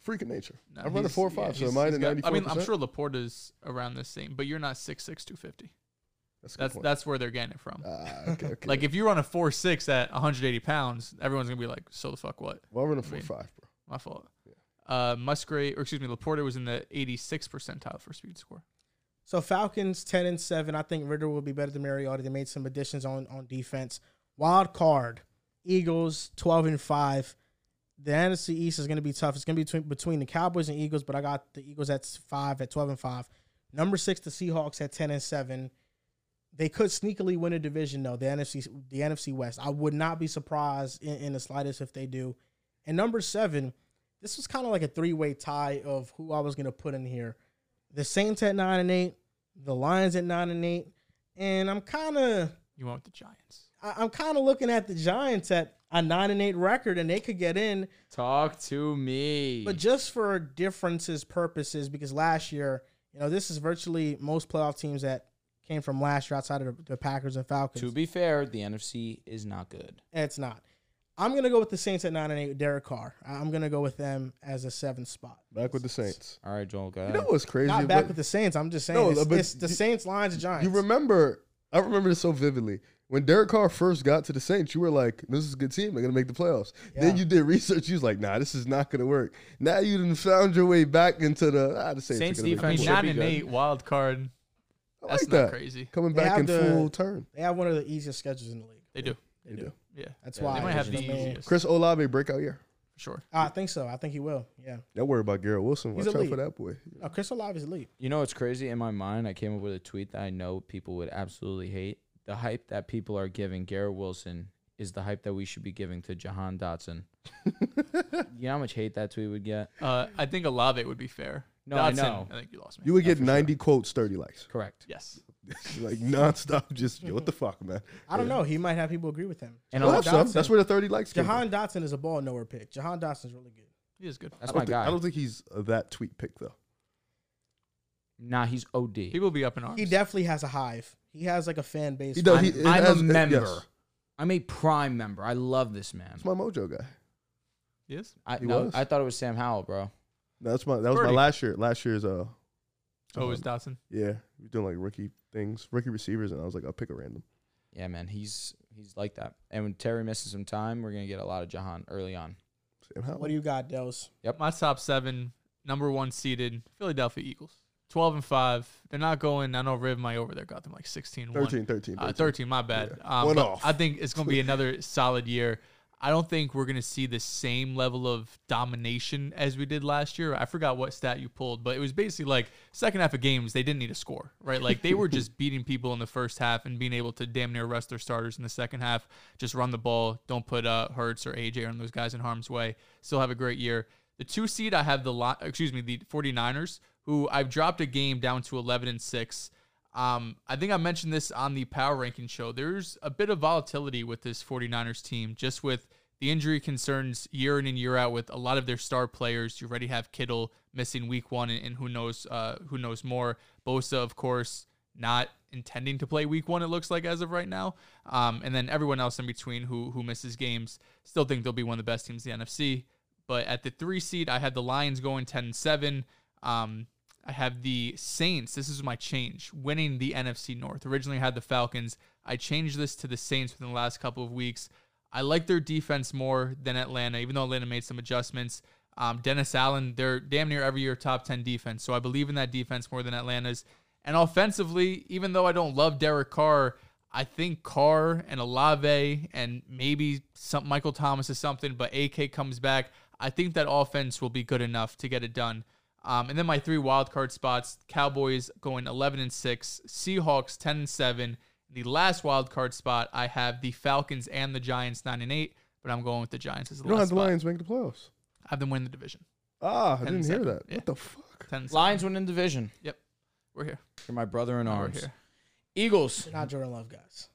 [SPEAKER 5] freak of nature.
[SPEAKER 4] No,
[SPEAKER 5] I run a
[SPEAKER 4] he's-
[SPEAKER 5] four
[SPEAKER 4] yeah,
[SPEAKER 5] five, so
[SPEAKER 4] he's-
[SPEAKER 5] am I
[SPEAKER 4] he's
[SPEAKER 5] the
[SPEAKER 4] got-
[SPEAKER 5] ninety four?
[SPEAKER 4] I mean, I'm sure Laporta's around the same, but you're not six six two fifty.
[SPEAKER 5] that's a good
[SPEAKER 4] That's
[SPEAKER 5] point.
[SPEAKER 4] that's where they're getting it from.
[SPEAKER 5] Ah, okay, okay.
[SPEAKER 4] Like if you run a four six at 180 pounds, everyone's gonna be like, "So the fuck what?
[SPEAKER 5] well, I run a
[SPEAKER 4] I
[SPEAKER 5] four
[SPEAKER 4] mean-
[SPEAKER 5] five, bro.
[SPEAKER 4] My fault." Uh, Musgrave, or excuse me, Laporta was in the 86th percentile for speed score.
[SPEAKER 2] So Falcons ten and seven. I think Ritter will be better than Mariota. They made some additions on on defense. Wild card, Eagles twelve and five. The NFC East is going to be tough. It's going to be between, between the Cowboys and Eagles, but I got the Eagles at five at twelve and five. Number six, the Seahawks at ten and seven. They could sneakily win a division though. The NFC the NFC West. I would not be surprised in, in the slightest if they do. And number seven, this was kind of like a three way tie of who I was going to put in here the Saints at nine and eight, the Lions at nine and eight, and I'm kind of
[SPEAKER 4] You went with the Giants.
[SPEAKER 2] I'm kind of looking at the Giants at a nine and eight record, and they could get in,
[SPEAKER 3] Talk to me.
[SPEAKER 2] but just for differences purposes, because last year, you know, this is virtually most playoff teams that came from last year outside of the, the Packers and Falcons.
[SPEAKER 3] to be fair, the NFC is not good.
[SPEAKER 2] It's not. I'm gonna go with the Saints at nine and eight. with Derek Carr. I- I'm gonna go with them as a seventh spot.
[SPEAKER 5] Back with the Saints.
[SPEAKER 3] All right, Joel, go
[SPEAKER 5] You
[SPEAKER 3] ahead.
[SPEAKER 5] know what's crazy?
[SPEAKER 2] Not back
[SPEAKER 5] about-
[SPEAKER 2] with the Saints. I'm just saying
[SPEAKER 5] No,
[SPEAKER 2] it's,
[SPEAKER 5] but
[SPEAKER 2] it's the
[SPEAKER 5] you-
[SPEAKER 2] Saints, Lions, Giants.
[SPEAKER 5] You remember? I remember this so vividly. When Derek Carr first got to the Saints, you were like, "This is a good team. They're gonna make the playoffs." Then
[SPEAKER 2] Yeah.
[SPEAKER 5] you did research. You was like, "Nah, this is not gonna work." Now you done found your way back into the ah, the Saints. are
[SPEAKER 3] Saints
[SPEAKER 5] gonna make the
[SPEAKER 4] I
[SPEAKER 3] defense
[SPEAKER 4] mean,
[SPEAKER 5] playoffs.
[SPEAKER 3] should
[SPEAKER 4] nine
[SPEAKER 3] be
[SPEAKER 4] and
[SPEAKER 3] good.
[SPEAKER 4] eight, wild card.
[SPEAKER 5] I
[SPEAKER 4] That's
[SPEAKER 5] like
[SPEAKER 4] not
[SPEAKER 5] that.
[SPEAKER 4] crazy.
[SPEAKER 5] Coming
[SPEAKER 2] They
[SPEAKER 5] back
[SPEAKER 2] have
[SPEAKER 5] in
[SPEAKER 2] the-
[SPEAKER 5] full turn.
[SPEAKER 2] They have one of the easiest schedules in the league.
[SPEAKER 4] They do.
[SPEAKER 5] They do.
[SPEAKER 4] Yeah.
[SPEAKER 2] That's
[SPEAKER 3] Yeah,
[SPEAKER 2] why
[SPEAKER 4] They might have
[SPEAKER 2] it's
[SPEAKER 4] the
[SPEAKER 2] the main-
[SPEAKER 4] easiest.
[SPEAKER 5] Chris Olave breakout year.
[SPEAKER 4] for sure.
[SPEAKER 2] I think so. I think he will. Yeah.
[SPEAKER 5] Don't worry about Garrett Wilson.
[SPEAKER 2] He's
[SPEAKER 5] Watch out
[SPEAKER 2] elite.
[SPEAKER 5] for that boy.
[SPEAKER 2] No, Chris Olave is elite.
[SPEAKER 3] You know what's crazy? In my mind, I came up with a tweet that I know people would absolutely hate. The hype that people are giving Garrett Wilson is the hype that we should be giving to Jahan Dotson. you know how much hate that tweet would get?
[SPEAKER 4] Uh, I think Alave would be fair.
[SPEAKER 3] No, I
[SPEAKER 4] Dotson,
[SPEAKER 3] know.
[SPEAKER 4] I think you lost me.
[SPEAKER 5] You would get 90 quotes, 30 likes.
[SPEAKER 3] Correct.
[SPEAKER 4] yes.
[SPEAKER 5] like nonstop. Just yo, what the fuck, man?
[SPEAKER 2] I don't know. He might have people agree with him.
[SPEAKER 3] And
[SPEAKER 5] Well,
[SPEAKER 3] I'll-
[SPEAKER 5] that's, some. that's where the 30 likes. came
[SPEAKER 2] Jahan
[SPEAKER 5] from.
[SPEAKER 2] Dotson is a ball nowhere pick. Jahan Dotson's really good.
[SPEAKER 4] He is good.
[SPEAKER 3] that's
[SPEAKER 5] I don't
[SPEAKER 3] my
[SPEAKER 5] think-
[SPEAKER 3] guy.
[SPEAKER 5] I don't think he's uh, that tweet pick though.
[SPEAKER 3] nah, he's OD.
[SPEAKER 4] He will be up in arms.
[SPEAKER 2] He definitely has a hive. He has like a fan base.
[SPEAKER 5] He does.
[SPEAKER 3] I'm,
[SPEAKER 5] he, it
[SPEAKER 3] I'm
[SPEAKER 5] has-
[SPEAKER 3] a
[SPEAKER 5] it-
[SPEAKER 3] member.
[SPEAKER 5] yes.
[SPEAKER 3] I'm a prime member. I love this man.
[SPEAKER 5] It's my mojo guy.
[SPEAKER 4] He is.
[SPEAKER 3] I,
[SPEAKER 5] he
[SPEAKER 3] no,
[SPEAKER 5] was.
[SPEAKER 3] I thought it was Sam Howell, bro.
[SPEAKER 5] No, that's my. That was
[SPEAKER 4] Birdie.
[SPEAKER 5] my last year. Last year's uh.
[SPEAKER 4] Oh,
[SPEAKER 5] um,
[SPEAKER 4] is Dotson?
[SPEAKER 5] yeah, we're doing like rookie things, rookie receivers, and I was like, I'll pick a random.
[SPEAKER 3] Yeah, man, he's he's like that. And when Terry misses some time, we're gonna get a lot of Jahan early on.
[SPEAKER 5] Sam Howell.
[SPEAKER 2] What do you got, Dels?
[SPEAKER 4] My top seven, number one seeded Philadelphia Eagles. 12 and 5. They're not going. I know Riv might over there got them like 16 1.
[SPEAKER 5] 13, 13,
[SPEAKER 4] Uh, 13, my bad. Um,
[SPEAKER 5] One
[SPEAKER 4] but
[SPEAKER 5] off.
[SPEAKER 4] I think it's going to be another solid year. I don't think we're going to see the same level of domination as we did last year. I forgot what stat you pulled, but it was basically like second half of games, they didn't need a score, right? Like they were just beating people in the first half and being able to damn near rest their starters in the second half, just run the ball, don't put uh, Hurts or AJ on those guys in harm's way. Still have a great year. The two seed, I have the lot, excuse me, the 49ers, who I've dropped a game down to 11 and 6. Um, I think I mentioned this on the power ranking show. There's a bit of volatility with this 49ers team, just with the injury concerns year in and year out with a lot of their star players. You already have Kittle missing week one, and, and who knows uh, who knows more. Bosa, of course, not intending to play week one. It looks like as of right now, um, and then everyone else in between who who misses games. Still think they'll be one of the best teams in the NFC. But at the three seed, I had the Lions going 10 and 7. Um, I have the Saints. This is my change, winning the NFC North. Originally had the Falcons. I changed this to the Saints within the last couple of weeks. I like their defense more than Atlanta, even though Atlanta made some adjustments. Um, Dennis Allen, they're damn near every year top 10 defense. So I believe in that defense more than Atlanta's. And offensively, even though I don't love Derek Carr, I think Carr and Alave and maybe some Michael Thomas or something, but AK comes back. I think that offense will be good enough to get it done. Um, and then my three wild card spots: Cowboys going eleven and six, Seahawks ten and seven. The last wild card spot I have the Falcons and the Giants nine and eight, but I'm going with the Giants as the
[SPEAKER 5] You don't
[SPEAKER 4] last
[SPEAKER 5] have the
[SPEAKER 4] spot.
[SPEAKER 5] Lions make the playoffs.
[SPEAKER 4] I have them win the division.
[SPEAKER 5] Ah, I
[SPEAKER 4] Ten
[SPEAKER 5] didn't hear
[SPEAKER 4] seven,
[SPEAKER 5] that.
[SPEAKER 4] yeah.
[SPEAKER 5] What the fuck?
[SPEAKER 4] Ten and seven.
[SPEAKER 3] Lions win in division.
[SPEAKER 4] We're here.
[SPEAKER 3] You're my brother in
[SPEAKER 4] We're
[SPEAKER 3] arms.
[SPEAKER 4] here.
[SPEAKER 3] Eagles.
[SPEAKER 2] They're not Jordan Love guys.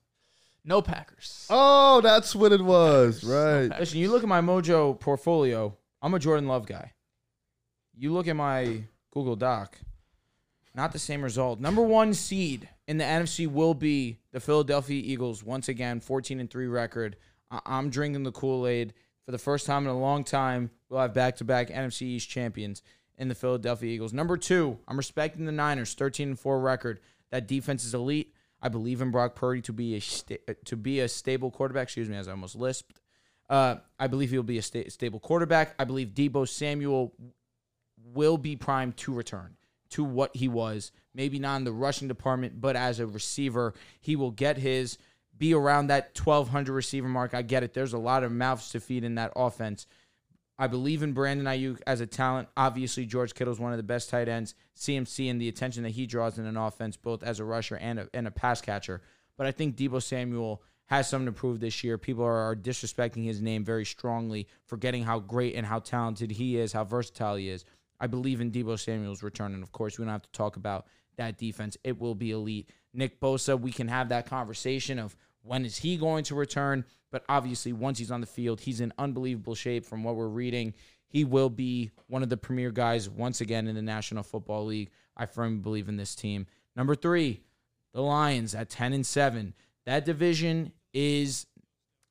[SPEAKER 4] No Packers.
[SPEAKER 5] Oh, that's what it was.
[SPEAKER 4] Packers.
[SPEAKER 5] Right.
[SPEAKER 4] No
[SPEAKER 3] Listen, you look at my Mojo portfolio. I'm a Jordan Love guy. You look at my Google Doc. Not the same result. Number one seed in the NFC will be the Philadelphia Eagles once again, 14 and three record. I- I'm drinking the Kool Aid for the first time in a long time. We'll have back to back NFC East champions in the Philadelphia Eagles. Number two, I'm respecting the Niners, 13 and four record. That defense is elite. I believe in Brock Purdy to be a sta- to be a stable quarterback. Excuse me, as I almost lisped. Uh, I believe he'll be a sta- stable quarterback. I believe Debo Samuel will be primed to return to what he was. Maybe not in the rushing department, but as a receiver, he will get his, be around that 1,200 receiver mark. I get it. There's a lot of mouths to feed in that offense. I believe in Brandon Ayuk as a talent. Obviously, George Kittle's one of the best tight ends. CMC and the attention that he draws in an offense, both as a rusher and a, and a pass catcher. But I think Debo Samuel has something to prove this year. People are, are disrespecting his name very strongly, forgetting how great and how talented he is, how versatile he is. I believe in Debo Samuel's return. And of course, we don't have to talk about that defense. It will be elite. Nick Bosa, we can have that conversation of when is he going to return? But obviously, once he's on the field, he's in unbelievable shape from what we're reading. He will be one of the premier guys once again in the National Football League. I firmly believe in this team. Number three, the Lions at 10 and 7. That division is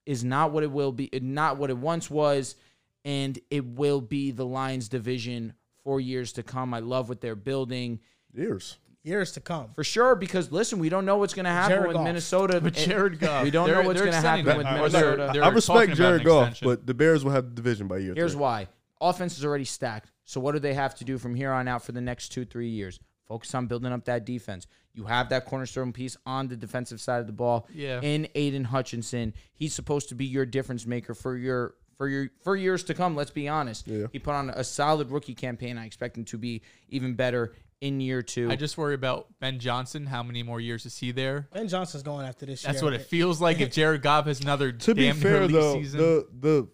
[SPEAKER 3] is not what it will be, not what it once was, and it will be the Lions division for years to come. I love what they're building
[SPEAKER 5] Years.
[SPEAKER 2] Years to come.
[SPEAKER 3] for sure because listen, we don't know what's going to happen
[SPEAKER 2] Jared
[SPEAKER 3] with
[SPEAKER 2] Goff.
[SPEAKER 3] Minnesota.
[SPEAKER 4] But Jared Goff,
[SPEAKER 3] we don't
[SPEAKER 4] they're-
[SPEAKER 3] know what's
[SPEAKER 4] they're
[SPEAKER 3] going to happen
[SPEAKER 4] extending
[SPEAKER 3] with
[SPEAKER 4] that. Or
[SPEAKER 3] Minnesota.
[SPEAKER 4] they're-
[SPEAKER 5] I
[SPEAKER 4] they're talking
[SPEAKER 5] respect
[SPEAKER 4] about
[SPEAKER 5] Jared
[SPEAKER 4] an
[SPEAKER 5] Goff,
[SPEAKER 4] extension.
[SPEAKER 5] but the Bears will have the division by year
[SPEAKER 3] Here's
[SPEAKER 5] three.
[SPEAKER 3] why. Offense is already stacked. So what do they have to do from here on out for the next two, three years? Focus on building up that defense. You have that cornerstone piece on the defensive side of the ball.
[SPEAKER 4] Yeah.
[SPEAKER 3] In Aiden Hutchinson, he's supposed to be your difference maker for your for your for years to come. Let's be honest.
[SPEAKER 5] Yeah.
[SPEAKER 3] He put on a solid rookie campaign. I expect him to be even better in year two.
[SPEAKER 4] I just worry about Ben Johnson. How many more years is he there?
[SPEAKER 2] Ben Johnson's going after this
[SPEAKER 4] That's
[SPEAKER 2] year.
[SPEAKER 4] what it feels like if Jared Goff has another
[SPEAKER 5] To be
[SPEAKER 4] damn near
[SPEAKER 5] fair
[SPEAKER 4] elite
[SPEAKER 5] though,
[SPEAKER 4] season.
[SPEAKER 5] the the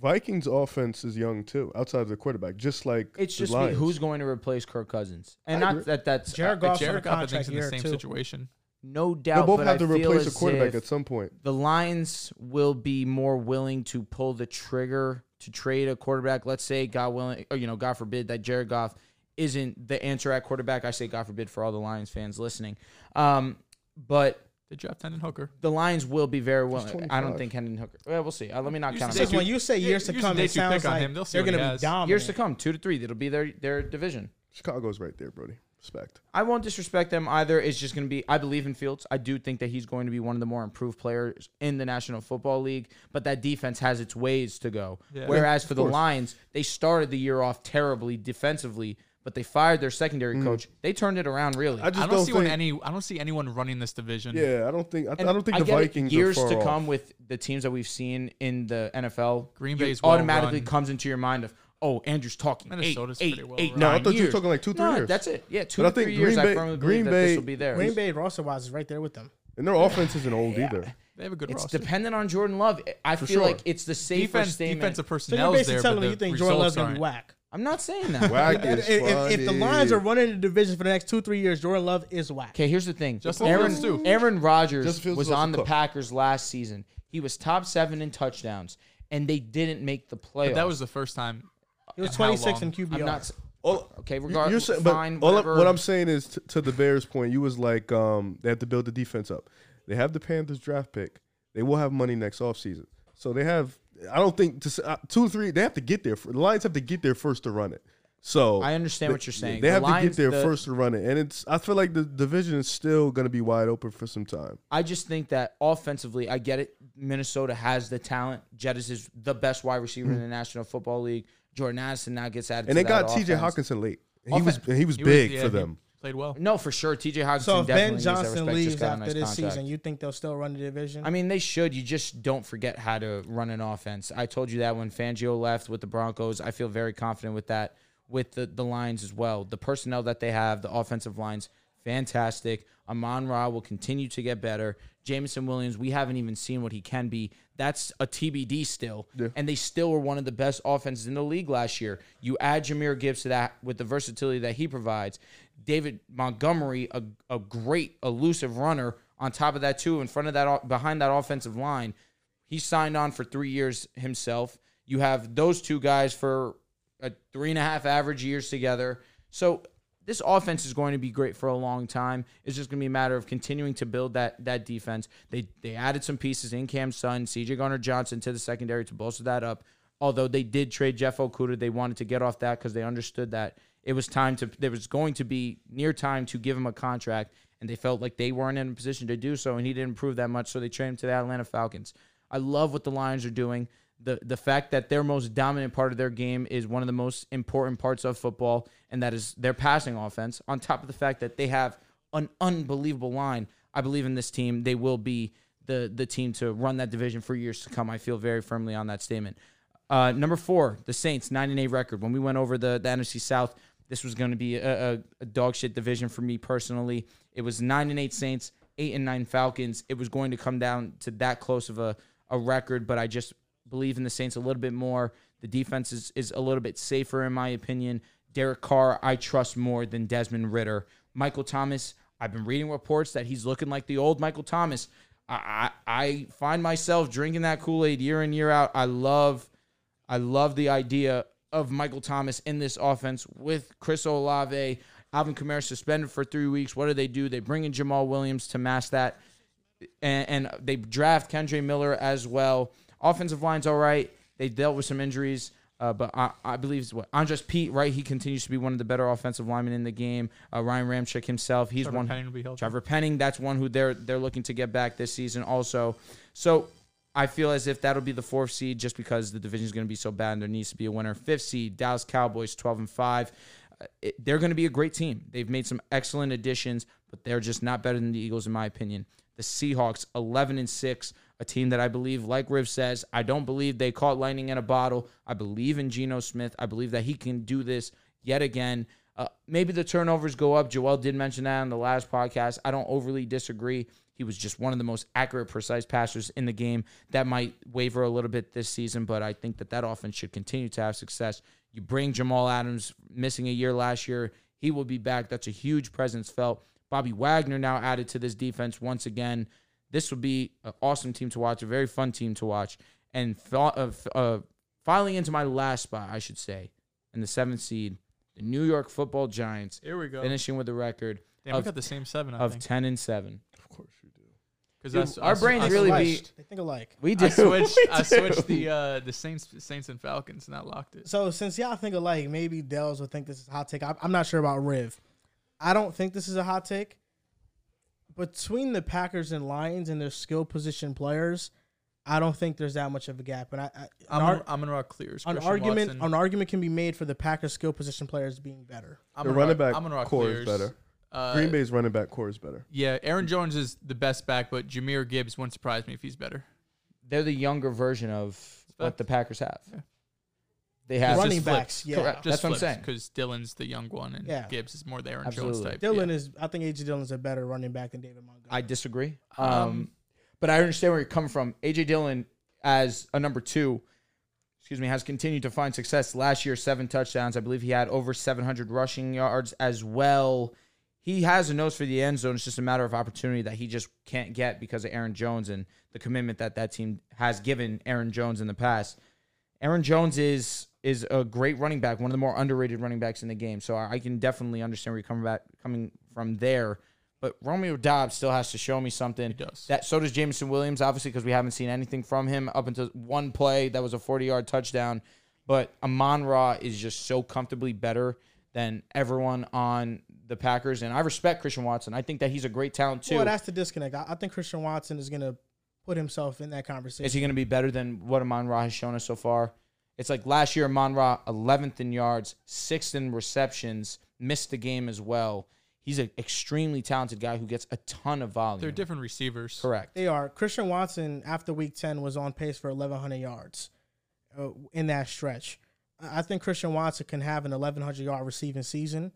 [SPEAKER 5] Vikings offense is young too, outside of the quarterback, just like
[SPEAKER 3] it's
[SPEAKER 5] the
[SPEAKER 3] just me.
[SPEAKER 5] Lions.
[SPEAKER 3] Who's going to replace Kirk Cousins? And
[SPEAKER 5] I
[SPEAKER 3] not
[SPEAKER 5] agree.
[SPEAKER 3] that that's
[SPEAKER 2] Jared
[SPEAKER 3] uh,
[SPEAKER 4] But
[SPEAKER 2] Goff's on a
[SPEAKER 4] Jared Goff, I think,
[SPEAKER 2] contract
[SPEAKER 4] is in the
[SPEAKER 2] year
[SPEAKER 4] same
[SPEAKER 2] too.
[SPEAKER 4] situation.
[SPEAKER 3] no doubt.
[SPEAKER 5] They'll both
[SPEAKER 3] but
[SPEAKER 5] have
[SPEAKER 3] I
[SPEAKER 5] to
[SPEAKER 3] feel
[SPEAKER 5] replace a
[SPEAKER 3] as
[SPEAKER 5] quarterback
[SPEAKER 3] if-
[SPEAKER 5] at some point.
[SPEAKER 3] the Lions will be more willing to pull the trigger to trade a quarterback. Let's say God willing, or, you know, God forbid that Jared Goff isn't the answer at quarterback. I say God forbid for all the Lions fans listening. Um, but
[SPEAKER 4] They draft Hendon Hooker.
[SPEAKER 3] the Lions will be very willing. I
[SPEAKER 5] 25.
[SPEAKER 3] don't think Hendon Hooker. Well, we'll see. Uh, let me not
[SPEAKER 4] You
[SPEAKER 3] count.
[SPEAKER 4] said
[SPEAKER 3] on
[SPEAKER 2] Because
[SPEAKER 3] that.
[SPEAKER 4] They
[SPEAKER 2] when
[SPEAKER 4] do-
[SPEAKER 2] you say years to
[SPEAKER 4] usually
[SPEAKER 2] come,
[SPEAKER 4] they
[SPEAKER 2] it
[SPEAKER 4] do pick
[SPEAKER 2] sounds
[SPEAKER 4] on
[SPEAKER 2] like
[SPEAKER 4] him. They'll see
[SPEAKER 2] they're
[SPEAKER 4] what he
[SPEAKER 2] going to be
[SPEAKER 4] has.
[SPEAKER 2] dominant.
[SPEAKER 3] Years to come, two to three. That'll be their their division.
[SPEAKER 5] Chicago's right there, Brody. Respect.
[SPEAKER 3] I won't disrespect them either. It's just going to be, I believe in Fields. I do think that he's going to be one of the more improved players in the National Football League, but that defense has its ways to go.
[SPEAKER 4] Yeah.
[SPEAKER 3] Whereas for the
[SPEAKER 5] course.
[SPEAKER 3] Lions, they started the year off terribly defensively, but they fired their secondary coach. They turned it around really.
[SPEAKER 5] Mm. I just
[SPEAKER 4] I don't,
[SPEAKER 5] don't,
[SPEAKER 4] see
[SPEAKER 5] think.
[SPEAKER 4] when any. I don't see anyone running this division.
[SPEAKER 5] yeah, I don't think. I, I
[SPEAKER 3] And
[SPEAKER 5] don't think the
[SPEAKER 3] get it,
[SPEAKER 5] Vikings
[SPEAKER 3] years
[SPEAKER 5] are far
[SPEAKER 3] to
[SPEAKER 5] off.
[SPEAKER 3] come with the teams that we've seen in the NFL.
[SPEAKER 4] Green
[SPEAKER 3] you-
[SPEAKER 4] Bay's well
[SPEAKER 3] automatically
[SPEAKER 4] run.
[SPEAKER 3] comes into your mind of, oh, Andrew's talking. Minnesota's
[SPEAKER 4] Minnesota's
[SPEAKER 3] eight,
[SPEAKER 4] pretty well
[SPEAKER 3] eight,
[SPEAKER 4] run.
[SPEAKER 5] No, I
[SPEAKER 3] nine
[SPEAKER 5] thought you were
[SPEAKER 3] years.
[SPEAKER 5] talking like two, three
[SPEAKER 3] No,
[SPEAKER 5] years.
[SPEAKER 3] That's it. Yeah, two
[SPEAKER 5] But I
[SPEAKER 3] to three
[SPEAKER 5] think
[SPEAKER 3] years.
[SPEAKER 5] Green Bay-
[SPEAKER 3] I firmly
[SPEAKER 5] Green
[SPEAKER 3] believe that
[SPEAKER 5] Bay-
[SPEAKER 3] this will be there.
[SPEAKER 2] Green Bay roster wise is right there with them.
[SPEAKER 5] And their offense isn't old either.
[SPEAKER 4] They have a good
[SPEAKER 3] It's
[SPEAKER 4] roster.
[SPEAKER 3] dependent on Jordan Love. I feel
[SPEAKER 5] sure.
[SPEAKER 3] like it's the safer
[SPEAKER 4] defense,
[SPEAKER 3] statement.
[SPEAKER 4] defensive
[SPEAKER 2] So you're
[SPEAKER 4] personnel is
[SPEAKER 2] basically
[SPEAKER 4] there,
[SPEAKER 2] telling
[SPEAKER 4] but
[SPEAKER 2] me
[SPEAKER 4] the
[SPEAKER 2] you think Jordan Love's
[SPEAKER 4] results
[SPEAKER 2] going to be
[SPEAKER 4] aren't.
[SPEAKER 2] whack.
[SPEAKER 3] I'm not saying that.
[SPEAKER 5] Whack
[SPEAKER 2] If,
[SPEAKER 5] is
[SPEAKER 2] if- if the Lions
[SPEAKER 5] funny.
[SPEAKER 2] are running the division for the next two, three years, Jordan Love is whack.
[SPEAKER 3] Okay, here's the thing.
[SPEAKER 4] Justin Fields, too.
[SPEAKER 3] Aaron, Aaron Rodgers
[SPEAKER 5] Justin Fields
[SPEAKER 3] was
[SPEAKER 5] is also
[SPEAKER 3] on the
[SPEAKER 5] cooked.
[SPEAKER 3] Packers last season. He was top seven in touchdowns, and they didn't make the playoffs.
[SPEAKER 4] But that was the first time.
[SPEAKER 2] He was
[SPEAKER 4] And how
[SPEAKER 2] 26
[SPEAKER 4] long?
[SPEAKER 2] in QBR.
[SPEAKER 3] I'm not. s-
[SPEAKER 5] All-
[SPEAKER 3] Okay,
[SPEAKER 5] you-
[SPEAKER 3] regardless,
[SPEAKER 5] saying- but
[SPEAKER 3] fine.
[SPEAKER 5] all I'm-
[SPEAKER 3] whatever.
[SPEAKER 5] what I'm saying is, t- to the Bears' point, you was like, um, they have to build the defense up. They have the Panthers draft pick. They will have money next offseason. So they have. I don't think to, s- uh, two, three. They have to get there. fir- The Lions have to get there first to run it. So
[SPEAKER 3] I understand what you're saying.
[SPEAKER 5] They
[SPEAKER 3] The
[SPEAKER 5] have
[SPEAKER 3] Lions-
[SPEAKER 5] to get there
[SPEAKER 3] the-
[SPEAKER 5] first to run it, and it's. I feel like the division is still going to be wide open for some time.
[SPEAKER 3] I just think that offensively, I get it. Minnesota has the talent. Jettis is the best wide receiver in the National Football League. Jordan Addison now gets added.
[SPEAKER 5] And
[SPEAKER 3] to
[SPEAKER 5] they got
[SPEAKER 3] that
[SPEAKER 5] T.J.
[SPEAKER 3] offense.
[SPEAKER 5] Hawkinson late. And He was
[SPEAKER 3] Offense.
[SPEAKER 5] and he was
[SPEAKER 4] He was-
[SPEAKER 5] big
[SPEAKER 4] yeah,
[SPEAKER 5] for
[SPEAKER 4] he-
[SPEAKER 5] them.
[SPEAKER 4] played well.
[SPEAKER 3] No, for sure. T.J. Hodgson
[SPEAKER 2] So if
[SPEAKER 3] definitely
[SPEAKER 2] Ben
[SPEAKER 3] needs that
[SPEAKER 2] Johnson
[SPEAKER 3] respect, just
[SPEAKER 2] leaves
[SPEAKER 3] got a
[SPEAKER 2] after
[SPEAKER 3] nice
[SPEAKER 2] this
[SPEAKER 3] contract.
[SPEAKER 2] season, you think they'll still run the division?
[SPEAKER 3] I mean, they should. You just don't forget how to run an offense. I told you that when Fangio left with the Broncos. I feel very confident with that, with the, the lines as well. The personnel that they have, the offensive lines, fantastic. Amon Ra will continue to get better. Jamison Williams, we haven't even seen what he can be. That's a TBD still. And they still were one of the best offenses in the league last year. You add Jameer Gibbs to that with the versatility that he provides. David Montgomery, a, a great elusive runner, on top of that too in front of that o- behind that offensive line he signed on for three years himself you have those two guys for a three and a half average years together so this offense is going to be great for a long time. It's just going to be a matter of continuing to build that that defense. They they added some pieces in Cam Sun, C.J. Garner Johnson to the secondary to bolster that up. Although they did trade Jeff Okuda, they wanted to get off that because they understood that it was time to there was going to be near time to give him a contract and they felt like they weren't in a position to do so and he didn't prove that much so they traded him to the Atlanta Falcons. I love what the Lions are doing. The the fact that their most dominant part of their game is one of the most important parts of football and that is their passing offense on top of the fact that they have an unbelievable line. I believe in this team. They will be the the team to run that division for years to come. I feel very firmly on that statement. Uh, number four, the Saints, nine and eight record. When we went over the, the NFC South, this was going to be a, a, a dog shit division for me personally. It was nine and eight Saints, eight and nine Falcons. It was going to come down to that close of a, a record, but I just believe in the Saints a little bit more. The defense is, is a little bit safer in my opinion. Derek Carr, I trust more than Desmond Ritter. Michael Thomas, I've been reading reports that he's looking like the old Michael Thomas. I, I, I find myself drinking that Kool Aid year in year out. I love I love the idea of Michael Thomas in this offense with Chris Olave, Alvin Kamara suspended for three weeks. What do they do? They bring in Jamal Williams to mask that, and, and they draft Kendra Miller as well. Offensive line's all right. They dealt with some injuries, uh, but I, I believe it's what Andres Pete, right? He continues to be one of the better offensive linemen in the game. Uh, Ryan Ramchick himself, he's
[SPEAKER 4] Trevor
[SPEAKER 3] one.
[SPEAKER 4] Penning will be healthy.
[SPEAKER 3] Trevor Penning, that's one who they're they're looking to get back this season also. So I feel as if that'll be the fourth seed just because the division is going to be so bad and there needs to be a winner. Fifth seed, Dallas Cowboys, 12 and 5. Uh, it- they're going to be a great team. They've made some excellent additions, but they're just not better than the Eagles, in my opinion. The Seahawks, 11 and 6, a team that I believe, like Riv says, I don't believe they caught lightning in a bottle. I believe in Geno Smith. I believe that he can do this yet again. Uh, maybe the turnovers go up. Joel did mention that on the last podcast. I don't overly disagree. He was just one of the most accurate, precise passers in the game. That might waver a little bit this season, but I think that that offense should continue to have success. You bring Jamal Adams, missing a year last year, he will be back. That's a huge presence felt. Bobby Wagner now added to this defense once again. This would be an awesome team to watch, a very fun team to watch. And thought of uh, filing into my last spot, I should say, in the seventh seed, the New York Football Giants,
[SPEAKER 4] Here we go.
[SPEAKER 3] finishing with a record
[SPEAKER 4] Damn, we
[SPEAKER 3] of,
[SPEAKER 4] got the same seven. I
[SPEAKER 3] of
[SPEAKER 4] think.
[SPEAKER 3] ten and seven.
[SPEAKER 5] Of course you do.
[SPEAKER 4] 'Cause
[SPEAKER 3] Dude,
[SPEAKER 4] I s- I
[SPEAKER 3] our
[SPEAKER 4] s-
[SPEAKER 3] brains
[SPEAKER 4] I
[SPEAKER 3] really
[SPEAKER 4] switched-
[SPEAKER 3] be-
[SPEAKER 2] They think alike.
[SPEAKER 3] We do.
[SPEAKER 4] I switched.
[SPEAKER 3] We
[SPEAKER 4] I switched
[SPEAKER 3] do.
[SPEAKER 4] the uh, the Saints Saints and Falcons, and I locked it.
[SPEAKER 2] So since y'all think alike, maybe Dells would think this is a hot take. I- I'm not sure about Riv. I don't think this is a hot take. Between the Packers and Lions and their skill position players, I don't think there's that much of a gap. And I, I
[SPEAKER 4] I'm
[SPEAKER 2] an, ar-
[SPEAKER 4] I'm gonna rock clears.
[SPEAKER 2] an
[SPEAKER 4] Christian
[SPEAKER 2] argument
[SPEAKER 4] Watson.
[SPEAKER 2] an argument can be made for the Packers skill position players being better.
[SPEAKER 4] I'm
[SPEAKER 5] The
[SPEAKER 4] gonna
[SPEAKER 5] running
[SPEAKER 4] rock-
[SPEAKER 5] back
[SPEAKER 4] I'm gonna rock
[SPEAKER 5] core is
[SPEAKER 4] clears.
[SPEAKER 5] better.
[SPEAKER 4] Uh,
[SPEAKER 5] Green Bay's running back core is better.
[SPEAKER 4] Yeah, Aaron Jones is the best back, but Jameer Gibbs wouldn't surprise me if he's better.
[SPEAKER 3] They're the younger version of what
[SPEAKER 4] fact.
[SPEAKER 3] the Packers have.
[SPEAKER 4] Yeah.
[SPEAKER 3] They have
[SPEAKER 2] Running
[SPEAKER 4] just
[SPEAKER 2] backs, yeah.
[SPEAKER 3] Correct. That's
[SPEAKER 4] Just
[SPEAKER 3] what I'm saying.
[SPEAKER 4] Because Dylan's the young one, and
[SPEAKER 2] Yeah.
[SPEAKER 4] Gibbs is more the Aaron
[SPEAKER 3] Absolutely.
[SPEAKER 4] Jones type.
[SPEAKER 2] Dylan
[SPEAKER 4] yeah.
[SPEAKER 2] is I think AJ Dylan's a better running back than David Montgomery.
[SPEAKER 3] I disagree. Um,
[SPEAKER 4] Um,
[SPEAKER 3] but I understand where you're coming from. AJ Dillon as a number two, excuse me, has continued to find success. Last year, seven touchdowns. I believe he had over 700 rushing yards as well. He has a nose for the end zone. It's just a matter of opportunity that he just can't get because of Aaron Jones and the commitment that that team has given Aaron Jones in the past. Aaron Jones is is a great running back, one of the more underrated running backs in the game. So I, I can definitely understand where you're coming back coming from there. But Romeo Dobbs still has to show me something. He
[SPEAKER 4] does.
[SPEAKER 3] That so does Jameson Williams, obviously, because we haven't seen anything from him up until one play that was a 40 yard touchdown. But Amon Ra is just so comfortably better than everyone on the Packers. And I respect Christian Watson. I think that he's a great talent too.
[SPEAKER 2] well, that's the disconnect. I, I think Christian Watson is gonna put himself in that conversation.
[SPEAKER 3] Is he going to be better than what Amon Ra has shown us so far? It's like last year, Amon Ra, 11th in yards, 6th in receptions, missed the game as well. He's an extremely talented guy who gets a ton of volume.
[SPEAKER 4] They're different receivers.
[SPEAKER 3] Correct.
[SPEAKER 2] They are. Christian Watson after week 10 was on pace for 1,100 yards uh, in that stretch. I I think Christian Watson can have an 1,100 yard receiving season.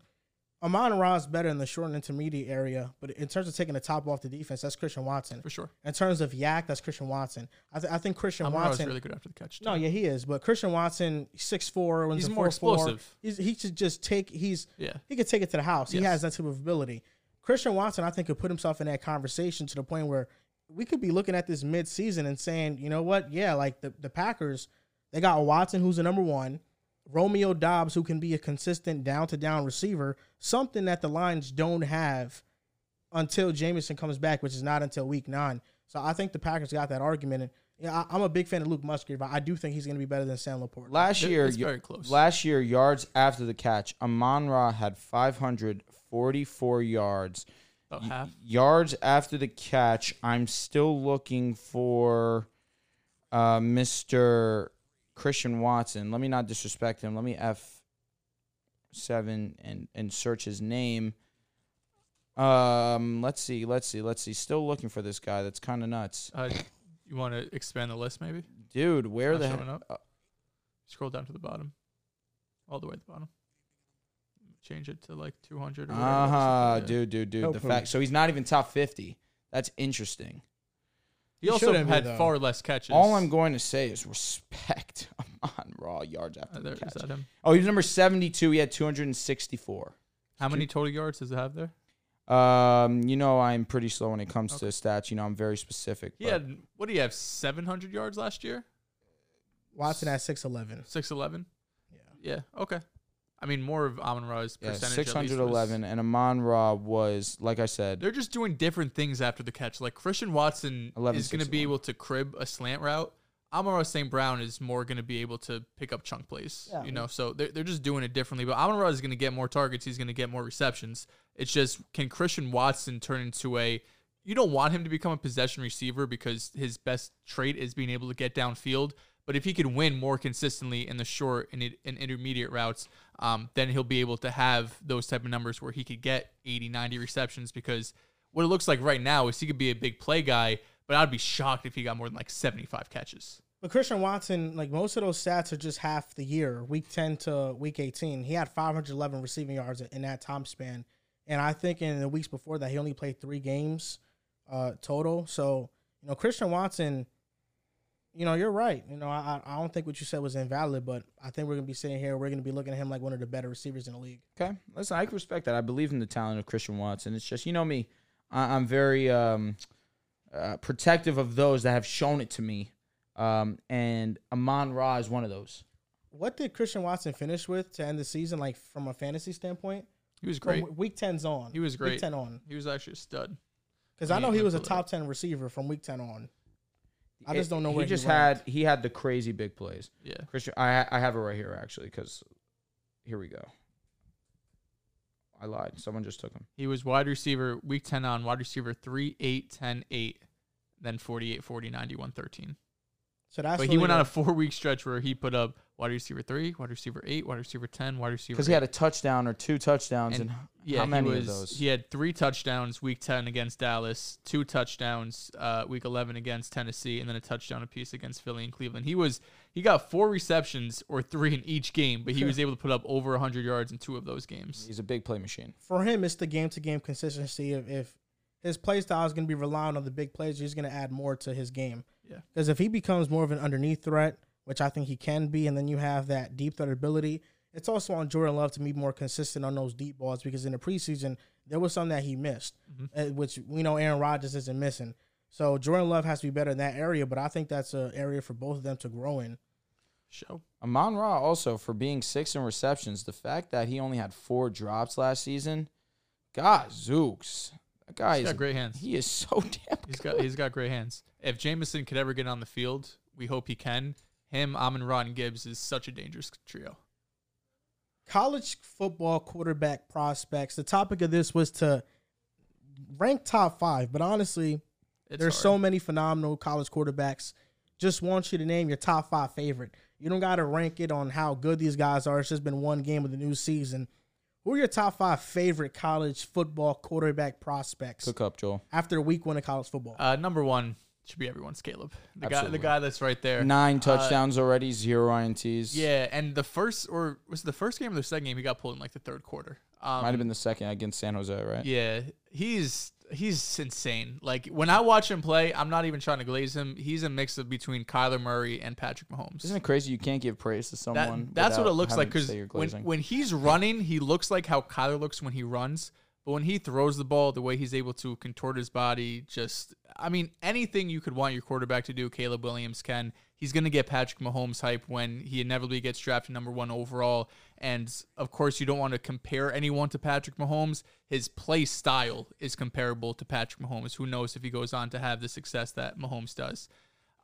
[SPEAKER 2] Amon Ra's better in the short and intermediate area, but in terms of taking the top off the defense, that's Christian Watson.
[SPEAKER 4] For sure.
[SPEAKER 2] In terms of yak, that's Christian Watson. I, th- I think Christian
[SPEAKER 4] Amara was
[SPEAKER 2] Watson.
[SPEAKER 4] really good after the catch. too.
[SPEAKER 2] no, yeah, he is. But Christian Watson, six four,
[SPEAKER 4] He's more explosive.
[SPEAKER 2] He's, he should just take. He's
[SPEAKER 4] Yeah.
[SPEAKER 2] he could take it to the house. He
[SPEAKER 4] Yes.
[SPEAKER 2] has that type of ability. Christian Watson, I think, could put himself in that conversation to the point where we could be looking at this mid-season and saying, you know what? Yeah, like the, the Packers, they got Watson, who's the number one, Romeo Dobbs, who can be a consistent down-to-down receiver, something that the Lions don't have until Jamison comes back, which is not until week nine. So I think the Packers got that argument. And yeah, I, I'm a big fan of Luke Musgrave. I, I do think he's going to be better than Sam Laporte.
[SPEAKER 3] Last
[SPEAKER 4] It-
[SPEAKER 3] year,
[SPEAKER 4] it's
[SPEAKER 3] y-
[SPEAKER 4] very close.
[SPEAKER 3] Last year, yards after the catch, Amon Ra had 544 yards.
[SPEAKER 4] About
[SPEAKER 3] Y-
[SPEAKER 4] half.
[SPEAKER 3] yards after the catch, I'm still looking for uh, Mr. Christian Watson. Let me not disrespect him. Let me F7 and, and search his name. Um, let's see, let's see, let's see. Still looking for this guy. That's kind of nuts,
[SPEAKER 4] Uh, you want to expand the list, maybe?
[SPEAKER 3] dude. Where
[SPEAKER 4] Not
[SPEAKER 3] the Uh,
[SPEAKER 4] showing
[SPEAKER 3] hell?
[SPEAKER 4] up? Scroll down to the bottom, all the way at the bottom. Change it to like 200 or whatever.
[SPEAKER 3] Uh huh,
[SPEAKER 4] something, yeah.
[SPEAKER 3] dude, dude, dude.
[SPEAKER 5] Help
[SPEAKER 3] The
[SPEAKER 5] him.
[SPEAKER 3] fact so he's not even top fifty. That's interesting.
[SPEAKER 4] He also
[SPEAKER 2] shouldn't be,
[SPEAKER 4] had
[SPEAKER 2] though.
[SPEAKER 4] far less catches.
[SPEAKER 3] All I'm going to say is respect on raw yards after
[SPEAKER 4] Uh,
[SPEAKER 3] the
[SPEAKER 4] there, is
[SPEAKER 3] catch.
[SPEAKER 4] that him?
[SPEAKER 3] Oh, he was number seventy-two. He had two hundred and sixty-four.
[SPEAKER 4] How many total yards does it have there?
[SPEAKER 3] Um, you know, I'm pretty slow when it comes to stats. You know, I'm very specific.
[SPEAKER 4] He
[SPEAKER 3] but-
[SPEAKER 4] had what do you have? 700 yards last year.
[SPEAKER 2] Watson at 6'11".
[SPEAKER 4] 611.
[SPEAKER 2] Yeah.
[SPEAKER 4] Yeah. Okay. I mean, more of Amon Ra's
[SPEAKER 3] yeah,
[SPEAKER 4] percentage.
[SPEAKER 3] six
[SPEAKER 4] at least,
[SPEAKER 3] hundred
[SPEAKER 4] was-
[SPEAKER 3] eleven, and Amon Ra was, like I said,
[SPEAKER 4] They're just doing different things after the catch. Like Christian Watson
[SPEAKER 3] 11,
[SPEAKER 4] is going to
[SPEAKER 3] 61.
[SPEAKER 4] be able to crib a slant route. Amon Ra St. Brown is more going to be able to pick up chunk plays. you know, so they're, they're just doing it differently. But Amon Ra is going to get more targets. He's going to get more receptions. It's just can Christian Watson turn into a. You don't want him to become a possession receiver because his best trait is being able to get downfield. But if he can win more consistently in the short and, it- and intermediate routes, um, then he'll be able to have those type of numbers where he could get 80, 90 receptions because what it looks like right now is he could be a big play guy, but I'd be shocked if he got more than like 75 catches.
[SPEAKER 2] But Christian Watson, like most of those stats are just half the year, week 10 to week 18. He had 511 receiving yards in that time span. And I think in the weeks before that, he only played three games uh, total. So, you know, Christian Watson, you know, you're right. You know, I, I I don't think what you said was invalid, but I think we're going to be sitting here, we're going to be looking at him like one of the better receivers in the league.
[SPEAKER 3] okay. Listen, I can respect that. I believe in the talent of Christian Watson. It's just, you know me, I, I'm very um, uh, protective of those that have shown it to me, um, and Amon Ra is one of those.
[SPEAKER 2] What did Christian Watson finish with to end the season, like from a fantasy standpoint?
[SPEAKER 4] He was
[SPEAKER 2] From
[SPEAKER 4] great.
[SPEAKER 2] week 10's on.
[SPEAKER 4] He was
[SPEAKER 2] Week
[SPEAKER 4] great.
[SPEAKER 2] 10 on.
[SPEAKER 4] He was actually a stud.
[SPEAKER 2] Because I
[SPEAKER 4] Yeah,
[SPEAKER 2] know he
[SPEAKER 4] I
[SPEAKER 2] was a
[SPEAKER 4] feel that.
[SPEAKER 2] top ten receiver from week ten on. I
[SPEAKER 3] It-
[SPEAKER 2] just don't know where
[SPEAKER 3] he just
[SPEAKER 2] ranked.
[SPEAKER 3] had. He had the crazy big plays.
[SPEAKER 4] Yeah.
[SPEAKER 3] Christian, I I have it right here actually because here we go. I lied. Someone just took him.
[SPEAKER 4] He was wide receiver, week 10 on, wide receiver 3, 8, 10, 8, then 48, 40, 91, 13.
[SPEAKER 2] So that's
[SPEAKER 4] But he
[SPEAKER 2] really
[SPEAKER 4] went
[SPEAKER 2] good.
[SPEAKER 4] on a four week stretch where he put up wide receiver 3, wide receiver 8, wide receiver 10, wide receiver.
[SPEAKER 3] Because he had a touchdown or two touchdowns, and,
[SPEAKER 4] And, yeah,
[SPEAKER 3] how many
[SPEAKER 4] he was,
[SPEAKER 3] of those?
[SPEAKER 4] He had three touchdowns week 10 against Dallas, two touchdowns uh, week 11 against Tennessee, and then a touchdown apiece against Philly and Cleveland. He was he got four receptions or three in each game, but he was able to put up over 100 yards in two of those games.
[SPEAKER 3] He's a big play machine.
[SPEAKER 2] for him. It's the game to game consistency. If, if his play style is going to be relying on the big plays, he's going to add more to his game.
[SPEAKER 4] Yeah.
[SPEAKER 2] Because if he becomes more of an underneath threat, which I think he can be, and then you have that deep threat ability, it's also on Jordan Love to be more consistent on those deep balls. Because in the preseason, there was some that he missed,
[SPEAKER 4] Mm-hmm.
[SPEAKER 2] uh, which we know Aaron Rodgers isn't missing. So Jordan Love has to be better in that area, but I think that's an area for both of them to grow in.
[SPEAKER 4] Show.
[SPEAKER 3] Amon Ra also for being six in receptions. The fact that he only had four drops last season, God zooks, that guy
[SPEAKER 4] He's
[SPEAKER 3] is
[SPEAKER 4] got great hands.
[SPEAKER 3] He is so damn.
[SPEAKER 4] He's
[SPEAKER 3] good.
[SPEAKER 4] got he's got great hands. If Jameson could ever get on the field, we hope he can. Him, Amon Ra, and Gibbs is such a dangerous trio.
[SPEAKER 2] college football quarterback prospects. The topic of this was to rank top five, but honestly,
[SPEAKER 4] It's
[SPEAKER 2] there's so
[SPEAKER 4] hard.
[SPEAKER 2] many phenomenal college quarterbacks. Just want you to name your top five favorite. You don't got to rank it on how good these guys are. It's just been one game of the new season. Who are your top five favorite college football quarterback prospects
[SPEAKER 3] Cook up, Joel.
[SPEAKER 2] after week one of college football?
[SPEAKER 4] Uh, number one should be everyone's Caleb, the guy,
[SPEAKER 3] Absolutely.
[SPEAKER 4] the guy that's right there. Uh,
[SPEAKER 3] Nine touchdowns already, zero ints.
[SPEAKER 4] Yeah, and the first or was it the first game or the second game he got pulled in like the third quarter. Um,
[SPEAKER 3] might have been the second against San Jose, right?
[SPEAKER 4] Yeah, he's he's insane. Like when I watch him play, I'm not even trying to glaze him. He's a mix of between Kyler Murray and Patrick Mahomes.
[SPEAKER 3] Isn't it crazy? You can't give praise to
[SPEAKER 4] That-
[SPEAKER 3] someone.
[SPEAKER 4] that's what it
[SPEAKER 3] without
[SPEAKER 4] looks
[SPEAKER 3] having to
[SPEAKER 4] like because
[SPEAKER 3] say you're
[SPEAKER 4] when,
[SPEAKER 3] glazing.
[SPEAKER 4] when he's running, he looks like how Kyler looks when he runs. But when he throws the ball, the way he's able to contort his body, just I mean, anything you could want your quarterback to do, Caleb Williams can. He's going to get Patrick Mahomes hype when he inevitably gets drafted number one overall. And of course, you don't want to compare anyone to Patrick Mahomes. His play style is comparable to Patrick Mahomes. Who knows if he goes on to have the success that Mahomes does?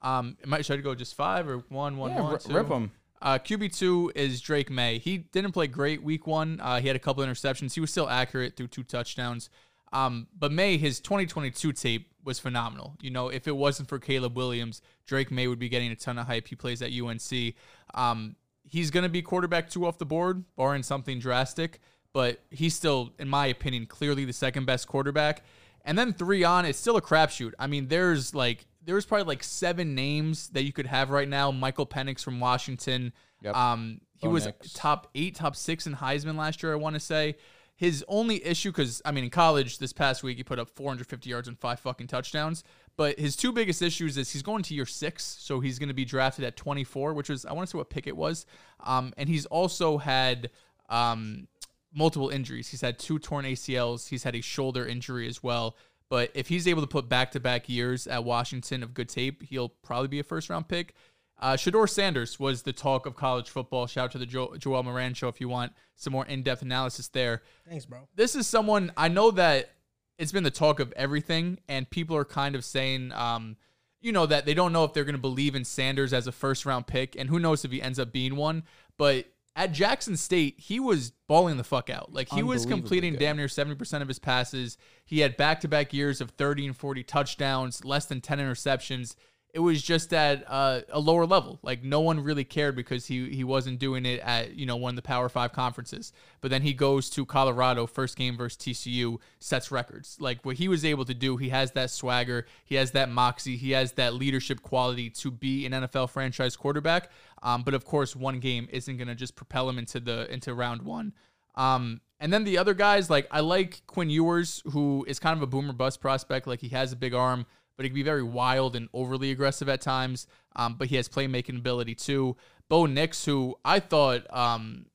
[SPEAKER 4] Um, am I- should I go just five or one, one,
[SPEAKER 3] Yeah,
[SPEAKER 4] one,
[SPEAKER 3] ri-
[SPEAKER 4] two?
[SPEAKER 3] rip 'em.
[SPEAKER 4] Uh, QB two is Drake May. He didn't play great week one. Uh, he had a couple interceptions. He was still accurate through two touchdowns. Um, but May, his 2022 tape was phenomenal. You know, if it wasn't for Caleb Williams, Drake May would be getting a ton of hype. He plays at UNC. Um, he's going to be quarterback two off the board, barring something drastic. But he's still, in my opinion, clearly the second best quarterback. And then three on, it's still a crapshoot. I mean, there's like there's probably like seven names that you could have right now. Michael Penix from Washington.
[SPEAKER 3] Yep.
[SPEAKER 4] Um, he
[SPEAKER 3] Bo
[SPEAKER 4] was
[SPEAKER 3] Nix.
[SPEAKER 4] top eight, top six in Heisman last year. I want to say his only issue because I mean, in college this past week he put up 450 yards and five fucking touchdowns. But his two biggest issues is he's going to year six, so he's going to be drafted at 24, which is I want to say what pick it was. Um, and he's also had um, multiple injuries. He's had two torn ACLs. He's had a shoulder injury as well. But if he's able to put back to back years at Washington of good tape, he'll probably be a first round pick. Uh, Shador Sanders was the talk of college football. Shout out to the jo- Joel Moran show if you want some more in depth analysis there
[SPEAKER 2] Thanks, bro.
[SPEAKER 4] this is someone I know that it's been the talk of everything, and people are kind of saying, um, you know, that they don't know if they're going to believe in Sanders as a first round pick, and who knows if he ends up being one. But at Jackson State, he was balling the fuck out. Like he was
[SPEAKER 3] Unbelievably
[SPEAKER 4] completing
[SPEAKER 3] good.
[SPEAKER 4] damn near seventy percent of his passes. He had back to back years of thirty and forty touchdowns, less than ten interceptions. It was just at uh, a lower level. Like no one really cared because he he wasn't doing it at you know one of the Power Five conferences. But then he goes to Colorado, first game versus TCU, sets records. Like what he was able to do, he has that swagger, he has that moxie, he has that leadership quality to be an NFL franchise quarterback. Um, but of course, one game isn't going to just propel him into the into round one. Um, and then the other guys, like I like Quinn Ewers, who is kind of a boomer bust prospect. Like he has a big arm, but he can be very wild and overly aggressive at times. Um, but he has playmaking ability too. Bo Nix, who I thought um,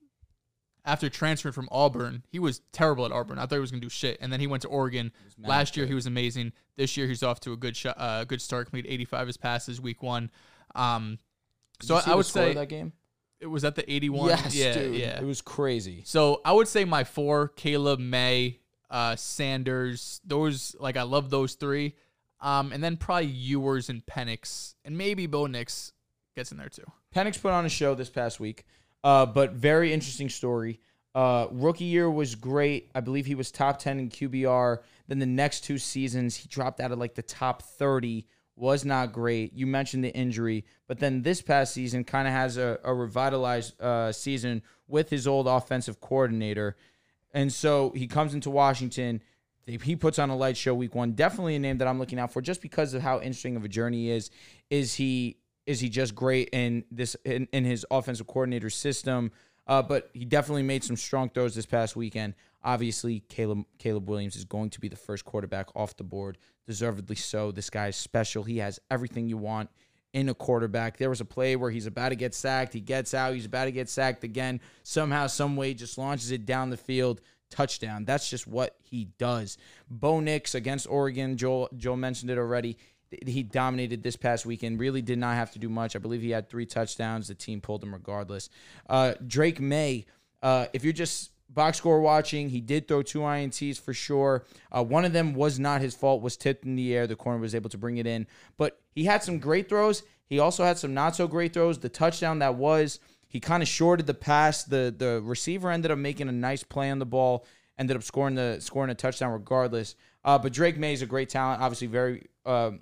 [SPEAKER 4] after transferring from Auburn, he was terrible at Auburn. I thought he was going to do shit, and then he went to Oregon. Last year he was amazing. This year he's off to a good shot, uh, good start. Complete eighty five his passes week one. Um,
[SPEAKER 3] Did
[SPEAKER 4] so
[SPEAKER 3] you see
[SPEAKER 4] I, I
[SPEAKER 3] the
[SPEAKER 4] would
[SPEAKER 3] score
[SPEAKER 4] say
[SPEAKER 3] of that game.
[SPEAKER 4] it was at the eighty one.
[SPEAKER 3] Yes,
[SPEAKER 4] yeah,
[SPEAKER 3] dude.
[SPEAKER 4] yeah.
[SPEAKER 3] It was crazy.
[SPEAKER 4] So I would say my four: Caleb May, uh, Sanders. Those like I love those three, um, and then probably Ewers and Penix, and maybe Bo Nix gets in there too.
[SPEAKER 3] Penix put on a show this past week, uh, but very interesting story. Uh, rookie year was great. I believe he was top 10 in QBR. Then the next two seasons, he dropped out of like the top 30, was not great. You mentioned the injury, but then this past season kind of has a, a revitalized uh, season with his old offensive coordinator. And so he comes into Washington. They- He puts on a light show week one. Definitely a name that I'm looking out for, just because of how interesting of a journey he is. Is he is he just great in this in, in his offensive coordinator system? Uh, but he definitely made some strong throws this past weekend. Obviously, Caleb Caleb Williams is going to be the first quarterback off the board, deservedly so. This guy is special. He has everything you want in a quarterback. There was a play where he's about to get sacked. He gets out. He's about to get sacked again. Somehow, some way, just launches it down the field. Touchdown. That's just what he does. Bo Nix against Oregon. Joel Joel mentioned it already. Th- He dominated this past weekend. Really did not have to do much. I believe he had three touchdowns. The team pulled him regardless. Uh, Drake May. Uh, if you're just box score watching, he did throw two ints for sure. Uh, one of them was not his fault; was tipped in the air. The corner was able to bring it in, but he had some great throws. He also had some not so great throws. The touchdown that was, he kind of shorted the pass. the The receiver ended up making a nice play on the ball. Ended up scoring the scoring a touchdown regardless. Uh, but Drake May is a great talent. Obviously, very. um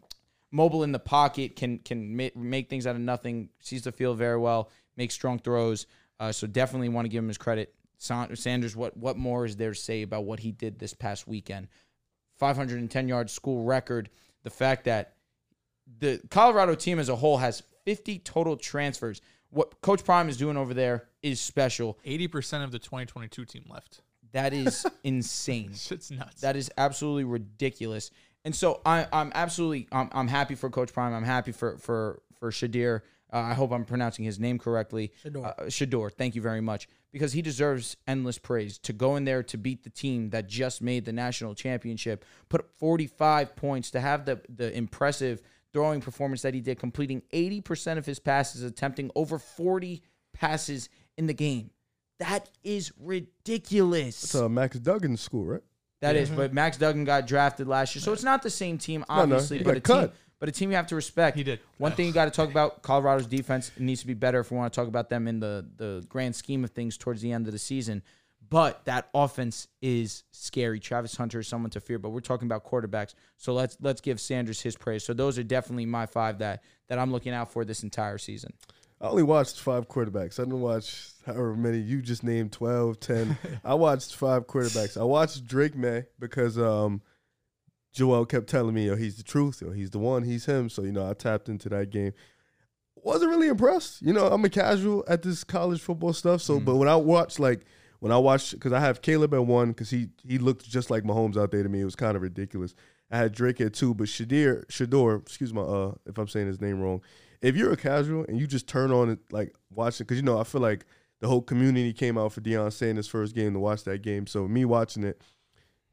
[SPEAKER 3] mobile in the pocket, can can ma- make things out of nothing, sees the field very well, makes strong throws. Uh, so definitely want to give him his credit. San- Sanders, what what more is there to say about what he did this past weekend? 510 yard school record. The fact that the Colorado team as a whole has 50 total transfers. What Coach Prime is doing over there is special.
[SPEAKER 4] Eighty percent of the 2022 team left.
[SPEAKER 3] That is insane.
[SPEAKER 4] Shit's nuts.
[SPEAKER 3] That is absolutely ridiculous. And so I, I'm absolutely I'm, I'm happy for Coach Prime. I'm happy for for for Shadir. Uh, I hope I'm pronouncing his name correctly.
[SPEAKER 2] Shador.
[SPEAKER 3] Uh, Shador. Thank you very much because he deserves endless praise to go in there to beat the team that just made the national championship, put up 45 points to have the the impressive throwing performance that he did, completing 80% of his passes, attempting over 40 passes in the game. That is ridiculous.
[SPEAKER 5] It's uh, Max Duggan school, right?
[SPEAKER 3] That
[SPEAKER 5] Mm-hmm.
[SPEAKER 3] is, but Max Duggan got drafted last year, so it's not the same team, obviously.
[SPEAKER 5] he
[SPEAKER 3] but
[SPEAKER 5] got
[SPEAKER 3] a team,
[SPEAKER 5] cut.
[SPEAKER 3] but a team you have to respect.
[SPEAKER 4] He did.
[SPEAKER 3] One thing you got to talk about: Colorado's defense needs to be better if we want to talk about them in the the grand scheme of things towards the end of the season. But that offense is scary. Travis Hunter is someone to fear, but we're talking about quarterbacks, so let's let's give Sanders his praise. So those are definitely my five that that I'm looking out for this entire season.
[SPEAKER 5] I only watched five quarterbacks. I didn't watch however many you just named 12, 10. I watched five quarterbacks. I watched Drake May because um, Joel kept telling me, yo, he's the truth, yo, he's the one, he's him. So, you know, I tapped into that game. Wasn't really impressed. You know, I'm a casual at this college football stuff. So, but when I watched, like, when I watched, because I have Caleb at one, because he he looked just like Mahomes out there to me. It was kind of ridiculous. I had Drake at two, but Shadir, Shador, excuse my, uh, if I'm saying his name wrong, if you're a casual and you just turn on it, like watching, because you know, I feel like the whole community came out for Deion Sanders' first game to watch that game. So me watching it,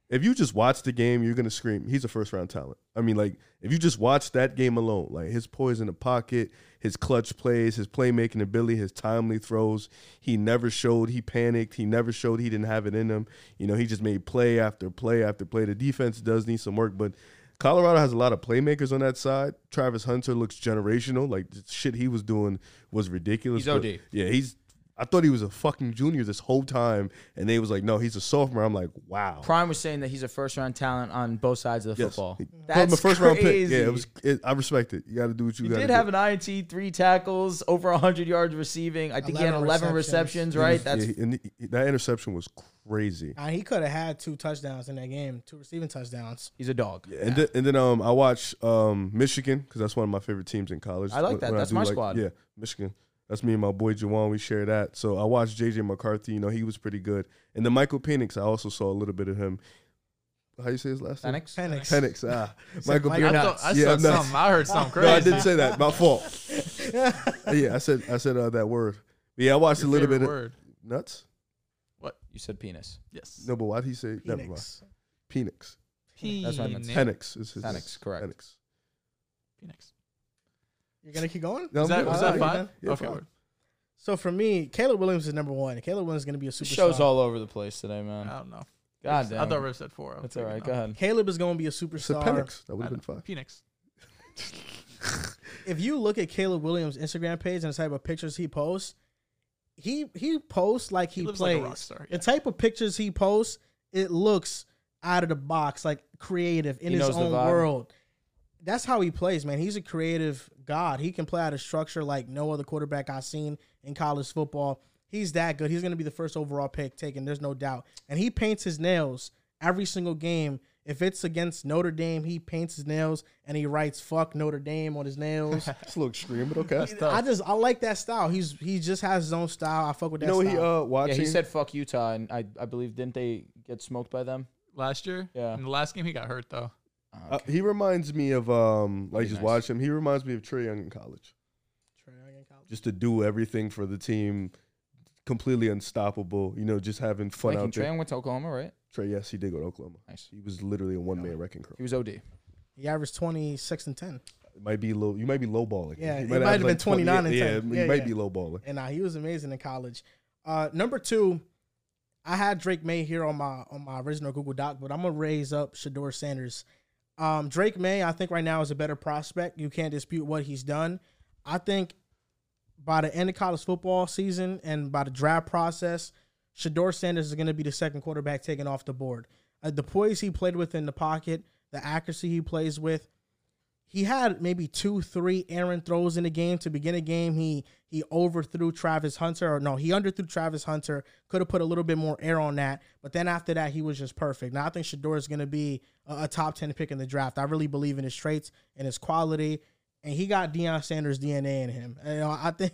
[SPEAKER 5] if you just watch the game, you're gonna scream. He's a first round talent. I mean, like if you just watch that game alone, like his poise in the pocket, his clutch plays, his playmaking ability, his timely throws. He never showed he panicked. He never showed he didn't have it in him. You know, he just made play after play after play. The defense does need some work, but Colorado has a lot of playmakers on that side. Travis Hunter looks generational. Like the shit he was doing was ridiculous.
[SPEAKER 3] He's
[SPEAKER 5] but-
[SPEAKER 3] OD.
[SPEAKER 5] Yeah, he's. I thought he was a fucking junior this whole time, and they was like, "No, he's a sophomore." I'm like, "Wow."
[SPEAKER 3] Prime was saying that he's a first round talent on both sides of the
[SPEAKER 5] Yes.
[SPEAKER 3] football.
[SPEAKER 5] He- Called him
[SPEAKER 3] That's
[SPEAKER 5] a first round pick.
[SPEAKER 3] crazy.
[SPEAKER 5] Yeah, it was. It, I respect it. You got to do what you
[SPEAKER 3] He
[SPEAKER 5] got to do.
[SPEAKER 3] did have an INT, three tackles, over 100 yards receiving. I think he had
[SPEAKER 2] 11
[SPEAKER 3] 11
[SPEAKER 2] receptions.
[SPEAKER 3] receptions,
[SPEAKER 5] Yeah,
[SPEAKER 3] right? That's
[SPEAKER 5] he- and he- he- that interception was crazy.
[SPEAKER 2] Uh, he could have had two touchdowns in that game, two receiving touchdowns.
[SPEAKER 3] he's a dog.
[SPEAKER 5] And then, and then um, I watch um Michigan because that's one of my favorite teams in college.
[SPEAKER 3] I like
[SPEAKER 5] When-
[SPEAKER 3] that.
[SPEAKER 5] when
[SPEAKER 3] That's
[SPEAKER 5] do
[SPEAKER 3] my squad.
[SPEAKER 5] Yeah, Michigan. That's me and my boy Jawan. We share that. So I watched JJ McCarthy. You know he was pretty good. And then Michael Penix. I also saw a little bit of him. How you say his last name?
[SPEAKER 3] Phoenix.
[SPEAKER 2] Penix.
[SPEAKER 5] Penix. Ah, Michael.
[SPEAKER 2] Mike- You're
[SPEAKER 4] I,
[SPEAKER 5] Penix.
[SPEAKER 4] thought, I
[SPEAKER 5] Yeah,
[SPEAKER 4] saw
[SPEAKER 5] I'm nuts.
[SPEAKER 4] something. I heard something crazy.
[SPEAKER 5] No, I did say that. My fault. yeah, I said I said uh, that word. But yeah, I watched
[SPEAKER 4] Your
[SPEAKER 5] a little
[SPEAKER 4] favorite
[SPEAKER 5] bit of
[SPEAKER 4] word.
[SPEAKER 5] nuts.
[SPEAKER 3] You said penis.
[SPEAKER 4] Yes.
[SPEAKER 5] No, but why would he say? Never mind.
[SPEAKER 2] Penix.
[SPEAKER 5] Penix.
[SPEAKER 3] That's what I meant.
[SPEAKER 4] Penix.
[SPEAKER 5] Penix is his.
[SPEAKER 3] Penix, correct.
[SPEAKER 5] Penix.
[SPEAKER 4] Penix.
[SPEAKER 2] You're gonna keep going.
[SPEAKER 5] No,
[SPEAKER 4] Was that,
[SPEAKER 5] I'm
[SPEAKER 4] was
[SPEAKER 5] good.
[SPEAKER 4] that
[SPEAKER 5] Yeah,
[SPEAKER 4] five?
[SPEAKER 5] yeah,
[SPEAKER 4] okay.
[SPEAKER 5] five.
[SPEAKER 4] word.
[SPEAKER 2] So for me, Caleb Williams is number one. Caleb Williams is gonna be a superstar.
[SPEAKER 3] Show's all over the place today,
[SPEAKER 4] I
[SPEAKER 3] man.
[SPEAKER 4] don't know.
[SPEAKER 3] God damn.
[SPEAKER 4] Uh, I thought Riv said four. I was
[SPEAKER 3] That's all
[SPEAKER 4] thinking,
[SPEAKER 3] right.
[SPEAKER 4] no.
[SPEAKER 3] Go ahead.
[SPEAKER 2] Caleb is gonna be a
[SPEAKER 5] I said
[SPEAKER 2] superstar.
[SPEAKER 5] Penix. That would
[SPEAKER 4] I
[SPEAKER 5] have
[SPEAKER 4] know.
[SPEAKER 5] been five.
[SPEAKER 4] Penix.
[SPEAKER 2] if you look at Caleb Williams' Instagram page and the type of pictures he posts, he he posts like he,
[SPEAKER 4] He lives like
[SPEAKER 2] plays.
[SPEAKER 4] a rock star, yeah.
[SPEAKER 2] The type of pictures he posts, it looks out of the box, like creative in
[SPEAKER 3] He
[SPEAKER 2] his
[SPEAKER 3] knows the
[SPEAKER 2] own
[SPEAKER 3] vibe.
[SPEAKER 2] world. That's how he plays, man. He's a creative god. He can play out of structure like no other quarterback I've seen in college football. He's that good. He's going to be the first overall pick taken. There's no doubt. And he paints his nails every single game. If it's against Notre Dame, he paints his nails and he writes "fuck Notre Dame" on his nails.
[SPEAKER 5] It's a little extreme, but okay.
[SPEAKER 2] I just I like that style. He's he just has his own style. I fuck with that
[SPEAKER 5] You know he
[SPEAKER 2] style.
[SPEAKER 5] uh
[SPEAKER 3] Yeah,
[SPEAKER 5] watching.
[SPEAKER 3] he said fuck Utah, and I, I believe, didn't they get smoked by them?
[SPEAKER 4] Last year?
[SPEAKER 3] Yeah.
[SPEAKER 4] In the last game, he got hurt, though.
[SPEAKER 5] uh, he reminds me of um like
[SPEAKER 3] be
[SPEAKER 5] just
[SPEAKER 3] nice.
[SPEAKER 5] watch him. He reminds me of Trey Young in college. Just to do everything for the team, completely unstoppable. You know, just having fun
[SPEAKER 3] Making
[SPEAKER 5] out there.
[SPEAKER 3] Trayon went to Oklahoma, right?
[SPEAKER 5] Trey, yes, he did go to Oklahoma.
[SPEAKER 3] Nice.
[SPEAKER 5] He was literally a one man wrecking crew.
[SPEAKER 3] He was OD.
[SPEAKER 2] he averaged twenty six and ten.
[SPEAKER 5] It might be low. You might be lowballing. him.
[SPEAKER 2] Yeah,
[SPEAKER 5] You
[SPEAKER 2] he might have been 29 and
[SPEAKER 5] yeah,
[SPEAKER 2] 10.
[SPEAKER 5] Yeah,
[SPEAKER 2] Yeah,
[SPEAKER 5] you might
[SPEAKER 2] yeah.
[SPEAKER 5] be lowballing.
[SPEAKER 2] And uh, he was amazing in college. Uh, number two, I had Drake May here on my on my original Google Doc, but I'm gonna raise up Shador Sanders. Um, Drake May, I think right now is a better prospect. You can't dispute what he's done. I think by the end of college football season and by the draft process, Shador Sanders is going to be the second quarterback taken off the board. Uh, the poise he played with in the pocket, the accuracy he plays with, he had maybe two, three errant throws in the game to begin a game. He he overthrew Travis Hunter, or no, he underthrew Travis Hunter. Could have put a little bit more air on that, but then after that, he was just perfect. Now I think Shador is going to be a, a top ten pick in the draft. I really believe in his traits and his quality, and he got Deion Sanders DNA in him. And, you know, I think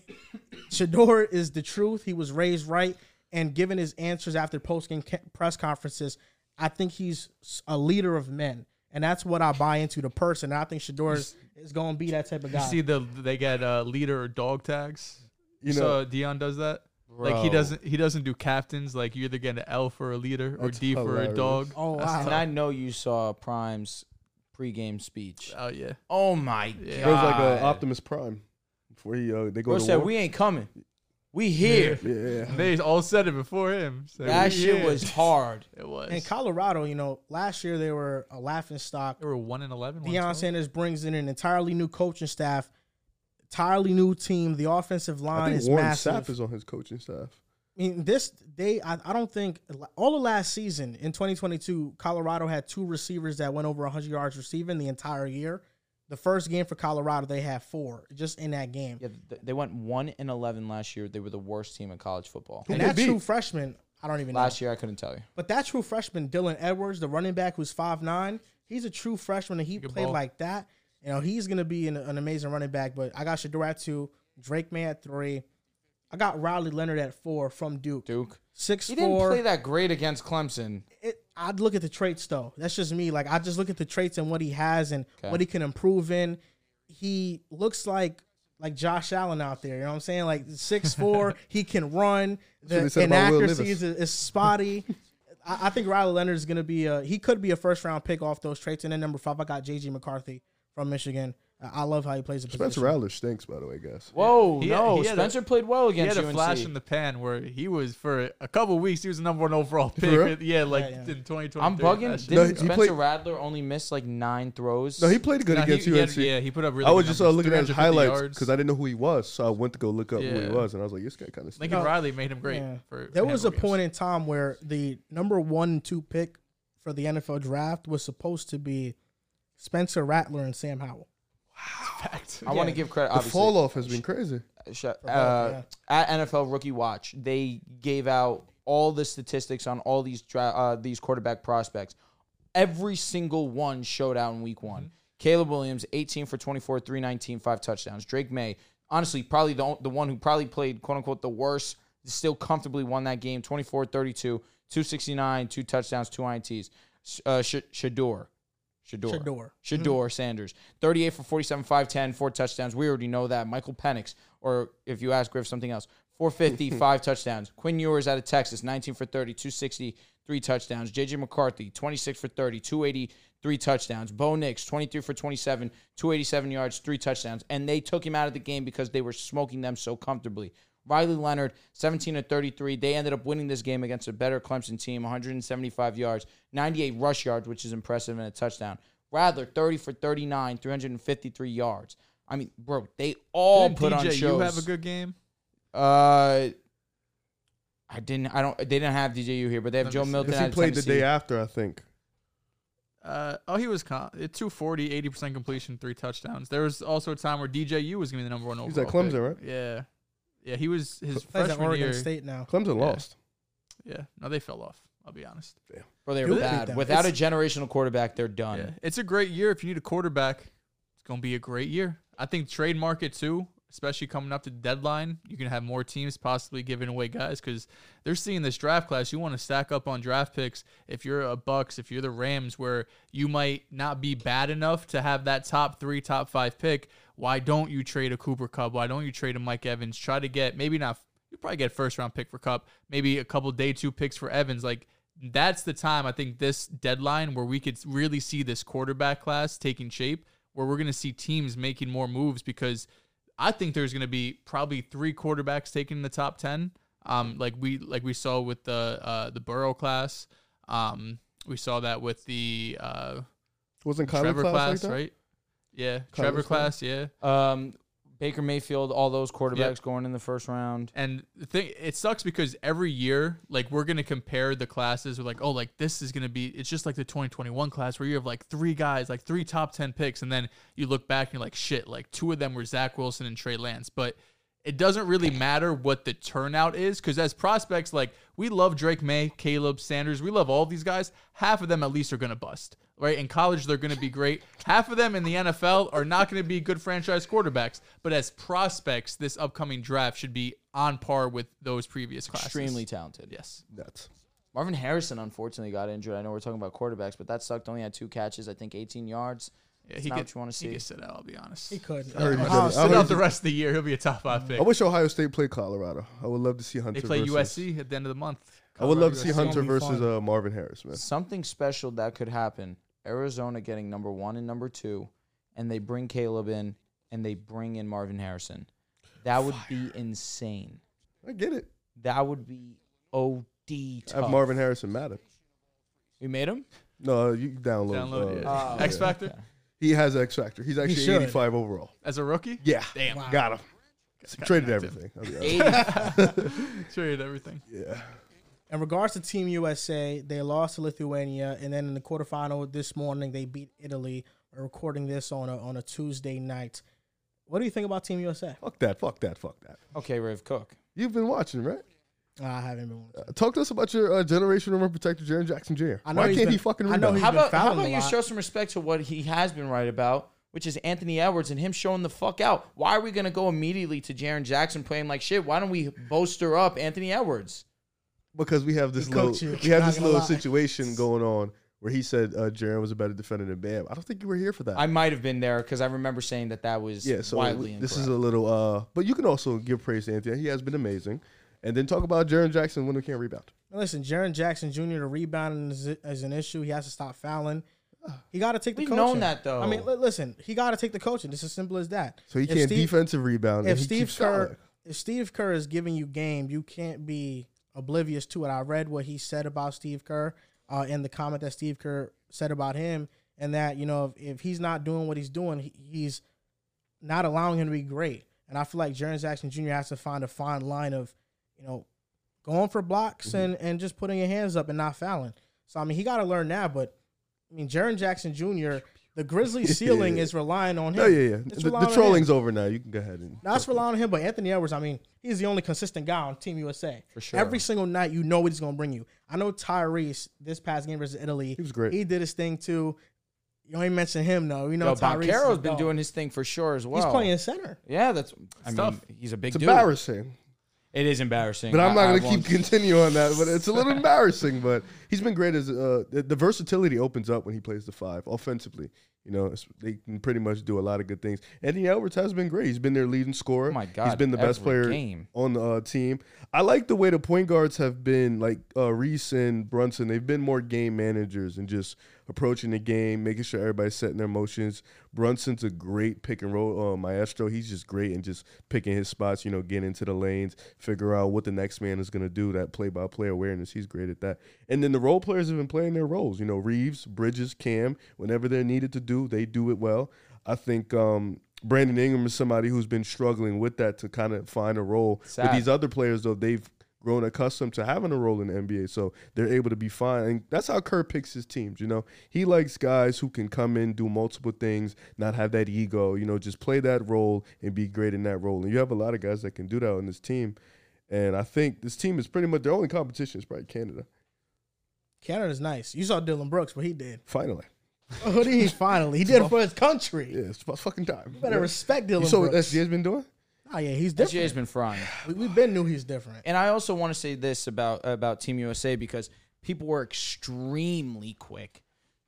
[SPEAKER 2] Shador is the truth. He was raised right, and given his answers after post game press conferences, I think he's s- a leader of men, and that's what I buy into the person. I think Shador is, is going to be that type of
[SPEAKER 4] You
[SPEAKER 2] guy.
[SPEAKER 4] see the they get uh, leader or dog tags.
[SPEAKER 5] You
[SPEAKER 4] You
[SPEAKER 5] know-
[SPEAKER 4] know, Dion does that. Like he
[SPEAKER 3] Bro.
[SPEAKER 4] doesn't he doesn't do captains. Like you either get an L for a leader or
[SPEAKER 5] That's
[SPEAKER 4] D for a
[SPEAKER 5] hilarious.
[SPEAKER 4] dog.
[SPEAKER 2] oh
[SPEAKER 3] And
[SPEAKER 2] wow!
[SPEAKER 3] I know you saw Prime's pregame speech.
[SPEAKER 4] Oh yeah,
[SPEAKER 3] Oh my
[SPEAKER 4] Yeah.
[SPEAKER 5] It was
[SPEAKER 3] god!
[SPEAKER 5] like uh, Optimus Prime before he uh, they go
[SPEAKER 3] Bro
[SPEAKER 5] to
[SPEAKER 3] said
[SPEAKER 5] war.
[SPEAKER 3] we ain't coming. We here.
[SPEAKER 5] yeah.
[SPEAKER 4] they all said it before him. So
[SPEAKER 3] That
[SPEAKER 4] we-
[SPEAKER 3] shit
[SPEAKER 4] yeah.
[SPEAKER 3] was hard.
[SPEAKER 4] It was.
[SPEAKER 2] And Colorado, you know, last year they were a laughing stock.
[SPEAKER 4] they were one and eleven. one
[SPEAKER 2] Deion
[SPEAKER 4] twelve.
[SPEAKER 2] Sanders brings in an entirely new coaching staff, entirely new team. The offensive
[SPEAKER 5] I
[SPEAKER 2] line
[SPEAKER 5] think
[SPEAKER 2] is
[SPEAKER 5] Warren
[SPEAKER 2] massive.
[SPEAKER 5] Sapp is on his coaching staff.
[SPEAKER 2] I mean, this they I, I don't think all of last season in 2022, Colorado had two receivers that went over 100 yards receiving the entire year. The first game for Colorado, they had four just in that game,
[SPEAKER 3] Yeah, th- they went one and eleven last year. They were the worst team in college football.
[SPEAKER 2] and
[SPEAKER 5] they
[SPEAKER 2] that
[SPEAKER 5] beat?
[SPEAKER 2] true freshman. I don't even know.
[SPEAKER 3] Last year, I couldn't tell you.
[SPEAKER 2] But that true freshman, Dylan Edwards, the running back who's 5'9, he's a true freshman and he played
[SPEAKER 4] ball.
[SPEAKER 2] like that. You know, he's going to be an, an amazing running back. But I got Shador at two, Drake May at three. I got Riley Leonard at four from Duke.
[SPEAKER 3] Duke.
[SPEAKER 2] Six
[SPEAKER 3] He
[SPEAKER 2] four.
[SPEAKER 3] didn't play that great against Clemson.
[SPEAKER 2] it, I'd look at the traits though. That's just me. Like I just look at the traits and what he has and what he can improve in. He looks like like Josh Allen out there. You know what I'm saying? Like six four, he can run. The
[SPEAKER 5] they said about Will Levis.
[SPEAKER 2] inaccuracies is, is spotty. I, I think Riley Leonard is gonna be a he could be a first round pick off those traits. And then number five, I got JG McCarthy from Michigan. I I love how he plays the
[SPEAKER 5] Spencer
[SPEAKER 2] position.
[SPEAKER 5] Rattler stinks, by the way, guys.
[SPEAKER 3] Whoa,
[SPEAKER 4] He had-
[SPEAKER 3] no.
[SPEAKER 4] he had a-
[SPEAKER 3] Spencer played well
[SPEAKER 4] He had
[SPEAKER 3] against
[SPEAKER 4] a
[SPEAKER 3] UNC.
[SPEAKER 4] flash in the pan where he was for a couple weeks. He was the number one overall
[SPEAKER 5] real?
[SPEAKER 4] pick. Yeah, like
[SPEAKER 2] yeah.
[SPEAKER 4] in 2020.
[SPEAKER 3] I'm bugging. Didn't
[SPEAKER 5] No, he
[SPEAKER 3] Spencer
[SPEAKER 5] played-
[SPEAKER 3] Radler only miss like nine throws?
[SPEAKER 5] No, he played good against
[SPEAKER 4] he, he had-
[SPEAKER 5] UNC.
[SPEAKER 4] yeah, he put up really.
[SPEAKER 5] I was
[SPEAKER 4] good
[SPEAKER 5] just uh,
[SPEAKER 4] numbers,
[SPEAKER 5] looking at his
[SPEAKER 4] 350
[SPEAKER 5] highlights
[SPEAKER 4] yards.
[SPEAKER 5] because I didn't know who he was, so I went to go look up who he
[SPEAKER 4] Yeah.
[SPEAKER 5] was, and I was like, this guy kind of.
[SPEAKER 4] Lincoln Riley made him great.
[SPEAKER 2] Yeah.
[SPEAKER 4] For
[SPEAKER 2] There was a
[SPEAKER 4] Vanderbilt
[SPEAKER 2] point in time where the number one and two pick for the NFL draft was supposed to be Spencer Rattler and Sam Howell.
[SPEAKER 4] games.
[SPEAKER 3] I want to give credit.
[SPEAKER 5] The
[SPEAKER 3] Obviously,
[SPEAKER 5] fall off has been crazy.
[SPEAKER 3] Sh- uh, at NFL Rookie Watch, they gave out all the statistics on all these dra- uh, these quarterback prospects. Every single one showed out in Week One. Caleb Williams, eighteen for twenty four, three nineteen, five touchdowns. Drake May, honestly, probably the on- the one who probably played quote unquote the worst, still comfortably won that game, 24-32, 269, two touchdowns, two ints. Sh- Uh, Sh- Shador. Shador.
[SPEAKER 2] Shador.
[SPEAKER 3] Shador Sanders. 38 for 47, 510, four touchdowns. We already know that. Michael Penix, or if you ask Griff, something else. 450, five touchdowns. Quinn Ewers out of Texas, 19 for 30, 260, three touchdowns. JJ McCarthy, 26 for 30, 280, three touchdowns. Bo Nix, 23 for 27, 287 yards, three touchdowns. And they took him out of the game because they were smoking them so comfortably. Riley Leonard, 17 to 33. They ended up winning this game against a better Clemson team, 175 yards, 98 rush yards, which is impressive, and a touchdown. Radler, 30 for 39, 353 yards. I mean, bro, they all
[SPEAKER 4] Didn't
[SPEAKER 3] put
[SPEAKER 4] DJ,
[SPEAKER 3] on shows.
[SPEAKER 4] you have a good game.
[SPEAKER 3] Uh, I didn't. I don't. They didn't have DJU here, but they have
[SPEAKER 4] Let
[SPEAKER 3] Joe
[SPEAKER 4] me see.
[SPEAKER 3] Milton.
[SPEAKER 5] Because
[SPEAKER 3] out
[SPEAKER 5] he
[SPEAKER 3] of
[SPEAKER 5] played the
[SPEAKER 3] Tennessee.
[SPEAKER 5] day after, I think.
[SPEAKER 4] Uh, oh, he was con- 240, 80 percent completion, three touchdowns. There was also a time where DJU was gonna be the number one overall.
[SPEAKER 5] He's at
[SPEAKER 4] pick.
[SPEAKER 5] Clemson, right?
[SPEAKER 4] Yeah, yeah, he was his
[SPEAKER 2] Plays at
[SPEAKER 4] freshman
[SPEAKER 2] Oregon
[SPEAKER 4] year.
[SPEAKER 2] State now.
[SPEAKER 5] Clemson lost.
[SPEAKER 4] Yeah, no, they fell off. I'll be honest.
[SPEAKER 3] Bro, they
[SPEAKER 2] Who
[SPEAKER 3] were
[SPEAKER 2] beat
[SPEAKER 3] bad.
[SPEAKER 2] them?
[SPEAKER 3] Without a generational quarterback, they're done.
[SPEAKER 4] Yeah, it's a great year if you need a quarterback. It's gonna be a great year. I think trade market too, especially coming up to the deadline. You can have more teams possibly giving away guys because they're seeing this draft class. You want to stack up on draft picks. If you're a Bucks, if you're the Rams, where you might not be bad enough to have that top three, top five pick. Why don't you trade a Cooper Cup? Why don't you trade a Mike Evans? Try to get maybe not. You probably get a first round pick for Cup, maybe a couple day two picks for Evans. Like that's the time I think this deadline where we could really see this quarterback class taking shape, where we're going to see teams making more moves because I think there's going to be probably three quarterbacks taken in the top ten. Um, like we like we saw with the uh, the Burrow class. Um, we saw that with the uh,
[SPEAKER 5] Wasn't Kyler
[SPEAKER 4] Trevor
[SPEAKER 5] class,
[SPEAKER 4] class,
[SPEAKER 5] like that?
[SPEAKER 4] right? Yeah, Trevor
[SPEAKER 5] class?
[SPEAKER 4] class. Yeah,
[SPEAKER 3] Um, Baker Mayfield, all those quarterbacks going in the first round.
[SPEAKER 4] And the thing, it sucks because every year, like we're gonna compare the classes. We're like, oh, like this is gonna be. It's just like the 2021 class where you have like three guys, like three top ten picks, and then you look back and you're like, shit, like two of them were Zach Wilson and Trey Lance. But it doesn't really matter what the turnout is because as prospects, like we love Drake May, Caleb Sanders, we love all these guys. Half of them at least are gonna bust. Right in college, they're going to be great. Half of them in the NFL are not going to be good franchise quarterbacks. But as prospects, this upcoming draft should be on par with those previous classes.
[SPEAKER 3] Extremely talented.
[SPEAKER 4] yes.
[SPEAKER 5] Nuts.
[SPEAKER 3] Marvin Harrison unfortunately got injured. I know we're talking about quarterbacks, but that sucked. Only had two catches, I think 18 yards.
[SPEAKER 4] Yeah,
[SPEAKER 3] It's
[SPEAKER 4] he
[SPEAKER 3] not
[SPEAKER 4] could.
[SPEAKER 3] what you wanna
[SPEAKER 4] He
[SPEAKER 3] see.
[SPEAKER 4] could sit out. I'll be honest.
[SPEAKER 2] He couldn't.
[SPEAKER 5] heard you
[SPEAKER 4] I'll
[SPEAKER 5] I
[SPEAKER 2] Uh,
[SPEAKER 5] said
[SPEAKER 4] sit
[SPEAKER 5] heard
[SPEAKER 4] out
[SPEAKER 5] he-
[SPEAKER 4] the rest of the year. He'll be a top five pick.
[SPEAKER 5] I wish Ohio State played Colorado. I would love to see Hunter.
[SPEAKER 4] They play
[SPEAKER 5] versus,
[SPEAKER 4] USC at the end of the month.
[SPEAKER 5] I
[SPEAKER 4] Oh,
[SPEAKER 5] would love to see
[SPEAKER 4] Colorado
[SPEAKER 5] Hunter
[SPEAKER 2] gonna be
[SPEAKER 5] versus
[SPEAKER 2] fun.
[SPEAKER 5] uh, Marvin Harris, man.
[SPEAKER 3] Something special that could happen. Arizona getting number one and number two, and they bring Caleb in and they bring in Marvin Harrison. That would be insane.
[SPEAKER 5] I get it.
[SPEAKER 3] That would be OD
[SPEAKER 5] I
[SPEAKER 4] Oh.
[SPEAKER 5] have
[SPEAKER 3] tough.
[SPEAKER 5] Marvin Harrison Madden.
[SPEAKER 3] We made him?
[SPEAKER 5] No, uh, you can download.
[SPEAKER 4] Download it.
[SPEAKER 5] uh,
[SPEAKER 3] Oh,
[SPEAKER 4] X Factor
[SPEAKER 5] He has X Factor. He's actually
[SPEAKER 2] should.
[SPEAKER 5] 85 overall.
[SPEAKER 4] as a rookie.
[SPEAKER 5] Yeah,
[SPEAKER 4] Damn.
[SPEAKER 5] got him. Traded everything. I'll be honest.
[SPEAKER 3] 80.
[SPEAKER 4] Traded everything.
[SPEAKER 5] Yeah.
[SPEAKER 2] In regards to Team USA, they lost to Lithuania, and then in the quarterfinal this morning, they beat Italy. We're recording this on a on a Tuesday night. What do you think about Team USA?
[SPEAKER 5] Fuck that. Fuck that. Fuck that.
[SPEAKER 3] okay, Rave Cook.
[SPEAKER 5] You've been watching, right?
[SPEAKER 2] I haven't been.
[SPEAKER 5] Uh, talk to us about your uh, generational run protector, Jaron Jackson Jr.
[SPEAKER 2] I know
[SPEAKER 5] Why
[SPEAKER 2] he's
[SPEAKER 5] can't
[SPEAKER 2] been-
[SPEAKER 5] he fucking
[SPEAKER 2] I know
[SPEAKER 5] rebound?
[SPEAKER 2] he's
[SPEAKER 3] How
[SPEAKER 2] been
[SPEAKER 3] about, how
[SPEAKER 2] fouling
[SPEAKER 3] about
[SPEAKER 2] a
[SPEAKER 3] you
[SPEAKER 2] lot.
[SPEAKER 3] show some respect to what he has been right about, which is Anthony Edwards and him showing the fuck out. Why are we going to go immediately to Jaron Jackson playing like shit? Why don't we bolster up Anthony Edwards?
[SPEAKER 5] because we have this
[SPEAKER 2] He
[SPEAKER 5] little
[SPEAKER 2] coached you.
[SPEAKER 5] we have
[SPEAKER 2] Not
[SPEAKER 5] this
[SPEAKER 2] gonna
[SPEAKER 5] little
[SPEAKER 2] lie.
[SPEAKER 5] situation going on where he said uh, Jaron was a better defender than Bam. I don't think you were here for that.
[SPEAKER 3] I might have been there because I remember saying that that was
[SPEAKER 5] yeah, so
[SPEAKER 3] widely
[SPEAKER 5] we-
[SPEAKER 3] incorrect.
[SPEAKER 5] this is a little. uh But you can also give praise to Anthony. He has been amazing, and then talk about Jaron Jackson when he can't rebound.
[SPEAKER 2] Listen, Jaron Jackson Jr. to rebounding is, is an issue. He has to stop fouling. He got to take the
[SPEAKER 3] We've
[SPEAKER 2] coaching.
[SPEAKER 3] known that, though.
[SPEAKER 2] I mean, li- listen, he got to take the coaching. It's as simple as that.
[SPEAKER 5] So he
[SPEAKER 2] If
[SPEAKER 5] can't
[SPEAKER 2] Steve-
[SPEAKER 5] defensive rebound.
[SPEAKER 2] If
[SPEAKER 5] and he
[SPEAKER 2] Steve
[SPEAKER 5] keeps
[SPEAKER 2] Kerr,
[SPEAKER 5] fouling.
[SPEAKER 2] if Steve Kerr is giving you game, you can't be oblivious to it. I read what he said about Steve Kerr uh, and the comment that Steve Kerr said about him, and that you know if, if he's not doing what he's doing, he, he's not allowing him to be great. And I feel like Jaron Jackson Jr. has to find a fine line of, you know, going for blocks
[SPEAKER 5] Mm-hmm.
[SPEAKER 2] and and just putting your hands up and not fouling. So I mean, he got to learn that. But I mean, Jaron Jackson Jr. The Grizzly ceiling is relying on him.
[SPEAKER 5] No, yeah, yeah.
[SPEAKER 2] It's
[SPEAKER 5] The,
[SPEAKER 2] relying on
[SPEAKER 5] the
[SPEAKER 2] him.
[SPEAKER 5] trolling's over now. You can go ahead and.
[SPEAKER 2] That's relying on him, but Anthony Edwards, I mean, he's the only consistent guy on Team USA. For
[SPEAKER 3] sure.
[SPEAKER 2] Every single night, you know what he's going to bring you. I know Tyrese, this past game versus Italy, he
[SPEAKER 5] was great.
[SPEAKER 2] He did his thing too. You ain't mention him, though. You know,
[SPEAKER 3] Yo,
[SPEAKER 2] Tyrese. is
[SPEAKER 3] Boncaro's
[SPEAKER 2] a
[SPEAKER 3] been
[SPEAKER 2] dog.
[SPEAKER 3] doing his thing for sure as well.
[SPEAKER 2] He's playing center.
[SPEAKER 3] Yeah, that's I mean,
[SPEAKER 4] tough.
[SPEAKER 3] He's a big
[SPEAKER 5] It's
[SPEAKER 3] dude.
[SPEAKER 5] embarrassing,
[SPEAKER 3] It is embarrassing.
[SPEAKER 5] but I'm
[SPEAKER 3] I- I
[SPEAKER 5] not going
[SPEAKER 3] won't-
[SPEAKER 5] to keep continuing on that. But it's a little embarrassing. But he's been great as uh, the, the versatility opens up when he plays the five offensively. You know, it's, they can pretty much do a lot of good things. Anthony Edwards has been great. He's been their leading scorer.
[SPEAKER 3] Oh my
[SPEAKER 5] he's
[SPEAKER 3] God,
[SPEAKER 5] been the best
[SPEAKER 3] every
[SPEAKER 5] player
[SPEAKER 3] game.
[SPEAKER 5] on the uh, team. I like the way the point guards have been, like uh, Reese and Brunson. They've been more game managers and just approaching the game, making sure everybody's setting their motions. Brunson's a great pick and roll uh, maestro. He's just great and just picking his spots. You know, getting into the lanes, figure out what the next man is going to do. That play by play awareness, he's great at that. And then the role players have been playing their roles. You know, Reeves, Bridges, Cam. Whenever they're needed to do, they do it well. I think. um Brandon Ingram is somebody who's been struggling with that to kind of find a role. But
[SPEAKER 3] Sad.
[SPEAKER 5] these other players, though, they've grown accustomed to having a role in the NBA, so they're able to be fine. And that's how Kerr picks his teams. You know, he likes guys who can come in, do multiple things, not have that ego. You know, just play that role and be great in that role. And you have a lot of guys that can do that on this team. And I think this team is pretty much their only competition is probably Canada.
[SPEAKER 2] Canada's nice. You saw Dylan Brooks, what he did.
[SPEAKER 5] Finally,
[SPEAKER 2] What he finally? He did it for his country.
[SPEAKER 5] yeah, it's about fucking time.
[SPEAKER 2] You better respect Dylan
[SPEAKER 5] You saw what
[SPEAKER 2] Brooks.
[SPEAKER 5] SGA's been doing?
[SPEAKER 2] Oh, yeah, he's
[SPEAKER 3] SGA's
[SPEAKER 2] different.
[SPEAKER 3] been frying.
[SPEAKER 2] We, we've been knew he's different.
[SPEAKER 3] And I also want to say this about about Team USA because people were extremely quick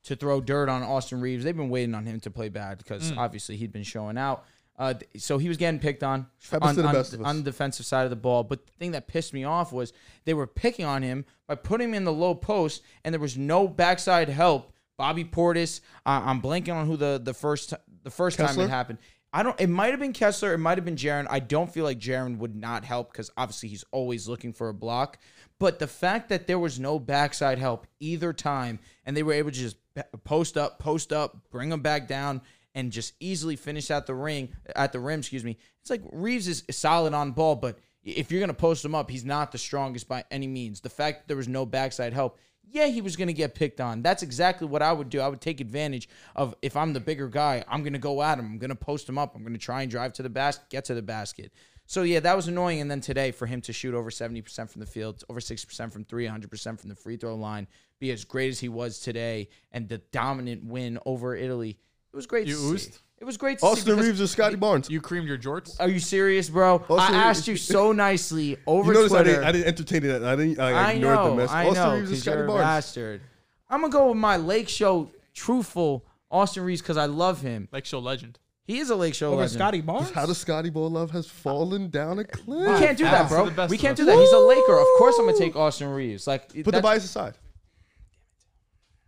[SPEAKER 3] to throw dirt on Austin Reeves. They've been waiting on him to play bad because obviously he'd been showing out. Uh, th- so he was getting picked on
[SPEAKER 5] Happens
[SPEAKER 3] on,
[SPEAKER 5] to the
[SPEAKER 3] on,
[SPEAKER 5] best of us.
[SPEAKER 3] on the defensive side of the ball. But the thing that pissed me off was they were picking on him by putting him in the low post, and there was no backside help. Bobby Portis. Uh, I'm blanking on who the the first t- the first time
[SPEAKER 5] Kessler?
[SPEAKER 3] it happened. I don't. It might have been Kessler. It might have been Jaron. I don't feel like Jaron would not help because obviously he's always looking for a block. But the fact that there was no backside help either time, and they were able to just p- post up, post up, bring him back down, and just easily finish at the ring at the rim. Excuse me. It's like Reeves is solid on ball, but if you're gonna post him up, he's not the strongest by any means. The fact that there was no backside help. Yeah, he was going to get picked on. That's exactly what I would do. I would take advantage of if I'm the bigger guy, I'm going to go at him. I'm going to post him up. I'm going to try and drive to the basket, get to the basket. So yeah, that was annoying. And then today, for him to shoot over seventy percent from the field, over six percent from three, hundred percent from the free throw line, be as great as he was today, and the dominant win over Italy, it was great.
[SPEAKER 4] You
[SPEAKER 3] to see.
[SPEAKER 4] oozed?
[SPEAKER 3] It was great. To see
[SPEAKER 5] Austin
[SPEAKER 3] because-
[SPEAKER 5] Reeves and Scotty Barnes. You,
[SPEAKER 4] You creamed your jorts.
[SPEAKER 3] Are you serious, bro? I
[SPEAKER 5] Austin
[SPEAKER 3] asked
[SPEAKER 5] Reeves-
[SPEAKER 3] you so nicely over
[SPEAKER 5] notice I
[SPEAKER 3] Twitter.
[SPEAKER 5] didn't, I didn't entertain that. I didn't. I
[SPEAKER 3] I
[SPEAKER 5] ignored
[SPEAKER 3] know,
[SPEAKER 5] the mess.
[SPEAKER 3] I
[SPEAKER 5] Austin
[SPEAKER 3] know,
[SPEAKER 5] Reeves and
[SPEAKER 3] 'cause you're
[SPEAKER 5] Scotty
[SPEAKER 3] a
[SPEAKER 5] Barnes.
[SPEAKER 3] bastard. I'm gonna go with my Lake Show truthful Austin Reeves because I love him.
[SPEAKER 4] Like show legend.
[SPEAKER 3] He is a Lake Show
[SPEAKER 2] Over
[SPEAKER 3] legend.
[SPEAKER 2] Scotty Barnes?
[SPEAKER 5] How does Scotty Bo Love has fallen down a cliff?
[SPEAKER 3] we can't do that,
[SPEAKER 4] That's
[SPEAKER 3] bro.
[SPEAKER 4] the best
[SPEAKER 3] We
[SPEAKER 4] of
[SPEAKER 3] can't
[SPEAKER 4] us.
[SPEAKER 3] do that. He's a Laker. Of course, I'm gonna take Austin Reeves. Like
[SPEAKER 5] Put the
[SPEAKER 3] that's-
[SPEAKER 5] bias aside.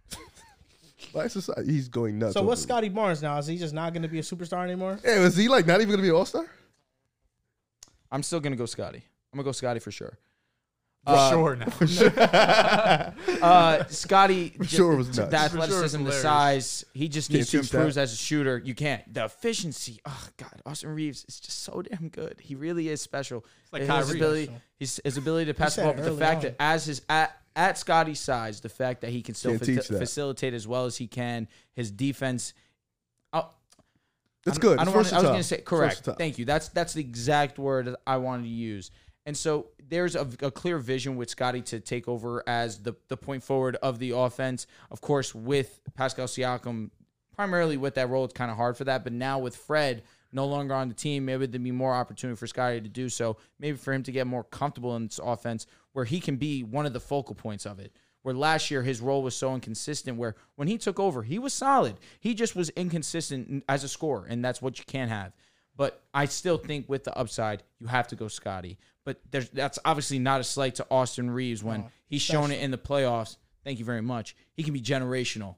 [SPEAKER 5] bias aside. He's going nuts.
[SPEAKER 2] So
[SPEAKER 5] over
[SPEAKER 2] what's
[SPEAKER 5] it.
[SPEAKER 2] Scotty Barnes now? Is he just not going to be a superstar anymore?
[SPEAKER 5] Hey, was he like not even gonna be an all star?
[SPEAKER 3] I'm still gonna go Scotty. I'm gonna go Scotty for sure.
[SPEAKER 4] For sure now.
[SPEAKER 3] Uh, Scotty, ju-
[SPEAKER 5] sure it was
[SPEAKER 3] the
[SPEAKER 4] sure
[SPEAKER 5] nuts. For
[SPEAKER 4] it was
[SPEAKER 3] athleticism, the
[SPEAKER 4] hilarious.
[SPEAKER 3] size, he just
[SPEAKER 5] Can't
[SPEAKER 3] needs to
[SPEAKER 5] teach
[SPEAKER 3] improve
[SPEAKER 5] that.
[SPEAKER 3] as a shooter. You can't. The efficiency, oh god, Austin Reeves is just so damn good. He really is special.
[SPEAKER 4] like
[SPEAKER 3] his
[SPEAKER 4] Kyrie.
[SPEAKER 3] ability, his, his ability to pass the
[SPEAKER 2] said
[SPEAKER 3] ball, but the
[SPEAKER 2] early
[SPEAKER 3] fact
[SPEAKER 2] on.
[SPEAKER 3] that as his at at Scotty's size, the fact that he can still
[SPEAKER 5] Can't
[SPEAKER 3] fa-
[SPEAKER 5] teach that.
[SPEAKER 3] facilitate as well as he can, his defense. Oh,
[SPEAKER 5] That's
[SPEAKER 3] I don't-
[SPEAKER 5] good.
[SPEAKER 3] I,
[SPEAKER 5] It's
[SPEAKER 3] don't wanna- I was
[SPEAKER 5] versatile.
[SPEAKER 3] going to say correct.
[SPEAKER 5] Versatile.
[SPEAKER 3] Thank you. That's that's the exact word that I wanted to use. And so there's a, a clear vision with Scotty to take over as the the point forward of the offense. Of course, with Pascal Siakam primarily with that role, it's kind of hard for that. But now with Fred no longer on the team, maybe there'd be more opportunity for Scotty to do so. Maybe for him to get more comfortable in this offense, where he can be one of the focal points of it where last year his role was so inconsistent where when he took over he was solid he just was inconsistent as a scorer and that's what you can't have but i still think with the upside you have to go scotty but there's, that's obviously not a slight to austin reeves when he's shown it in the playoffs thank you very much he can be generational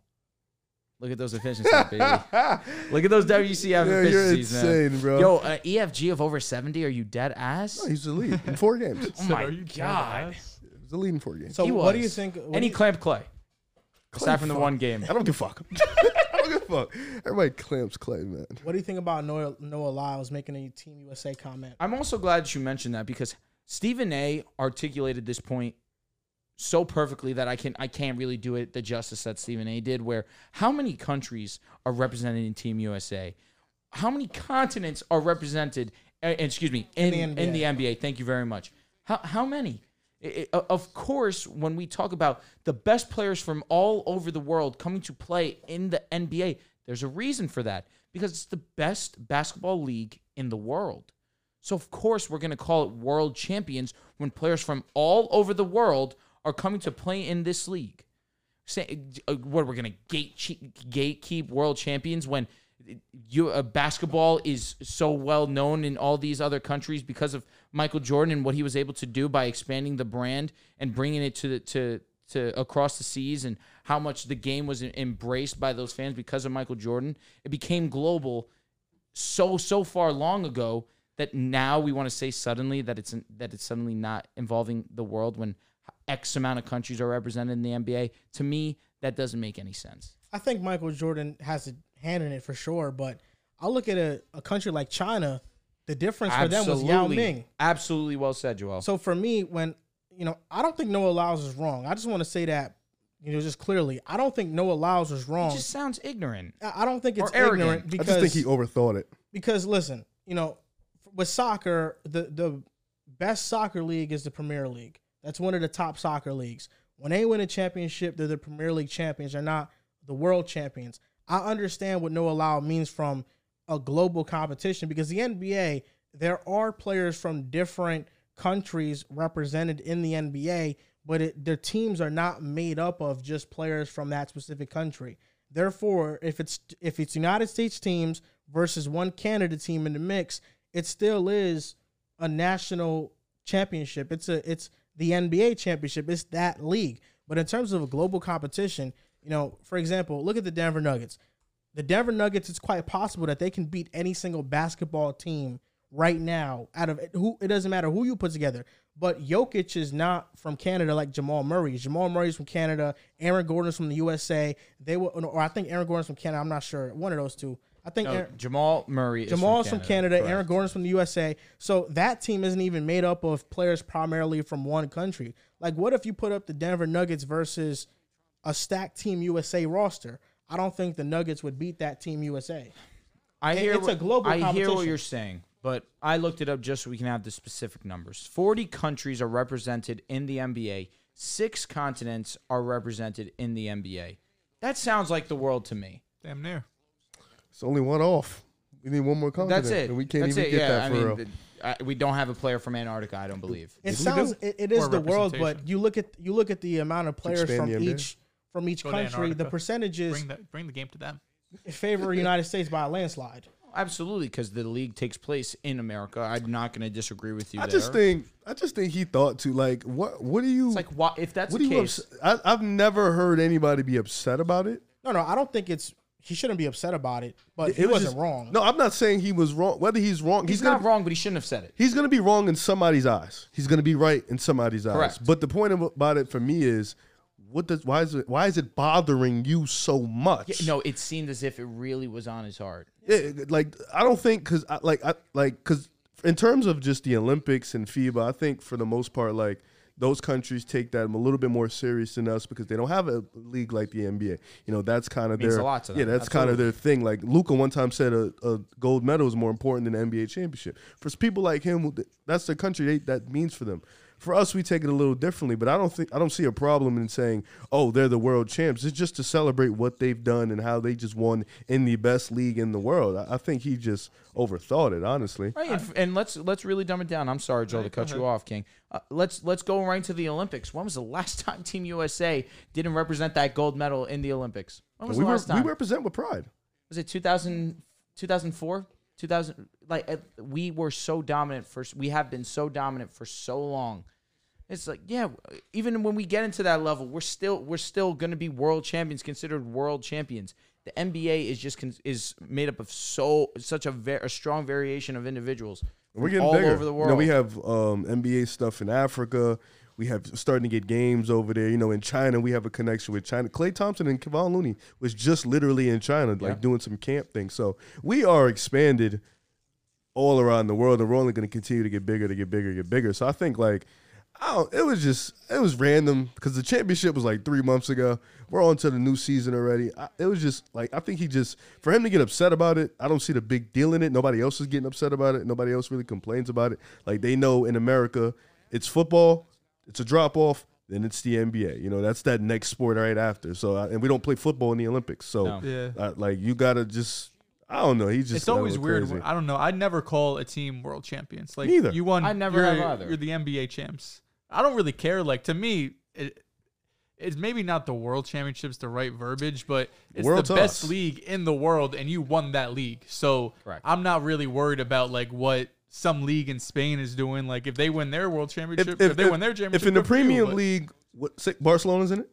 [SPEAKER 3] look at those efficiencies baby look at those wcf
[SPEAKER 5] Yeah, you're
[SPEAKER 3] efficiencies man.
[SPEAKER 5] insane, bro.
[SPEAKER 3] yo uh, efg of over 70 are you dead ass
[SPEAKER 5] No, he's the lead in four games.
[SPEAKER 3] oh my
[SPEAKER 4] Are you kidding
[SPEAKER 3] god
[SPEAKER 4] us?
[SPEAKER 5] He's the lead in four games.
[SPEAKER 2] So
[SPEAKER 3] he was.
[SPEAKER 2] what do you think? what
[SPEAKER 3] and
[SPEAKER 2] do
[SPEAKER 3] he
[SPEAKER 2] you-
[SPEAKER 3] clamped clay aside from the
[SPEAKER 5] fuck.
[SPEAKER 3] one game
[SPEAKER 5] I don't give a fuck. I don't give a fuck. Everybody clamps Clay, man.
[SPEAKER 2] What do you think about Noah, Noah Lyles making a Team USA comment?
[SPEAKER 3] I'm also glad that you mentioned that because Stephen A. articulated this point so perfectly that I can I can't really do it the justice that Stephen A. did. Where how many countries are represented in Team USA? How many continents are represented? eh, excuse me, in in
[SPEAKER 2] the
[SPEAKER 3] the, NBA. Thank you very much. How how many? I- I- of course, when we talk about the best players from all over the world coming to play in the NBA, there's a reason for that because it's the best basketball league in the world. So of course we're going to call it world champions when players from all over the world are coming to play in this league. Say, uh, what we're going to gate gatekeep world champions when you uh, basketball is so well known in all these other countries because of Michael Jordan and what he was able to do by expanding the brand and bringing it to the, to to across the seas and how much the game was e-, embraced by those fans because of Michael Jordan. It became global so so far long ago that now we want to say suddenly that it's that it's suddenly not involving the world when X amount of countries are represented in the NBA. To me, that doesn't make any sense.
[SPEAKER 2] I think Michael Jordan has a hand in it for sure, but I look at a, a country like China. The difference for them was Yao Ming.
[SPEAKER 3] absolutely well said, Joel.
[SPEAKER 2] So for me, when you know, I don't think Noah Lyles is wrong. I just want to say that you know, just clearly, I don't think Noah Lyles is
[SPEAKER 3] it
[SPEAKER 2] wrong.
[SPEAKER 3] just sounds ignorant.
[SPEAKER 2] I I don't think it's
[SPEAKER 3] Or arrogant.
[SPEAKER 2] ignorant
[SPEAKER 5] I
[SPEAKER 2] because
[SPEAKER 5] just think he overthought it.
[SPEAKER 2] because listen, you know, with soccer, the the best soccer league is the Premier League. That's one of the top soccer leagues. When they win a championship, they're the Premier League champions. They're not the world champions. I understand what no allow means from a global competition because the NBA, there are players from different countries represented in the NBA, but it, their teams are not made up of just players from that specific country. Therefore, if it's if it's United States teams versus one Canada team in the mix, it still is a national championship. It's a it's the NBA championship. It's that league. But in terms of a global competition, you know, for example, look at the Denver Nuggets. The Denver Nuggets, it's quite possible that they can beat any single basketball team right now. Out of who it doesn't matter who you put together. But Jokic is not from Canada like Jamal Murray. Jamal Murray's from Canada. Aaron Gordon's from the USA. They were, or I think Aaron Gordon's from Canada. I'm not sure. One of those two. I think
[SPEAKER 3] No,
[SPEAKER 2] Aaron-
[SPEAKER 3] Jamal Murray.
[SPEAKER 2] Jamal's
[SPEAKER 3] is
[SPEAKER 2] from
[SPEAKER 3] from
[SPEAKER 2] Canada, Aaron Gordon's from the USA. So that team isn't even made up of players primarily from one country. Like, what if you put up the Denver Nuggets versus a stacked Team USA roster? I don't think the Nuggets would beat that Team USA.
[SPEAKER 3] I
[SPEAKER 2] It-
[SPEAKER 3] hear
[SPEAKER 2] it's
[SPEAKER 3] what-
[SPEAKER 2] a global
[SPEAKER 3] I hear what
[SPEAKER 2] competition.
[SPEAKER 3] you're saying, but I looked it up just so we can have the specific numbers. Forty countries are represented in the NBA. Six continents are represented in the NBA. That sounds like the world to me.
[SPEAKER 4] Damn near.
[SPEAKER 5] It's only one off. We need one more continent.
[SPEAKER 3] That's it.
[SPEAKER 5] And we can't
[SPEAKER 3] That's
[SPEAKER 5] even
[SPEAKER 3] it.
[SPEAKER 5] get
[SPEAKER 3] yeah,
[SPEAKER 5] that
[SPEAKER 3] I
[SPEAKER 5] for
[SPEAKER 3] mean,
[SPEAKER 5] real.
[SPEAKER 3] th- I, we don't have a player from Antarctica. I don't believe.
[SPEAKER 2] It
[SPEAKER 5] we
[SPEAKER 2] sounds it, it is
[SPEAKER 4] Or
[SPEAKER 2] the world, but
[SPEAKER 4] representation.
[SPEAKER 2] you look at you look at the amount of players
[SPEAKER 5] Expand
[SPEAKER 2] from
[SPEAKER 5] the NBA.
[SPEAKER 2] each from each
[SPEAKER 4] Go to
[SPEAKER 2] country. The
[SPEAKER 4] Antarctica.
[SPEAKER 2] percentages
[SPEAKER 4] Bring the bring the game to them.
[SPEAKER 2] favor the United States by a landslide.
[SPEAKER 3] Absolutely, because the league takes place in America. I'm not going to disagree with you.
[SPEAKER 5] I
[SPEAKER 3] there.
[SPEAKER 5] just think I just think he thought to like what what do you
[SPEAKER 3] it's like why, if that's
[SPEAKER 5] what
[SPEAKER 3] the
[SPEAKER 5] do you
[SPEAKER 3] case,
[SPEAKER 5] ups- I, I've never heard anybody be upset about it.
[SPEAKER 2] No, no, I don't think it's he shouldn't be upset about it, but he
[SPEAKER 5] It was
[SPEAKER 2] wasn't
[SPEAKER 5] just-
[SPEAKER 2] wrong.
[SPEAKER 5] No, I'm not saying he was wrong. Whether he's wrong,
[SPEAKER 3] he's,
[SPEAKER 5] he's, gonna
[SPEAKER 3] not wrong, but he shouldn't have said it.
[SPEAKER 5] he's gonna be wrong in somebody's eyes. He's gonna be right in somebody's eyes.
[SPEAKER 3] Correct.
[SPEAKER 5] But the point ab- about it for me is, what does why is it why is it bothering you so much?
[SPEAKER 3] Yeah, no, it seemed as if it really was on his heart.
[SPEAKER 5] Yeah, like I don't think because I, like I like because in terms of just the Olympics and FIBA, I think for the most part, like those countries take that a little bit more serious than us because they don't have a league like the NBA. You know, that's kind of
[SPEAKER 3] Means
[SPEAKER 5] their
[SPEAKER 3] a lot to them.
[SPEAKER 5] yeah, that's kind of their thing. Like Luca one time said, a, a gold medal is more important than an NBA championship. For people like him, who- that's the country they, that means for them. For us, we take it a little differently, but I don't think I don't see a problem in saying, "Oh, they're the world champs." It's just to celebrate what they've done and how they just won in the best league in the world. I, I think he just overthought it, honestly.
[SPEAKER 3] Right, and, and let's let's really dumb it down. I'm sorry, Joel, to cut
[SPEAKER 5] uh-huh.
[SPEAKER 3] you off, King. Uh, let's let's go right to the Olympics. When was the last time Team USA didn't represent that gold medal in the Olympics? When was
[SPEAKER 5] We,
[SPEAKER 3] the
[SPEAKER 5] were,
[SPEAKER 3] last
[SPEAKER 5] we
[SPEAKER 3] time?
[SPEAKER 5] represent with pride.
[SPEAKER 3] was it 2000, 2004? 2000 like uh, we were so dominant for we have been so dominant for so long. It's like yeah, even when we get into that level, we're still we're still going to be world champions, considered world champions. The NBA is just con- is made up of so such a, ver- a strong variation of individuals.
[SPEAKER 5] We're
[SPEAKER 3] from
[SPEAKER 5] getting
[SPEAKER 3] all
[SPEAKER 5] bigger.
[SPEAKER 3] over the
[SPEAKER 5] You know,
[SPEAKER 3] world.
[SPEAKER 5] we have um, NBA stuff in Africa. We have starting to get games over there. You know, in China, we have a connection with China. Clay Thompson and Kevon Looney was just literally in China, like doing some camp thing. So we are expanded all around the world, and we're only going to continue to get bigger, to get bigger, get bigger. So I think like. I don't, it was just it was random because the championship was like three months ago. We're on to the new season already. I, it was just like I think he just for him to get upset about it. I don't see the big deal in it. Nobody else is getting upset about it. Nobody else really complains about it. Like they know in America, it's football. It's a drop off. Then it's the NBA. You know that's that next sport right after. So I, and we don't play football in the Olympics. So
[SPEAKER 4] Yeah.
[SPEAKER 5] uh, like you gotta just I don't know. He just
[SPEAKER 4] It's always
[SPEAKER 5] that was
[SPEAKER 4] weird.
[SPEAKER 5] crazy.
[SPEAKER 4] when- I don't know. I'd never call a team world champions. Like
[SPEAKER 5] Neither.
[SPEAKER 4] you won.
[SPEAKER 3] I never
[SPEAKER 4] you're,
[SPEAKER 3] have either.
[SPEAKER 4] You're the NBA champs. I don't really care. Like to me, it, it's maybe not the world championships the right verbiage, but it's
[SPEAKER 5] World
[SPEAKER 4] the
[SPEAKER 5] to
[SPEAKER 4] best
[SPEAKER 5] us.
[SPEAKER 4] league in the world, and you won that league. So
[SPEAKER 3] Correct.
[SPEAKER 4] I'm not really worried about like what some league in Spain is doing. Like if they win their world championship, if, they win their championship,
[SPEAKER 5] if in the
[SPEAKER 4] good for you,
[SPEAKER 5] Premier
[SPEAKER 4] but
[SPEAKER 5] League, what say, Barcelona's in it.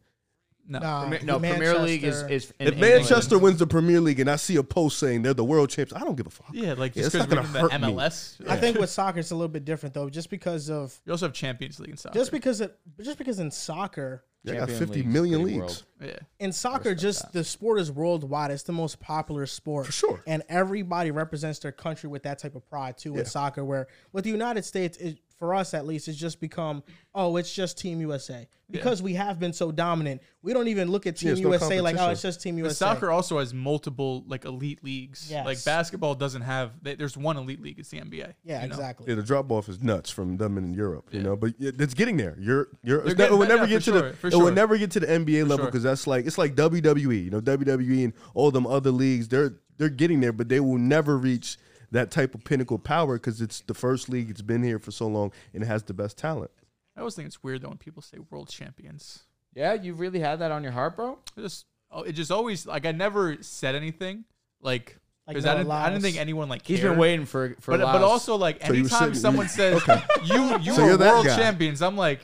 [SPEAKER 4] no.
[SPEAKER 2] Nah,
[SPEAKER 3] No, Premier League is
[SPEAKER 2] Manchester-
[SPEAKER 3] is in
[SPEAKER 5] If
[SPEAKER 3] England.
[SPEAKER 5] Manchester wins the Premier League and I see a post saying they're the world champs, I don't give a fuck.
[SPEAKER 4] Yeah, like
[SPEAKER 5] Yeah,
[SPEAKER 4] just
[SPEAKER 5] it's
[SPEAKER 4] because
[SPEAKER 5] not
[SPEAKER 4] we're
[SPEAKER 5] gonna
[SPEAKER 4] in the
[SPEAKER 5] hurt me.
[SPEAKER 4] MLS,
[SPEAKER 2] I think with soccer it's a little bit different though, just because of
[SPEAKER 4] you also have Champions League and soccer.
[SPEAKER 2] just because it just because in soccer
[SPEAKER 5] They got
[SPEAKER 3] Champion
[SPEAKER 5] 50
[SPEAKER 3] leagues,
[SPEAKER 5] million
[SPEAKER 3] pretty
[SPEAKER 5] leagues.
[SPEAKER 4] yeah.
[SPEAKER 2] in soccer just the sport is worldwide it's the most popular sport
[SPEAKER 5] For sure.
[SPEAKER 2] and everybody represents their country with that type of pride too in soccer where with the united states it, for us at least it's just become oh it's just team usa because we have been so dominant we don't even look at team
[SPEAKER 5] it's no
[SPEAKER 2] usa like oh
[SPEAKER 5] competition.
[SPEAKER 2] it's just team usa
[SPEAKER 4] But soccer also has multiple like elite leagues.
[SPEAKER 2] Yes.
[SPEAKER 4] Like basketball doesn't have. th- There's one elite league. It's the NBA.
[SPEAKER 2] yeah
[SPEAKER 4] you know?
[SPEAKER 2] exactly
[SPEAKER 5] Yeah, the drop off is nuts from them in Europe, you know. But it- it's getting there. You're, you're. It's not, it
[SPEAKER 4] getting
[SPEAKER 5] will
[SPEAKER 4] there,
[SPEAKER 5] never
[SPEAKER 4] yeah,
[SPEAKER 5] get
[SPEAKER 4] for
[SPEAKER 5] to the.
[SPEAKER 4] sure, for
[SPEAKER 5] it will
[SPEAKER 4] sure.
[SPEAKER 5] never get to the NBA level
[SPEAKER 4] sure.
[SPEAKER 5] because that's like it's like WWE, you know, WWE and all them other leagues. They're they're getting there, but they will never reach that type of pinnacle power because it's the first league. It's been here for so long and it has the best talent.
[SPEAKER 4] I always think it's weird though when people say world champions.
[SPEAKER 3] Yeah, you really had that on your heart, bro.
[SPEAKER 4] It just oh, it just always like I never said anything like
[SPEAKER 2] Like,
[SPEAKER 4] because
[SPEAKER 2] no
[SPEAKER 4] I didn't I didn't
[SPEAKER 2] allows.
[SPEAKER 4] think anyone like
[SPEAKER 3] He's
[SPEAKER 4] cared.
[SPEAKER 3] been waiting for for.
[SPEAKER 4] But but
[SPEAKER 3] Laos.
[SPEAKER 4] also like
[SPEAKER 5] So you were
[SPEAKER 4] anytime
[SPEAKER 5] sitting-
[SPEAKER 4] someone says you you
[SPEAKER 5] So
[SPEAKER 4] are
[SPEAKER 5] you're that
[SPEAKER 4] world
[SPEAKER 5] guy.
[SPEAKER 4] champions, I'm like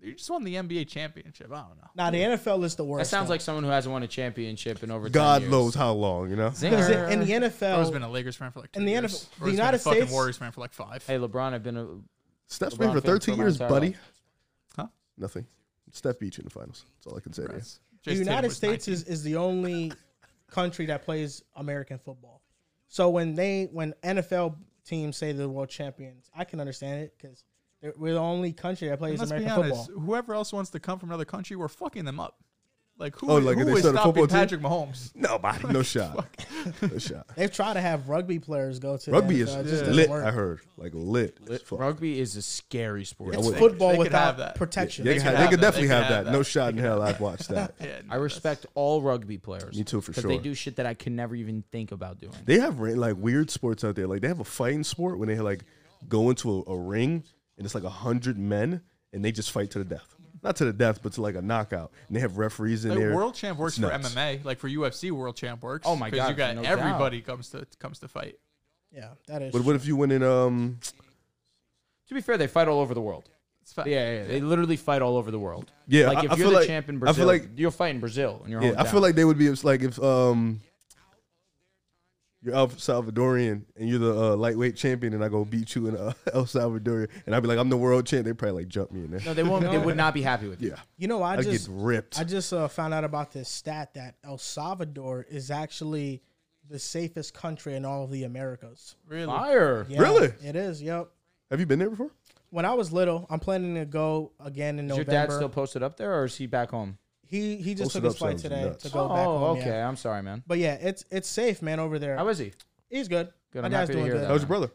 [SPEAKER 4] you just won the NBA championship. I don't know.
[SPEAKER 2] now the nfl is the worst
[SPEAKER 3] that sounds
[SPEAKER 2] though.
[SPEAKER 3] like someone who hasn't won a championship in over. 10
[SPEAKER 5] God
[SPEAKER 3] years.
[SPEAKER 5] knows how long, you know.
[SPEAKER 2] because
[SPEAKER 3] Zinger.
[SPEAKER 2] in the
[SPEAKER 4] I've always
[SPEAKER 2] nfl
[SPEAKER 4] been a Lakers fan for like two
[SPEAKER 2] In the
[SPEAKER 4] years.
[SPEAKER 2] NFL the
[SPEAKER 4] I've always been
[SPEAKER 2] United
[SPEAKER 4] a fucking
[SPEAKER 2] States-
[SPEAKER 4] Warriors fan for like five.
[SPEAKER 3] Hey LeBron, I've been a
[SPEAKER 5] Steph's
[SPEAKER 3] LeBron
[SPEAKER 5] been for
[SPEAKER 3] fan for
[SPEAKER 5] 13
[SPEAKER 3] my
[SPEAKER 5] years,
[SPEAKER 3] entire
[SPEAKER 5] buddy.
[SPEAKER 3] life.
[SPEAKER 4] Huh?
[SPEAKER 5] Nothing. Steph beat you in the finals. That's all I can say. To you.
[SPEAKER 4] Congrats.
[SPEAKER 2] the
[SPEAKER 4] Jason Tatum
[SPEAKER 2] united
[SPEAKER 4] was
[SPEAKER 2] states
[SPEAKER 4] 19.
[SPEAKER 2] is, is the only country that plays american football So when they when NFL teams say they're world champions, I can understand it because we're the only country that plays
[SPEAKER 4] And let's be
[SPEAKER 2] American
[SPEAKER 4] honest,
[SPEAKER 2] football.
[SPEAKER 4] whoever else wants to come from another country, we're fucking them up. Like who,
[SPEAKER 5] Oh, like if
[SPEAKER 4] who
[SPEAKER 5] they
[SPEAKER 4] is
[SPEAKER 5] start a
[SPEAKER 4] stopping
[SPEAKER 5] football team?
[SPEAKER 4] Patrick Mahomes?
[SPEAKER 5] Nobody, no shot, no shot.
[SPEAKER 2] They've tried to have rugby players go to the
[SPEAKER 5] Rugby is
[SPEAKER 2] NFL, it just doesn't
[SPEAKER 5] lit.
[SPEAKER 2] work.
[SPEAKER 5] I heard like lit. as fuck.
[SPEAKER 3] Rugby is a scary sport.
[SPEAKER 5] Yeah, I
[SPEAKER 2] It's
[SPEAKER 5] would-
[SPEAKER 2] football
[SPEAKER 4] they could
[SPEAKER 2] without
[SPEAKER 4] have that.
[SPEAKER 2] protection.
[SPEAKER 5] They, could have-
[SPEAKER 4] have
[SPEAKER 5] they could
[SPEAKER 4] that.
[SPEAKER 5] definitely
[SPEAKER 4] They could
[SPEAKER 5] have
[SPEAKER 4] have
[SPEAKER 5] that. No
[SPEAKER 4] that.
[SPEAKER 5] shot in hell. I've watched that.
[SPEAKER 4] Yeah,
[SPEAKER 3] I respect all rugby players.
[SPEAKER 5] Me too, for
[SPEAKER 3] 'cause
[SPEAKER 5] sure.
[SPEAKER 3] They do shit that I could never even think about doing.
[SPEAKER 5] They have ra- like weird sports out there. Like they have a fighting sport when they like go into a, a ring and it's like a hundred men and they just fight to the death. Not to the death, but to like a knockout. And they have referees in
[SPEAKER 4] Like,
[SPEAKER 5] there.
[SPEAKER 4] world champ works
[SPEAKER 5] It's
[SPEAKER 4] for
[SPEAKER 5] nuts.
[SPEAKER 4] MMA, like for UFC, world champ works.
[SPEAKER 3] Oh my
[SPEAKER 4] 'cause
[SPEAKER 3] God,
[SPEAKER 4] you got
[SPEAKER 3] no doubt.
[SPEAKER 4] everybody comes to comes to fight.
[SPEAKER 2] Yeah, that is.
[SPEAKER 5] But what if you went in? Um,
[SPEAKER 3] To be fair, they fight all over the world.
[SPEAKER 4] It's fa-
[SPEAKER 3] Yeah, yeah, yeah. they literally fight all over the world.
[SPEAKER 5] Yeah,
[SPEAKER 3] like
[SPEAKER 5] I-
[SPEAKER 3] if
[SPEAKER 5] I
[SPEAKER 3] you're
[SPEAKER 5] feel
[SPEAKER 3] the
[SPEAKER 5] like-
[SPEAKER 3] champ in
[SPEAKER 5] I
[SPEAKER 3] Brazil,
[SPEAKER 5] feel like-
[SPEAKER 3] you'll fight in Brazil in your
[SPEAKER 2] Oh,
[SPEAKER 5] yeah, I
[SPEAKER 3] hometown.
[SPEAKER 5] feel like they would be it's like if um, you're El Salvadorian and you're the uh, lightweight champion, and I go beat you in uh, El Salvadorian, and I'd be like, I'm the world champ. They probably like jump me in there.
[SPEAKER 3] no, they won't. They would not be happy with you.
[SPEAKER 5] yeah,
[SPEAKER 2] you know, I
[SPEAKER 5] I
[SPEAKER 2] just
[SPEAKER 5] get ripped.
[SPEAKER 2] I just uh, found out about this stat that El Salvador is actually the safest country in all of the Americas.
[SPEAKER 4] really.
[SPEAKER 3] Liar.
[SPEAKER 2] Yeah,
[SPEAKER 5] Really?
[SPEAKER 2] It is. Yep.
[SPEAKER 5] have you been there before?
[SPEAKER 2] When I was little, I'm planning to go again in
[SPEAKER 3] Is your
[SPEAKER 2] November.
[SPEAKER 3] dad still posted up there, or is he back home?
[SPEAKER 2] he he just
[SPEAKER 5] Posted
[SPEAKER 2] took his
[SPEAKER 5] up
[SPEAKER 2] flight
[SPEAKER 5] sounds
[SPEAKER 2] today
[SPEAKER 5] nuts.
[SPEAKER 2] to go
[SPEAKER 3] oh,
[SPEAKER 2] back home.
[SPEAKER 3] okay.
[SPEAKER 2] Yeah.
[SPEAKER 3] I'm sorry, man.
[SPEAKER 2] But yeah, it's it's safe, man, over there.
[SPEAKER 3] How is he?
[SPEAKER 2] He's good.
[SPEAKER 3] Good,
[SPEAKER 2] My
[SPEAKER 3] I'm
[SPEAKER 2] dad's
[SPEAKER 3] happy to
[SPEAKER 2] doing
[SPEAKER 3] hear
[SPEAKER 2] good.
[SPEAKER 3] that.
[SPEAKER 5] How's your brother?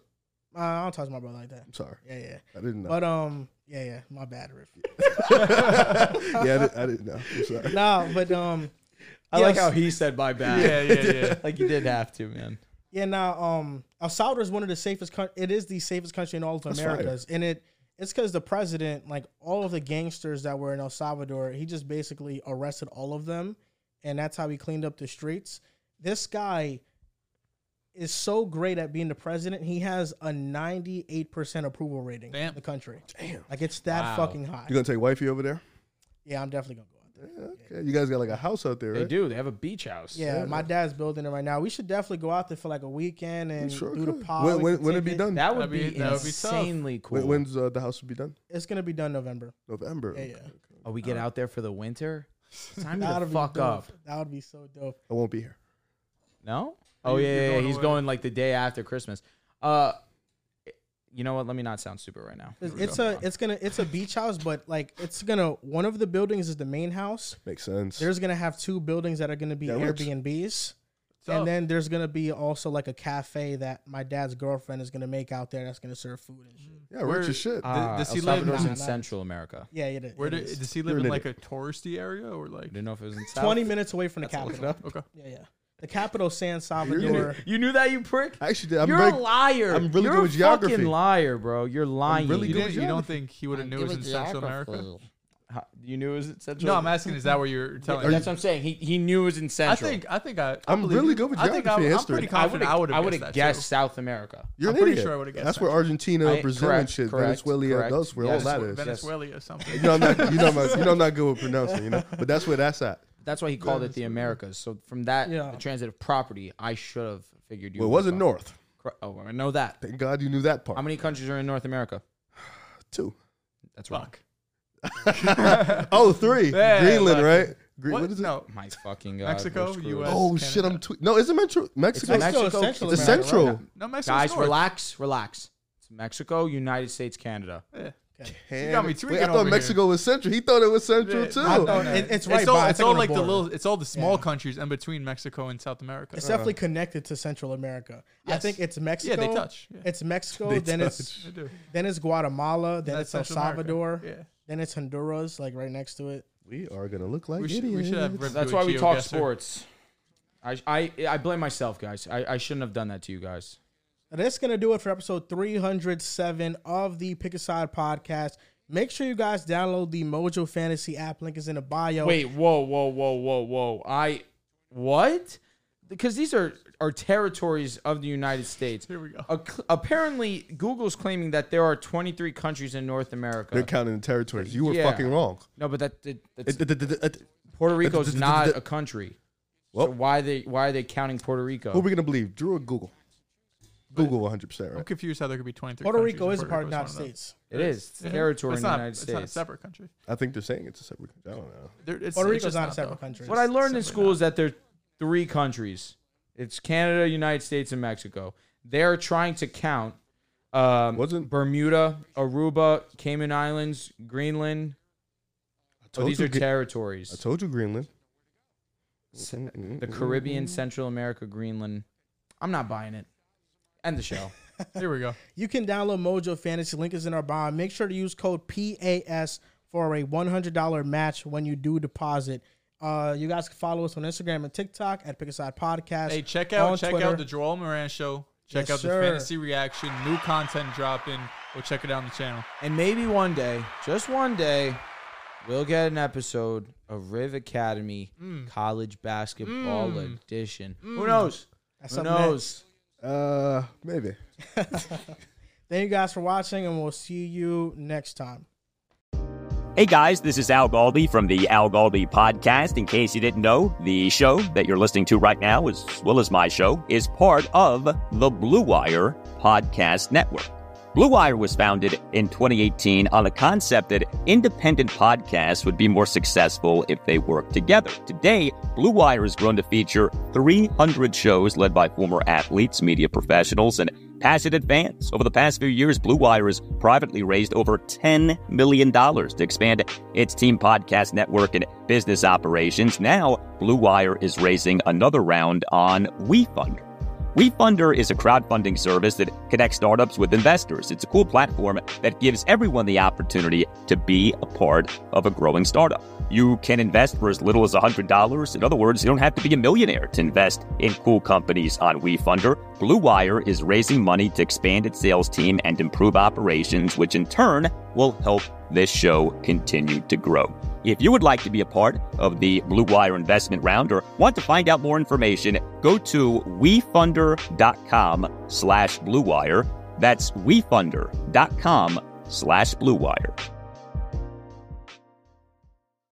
[SPEAKER 2] Uh, I don't talk to my brother like that.
[SPEAKER 5] I'm sorry,
[SPEAKER 2] Yeah, yeah.
[SPEAKER 5] I didn't know.
[SPEAKER 2] But um, yeah, yeah. My bad, Riff.
[SPEAKER 5] yeah, I didn't, I didn't know. I'm sorry.
[SPEAKER 2] no, but um,
[SPEAKER 3] I
[SPEAKER 2] yeah,
[SPEAKER 3] like
[SPEAKER 2] El-
[SPEAKER 3] how he said my bad.
[SPEAKER 4] Yeah, yeah, yeah.
[SPEAKER 3] like you did have to, man.
[SPEAKER 2] Yeah, now um, El Salvador is one of the safest. coun it is the safest country in all of
[SPEAKER 5] fire.
[SPEAKER 2] Americas, and it it's because the president, like all of the gangsters that were in El Salvador, he just basically arrested all of them, and that's how he cleaned up the streets. This guy is so great at being the president. He has a ninety eight percent approval rating in
[SPEAKER 4] Damn.
[SPEAKER 2] the country. Damn, like it's that
[SPEAKER 3] Wow.
[SPEAKER 2] fucking hot.
[SPEAKER 5] You gonna take wifey over there?
[SPEAKER 2] Yeah, I'm definitely gonna go out there.
[SPEAKER 5] Okay, you guys got like a house out there,
[SPEAKER 3] They
[SPEAKER 5] right?
[SPEAKER 3] do. They have a beach house.
[SPEAKER 2] Yeah, my dad's building it right now. We should definitely go out there for like a weekend and
[SPEAKER 5] Sure.
[SPEAKER 2] do the
[SPEAKER 5] could.
[SPEAKER 2] pod.
[SPEAKER 5] When
[SPEAKER 2] We
[SPEAKER 5] when
[SPEAKER 2] can
[SPEAKER 5] when it
[SPEAKER 2] take
[SPEAKER 5] be
[SPEAKER 2] it.
[SPEAKER 5] done?
[SPEAKER 3] That would
[SPEAKER 4] That'd
[SPEAKER 3] be,
[SPEAKER 4] be- that would be tough.
[SPEAKER 3] insanely cool.
[SPEAKER 5] When, when's uh, the house will be done?
[SPEAKER 2] It's gonna be done November.
[SPEAKER 5] November.
[SPEAKER 2] Yeah, yeah.
[SPEAKER 3] oh, we
[SPEAKER 4] Uh.
[SPEAKER 3] get out there for the winter. It's time
[SPEAKER 2] That
[SPEAKER 3] to
[SPEAKER 2] would be
[SPEAKER 3] fuck
[SPEAKER 2] dope.
[SPEAKER 3] up.
[SPEAKER 2] That would be so dope.
[SPEAKER 5] I won't be here.
[SPEAKER 3] No. Oh
[SPEAKER 4] You-
[SPEAKER 3] yeah,
[SPEAKER 4] you're
[SPEAKER 3] yeah, yeah.
[SPEAKER 4] going
[SPEAKER 3] he's
[SPEAKER 4] away.
[SPEAKER 3] going like the day after Christmas. Uh, you know what? Let me not sound stupid right now.
[SPEAKER 2] It's, it's a it's gonna it's a beach house, but like it's gonna one of the buildings is the main house.
[SPEAKER 5] Makes sense.
[SPEAKER 2] There's gonna have two buildings that are gonna be
[SPEAKER 5] That works.
[SPEAKER 2] Airbnbs,
[SPEAKER 4] Tough.
[SPEAKER 2] and then there's gonna be also like a cafe that my dad's girlfriend is gonna make out there that's gonna serve food and shit.
[SPEAKER 5] yeah, rich as shit.
[SPEAKER 3] Uh,
[SPEAKER 4] does he
[SPEAKER 3] El
[SPEAKER 4] live in-
[SPEAKER 3] Salvador's in
[SPEAKER 2] Nah, nah.
[SPEAKER 3] Central America.
[SPEAKER 2] Yeah, it is.
[SPEAKER 4] Where
[SPEAKER 2] it
[SPEAKER 4] do,
[SPEAKER 2] is.
[SPEAKER 4] does he
[SPEAKER 5] You're
[SPEAKER 4] live in
[SPEAKER 5] an
[SPEAKER 4] like a touristy area or like?
[SPEAKER 3] I didn't know if it was in South.
[SPEAKER 2] Twenty minutes away from the capital.
[SPEAKER 4] Okay.
[SPEAKER 2] Yeah, yeah. The capital, San
[SPEAKER 5] You're
[SPEAKER 2] Salvador.
[SPEAKER 3] You knew that, you prick.
[SPEAKER 5] I actually did. I'm
[SPEAKER 3] You're
[SPEAKER 5] very,
[SPEAKER 3] a liar.
[SPEAKER 5] I'm really
[SPEAKER 3] You're
[SPEAKER 5] good
[SPEAKER 3] a
[SPEAKER 5] with geography.
[SPEAKER 3] Fucking liar, bro. You're lying.
[SPEAKER 5] really
[SPEAKER 4] You,
[SPEAKER 5] good
[SPEAKER 4] didn't, you don't think he would have knew it was in Central America?
[SPEAKER 3] How- you knew it was in Central.
[SPEAKER 4] No, I'm asking. Is that where you're telling?
[SPEAKER 3] That's what I'm saying. He he knew it was in
[SPEAKER 4] I
[SPEAKER 3] Central.
[SPEAKER 4] think I think I. I
[SPEAKER 5] I'm
[SPEAKER 4] believe
[SPEAKER 5] really
[SPEAKER 4] you.
[SPEAKER 5] good with
[SPEAKER 4] I think
[SPEAKER 5] geography
[SPEAKER 4] I'm,
[SPEAKER 5] and
[SPEAKER 4] I'm
[SPEAKER 5] history.
[SPEAKER 4] pretty confident. I would
[SPEAKER 3] I
[SPEAKER 4] have
[SPEAKER 3] would
[SPEAKER 4] guessed
[SPEAKER 3] have
[SPEAKER 4] that,
[SPEAKER 3] guessed
[SPEAKER 4] too.
[SPEAKER 3] South America.
[SPEAKER 5] You're
[SPEAKER 4] I'm
[SPEAKER 5] an
[SPEAKER 4] pretty
[SPEAKER 5] idiot.
[SPEAKER 4] sure I would've guessed
[SPEAKER 5] That's
[SPEAKER 4] that.
[SPEAKER 5] where Argentina,
[SPEAKER 3] I-
[SPEAKER 5] Brazil, and
[SPEAKER 3] correct,
[SPEAKER 5] shit,
[SPEAKER 3] correct,
[SPEAKER 5] Venezuela,
[SPEAKER 3] correct.
[SPEAKER 5] that's where
[SPEAKER 3] Yes.
[SPEAKER 5] all that is.
[SPEAKER 4] Venezuela or
[SPEAKER 5] You
[SPEAKER 4] something.
[SPEAKER 5] know, I'm not, you know, I'm not, you know, I'm not good with pronouncing, you know. But that's where that's at.
[SPEAKER 3] That's why he called it the Americas. So from that
[SPEAKER 2] Yeah.
[SPEAKER 3] the transitive property, I should have figured you.
[SPEAKER 5] Well, it
[SPEAKER 3] were
[SPEAKER 5] wasn't
[SPEAKER 3] from-
[SPEAKER 5] north.
[SPEAKER 3] Cor- Oh, I know that.
[SPEAKER 5] Thank God you knew that part
[SPEAKER 3] How many countries are in North America?
[SPEAKER 5] too.
[SPEAKER 3] That's wrong.
[SPEAKER 4] Fuck.
[SPEAKER 5] Oh, three.
[SPEAKER 4] Yeah,
[SPEAKER 5] Greenland,
[SPEAKER 4] like-
[SPEAKER 5] right? Gre-
[SPEAKER 4] What?
[SPEAKER 5] what is it?
[SPEAKER 4] No.
[SPEAKER 3] My fucking God.
[SPEAKER 4] Mexico,
[SPEAKER 3] we're screwed.
[SPEAKER 4] US.
[SPEAKER 5] Oh shit! I'm tweet. No, isn't Metro- Mexico?
[SPEAKER 2] Mexico,
[SPEAKER 3] Mexico,
[SPEAKER 2] Central
[SPEAKER 5] It's
[SPEAKER 2] America. right?
[SPEAKER 5] central.
[SPEAKER 4] No, Mexico's
[SPEAKER 3] Guys,
[SPEAKER 4] north.
[SPEAKER 3] relax, relax. It's Mexico, United States, Canada.
[SPEAKER 4] Yeah.
[SPEAKER 5] Canada.
[SPEAKER 4] got me
[SPEAKER 5] Wait,
[SPEAKER 4] tweaking
[SPEAKER 5] I
[SPEAKER 4] over
[SPEAKER 5] thought
[SPEAKER 4] here.
[SPEAKER 5] Mexico was central. He thought it was central
[SPEAKER 4] Yeah.
[SPEAKER 5] too.
[SPEAKER 2] I thought-
[SPEAKER 4] no.
[SPEAKER 2] it- it's right
[SPEAKER 4] It's all,
[SPEAKER 2] by.
[SPEAKER 4] it's all
[SPEAKER 2] on the
[SPEAKER 4] like the
[SPEAKER 2] border.
[SPEAKER 4] little. It's all the small
[SPEAKER 2] Yeah.
[SPEAKER 4] countries in between Mexico and South America.
[SPEAKER 2] It's definitely connected to Central America. I
[SPEAKER 4] Uh-huh. Yes.
[SPEAKER 2] think it's Mexico.
[SPEAKER 4] touch, yeah.
[SPEAKER 2] It's Mexico.
[SPEAKER 5] They
[SPEAKER 2] then
[SPEAKER 5] touch.
[SPEAKER 2] it's
[SPEAKER 4] They do.
[SPEAKER 2] then it's Guatemala. Then
[SPEAKER 4] That's
[SPEAKER 2] it's El
[SPEAKER 4] Central America.
[SPEAKER 2] Salvador.
[SPEAKER 4] Yeah.
[SPEAKER 2] Then it's Honduras, like right next to it.
[SPEAKER 5] we are gonna look like
[SPEAKER 4] We should,
[SPEAKER 5] idiots.
[SPEAKER 4] we should have. Ripped
[SPEAKER 3] That's
[SPEAKER 4] you a
[SPEAKER 3] why we talk
[SPEAKER 4] geoguesser.
[SPEAKER 3] sports. I, I I blame myself, guys. I, I shouldn't have done that to you guys.
[SPEAKER 2] That's gonna do it for episode 307 of the Pick a Side podcast. Make sure you guys download the Mojo Fantasy app. Link is in the bio.
[SPEAKER 4] Oh.
[SPEAKER 3] Wait, whoa, whoa, whoa, whoa, whoa. I what? Because these are are territories of the United States.
[SPEAKER 4] Here we go.
[SPEAKER 3] Ac- apparently, Google's claiming that there are 23 countries in North America.
[SPEAKER 5] They're counting the territories. You were
[SPEAKER 3] Yeah.
[SPEAKER 5] fucking wrong.
[SPEAKER 3] no, but that, that that's,
[SPEAKER 5] Who
[SPEAKER 3] Puerto Rico's not a country.
[SPEAKER 5] Well-
[SPEAKER 3] so why they why are they counting Puerto Rico?
[SPEAKER 5] are Oh. we gonna believe? Drew or Google? Google 100 percent
[SPEAKER 4] I'm
[SPEAKER 5] right.
[SPEAKER 4] confused how there could be 23.
[SPEAKER 2] Puerto
[SPEAKER 4] countries
[SPEAKER 2] Rico
[SPEAKER 4] and
[SPEAKER 2] is a part of the United
[SPEAKER 4] Puerto Rico's
[SPEAKER 2] States.
[SPEAKER 3] It is It's
[SPEAKER 4] one of them.
[SPEAKER 3] territory
[SPEAKER 4] It's
[SPEAKER 3] in the
[SPEAKER 4] not-
[SPEAKER 3] United
[SPEAKER 4] it's not a
[SPEAKER 3] States.
[SPEAKER 4] separate country.
[SPEAKER 5] I think they're saying it's a separate. I don't know.
[SPEAKER 4] There- it's-
[SPEAKER 2] Puerto Rico's
[SPEAKER 4] it's just
[SPEAKER 2] not a
[SPEAKER 4] though.
[SPEAKER 2] separate country.
[SPEAKER 3] what I learned in
[SPEAKER 4] Simply
[SPEAKER 3] school
[SPEAKER 4] not.
[SPEAKER 3] is that there are three countries. It's Canada, United States, and Mexico. They're trying to count um,
[SPEAKER 5] Wasn't-
[SPEAKER 3] Bermuda, Aruba, Cayman Islands, Greenland. Oh,
[SPEAKER 5] told
[SPEAKER 3] these
[SPEAKER 5] you
[SPEAKER 3] are
[SPEAKER 5] Gre-
[SPEAKER 3] territories.
[SPEAKER 5] I told you Greenland.
[SPEAKER 3] the Caribbean, Central America, Greenland. I'm not buying it. End the show.
[SPEAKER 4] Here we go.
[SPEAKER 2] You can download Mojo Fantasy. Link is in our bio. Make sure to use code PAS for a $100 match when you do deposit. Uh, you guys can follow us on Instagram and TikTok at Pick Aside Podcast.
[SPEAKER 4] Hey, check
[SPEAKER 2] on
[SPEAKER 4] out check
[SPEAKER 2] Twitter.
[SPEAKER 4] out the Joel Moran show. Check
[SPEAKER 2] Yes,
[SPEAKER 4] out the
[SPEAKER 2] sir.
[SPEAKER 4] fantasy reaction, new content dropping. We'll check it out on the channel.
[SPEAKER 3] And maybe one day, just one day, we'll get an episode of Riv Academy
[SPEAKER 5] Mm.
[SPEAKER 3] College Basketball Edition. Who knows?
[SPEAKER 2] That's
[SPEAKER 3] Who
[SPEAKER 2] up next.
[SPEAKER 3] knows?
[SPEAKER 5] Uh, maybe.
[SPEAKER 2] Thank you guys for watching, and we'll see you next time.
[SPEAKER 6] Hey guys, this is Al Galdi from the Al Galdi podcast. In case you didn't know, the show that you're listening to right now, as well as my show, is part of the Blue Wire Podcast Network. Blue Wire was founded in 2018 on the concept that independent podcasts would be more successful if they worked together. Today, Blue Wire has grown to feature 300 shows led by former athletes, media professionals, and passionate fans. Over the past few years, Blue Wire has privately raised over $10 million to expand its team podcast network and business operations. Now, Blue Wire is raising another round on WeFunder. WeFunder is a crowdfunding service that connects startups with investors. It's a cool platform that gives everyone the opportunity to be a part of a growing startup. You can invest for as little as $100. In other words, you don't have to be a millionaire to invest in cool companies on WeFunder. Blue Wire is raising money to expand its sales team and improve operations, which in turn will help this show continue to grow. If you would like to be a part of the Blue Wire investment round or want to find out more information, go to wefunder.com slash Blue Wire. That's wefunder.com slash Blue Wire.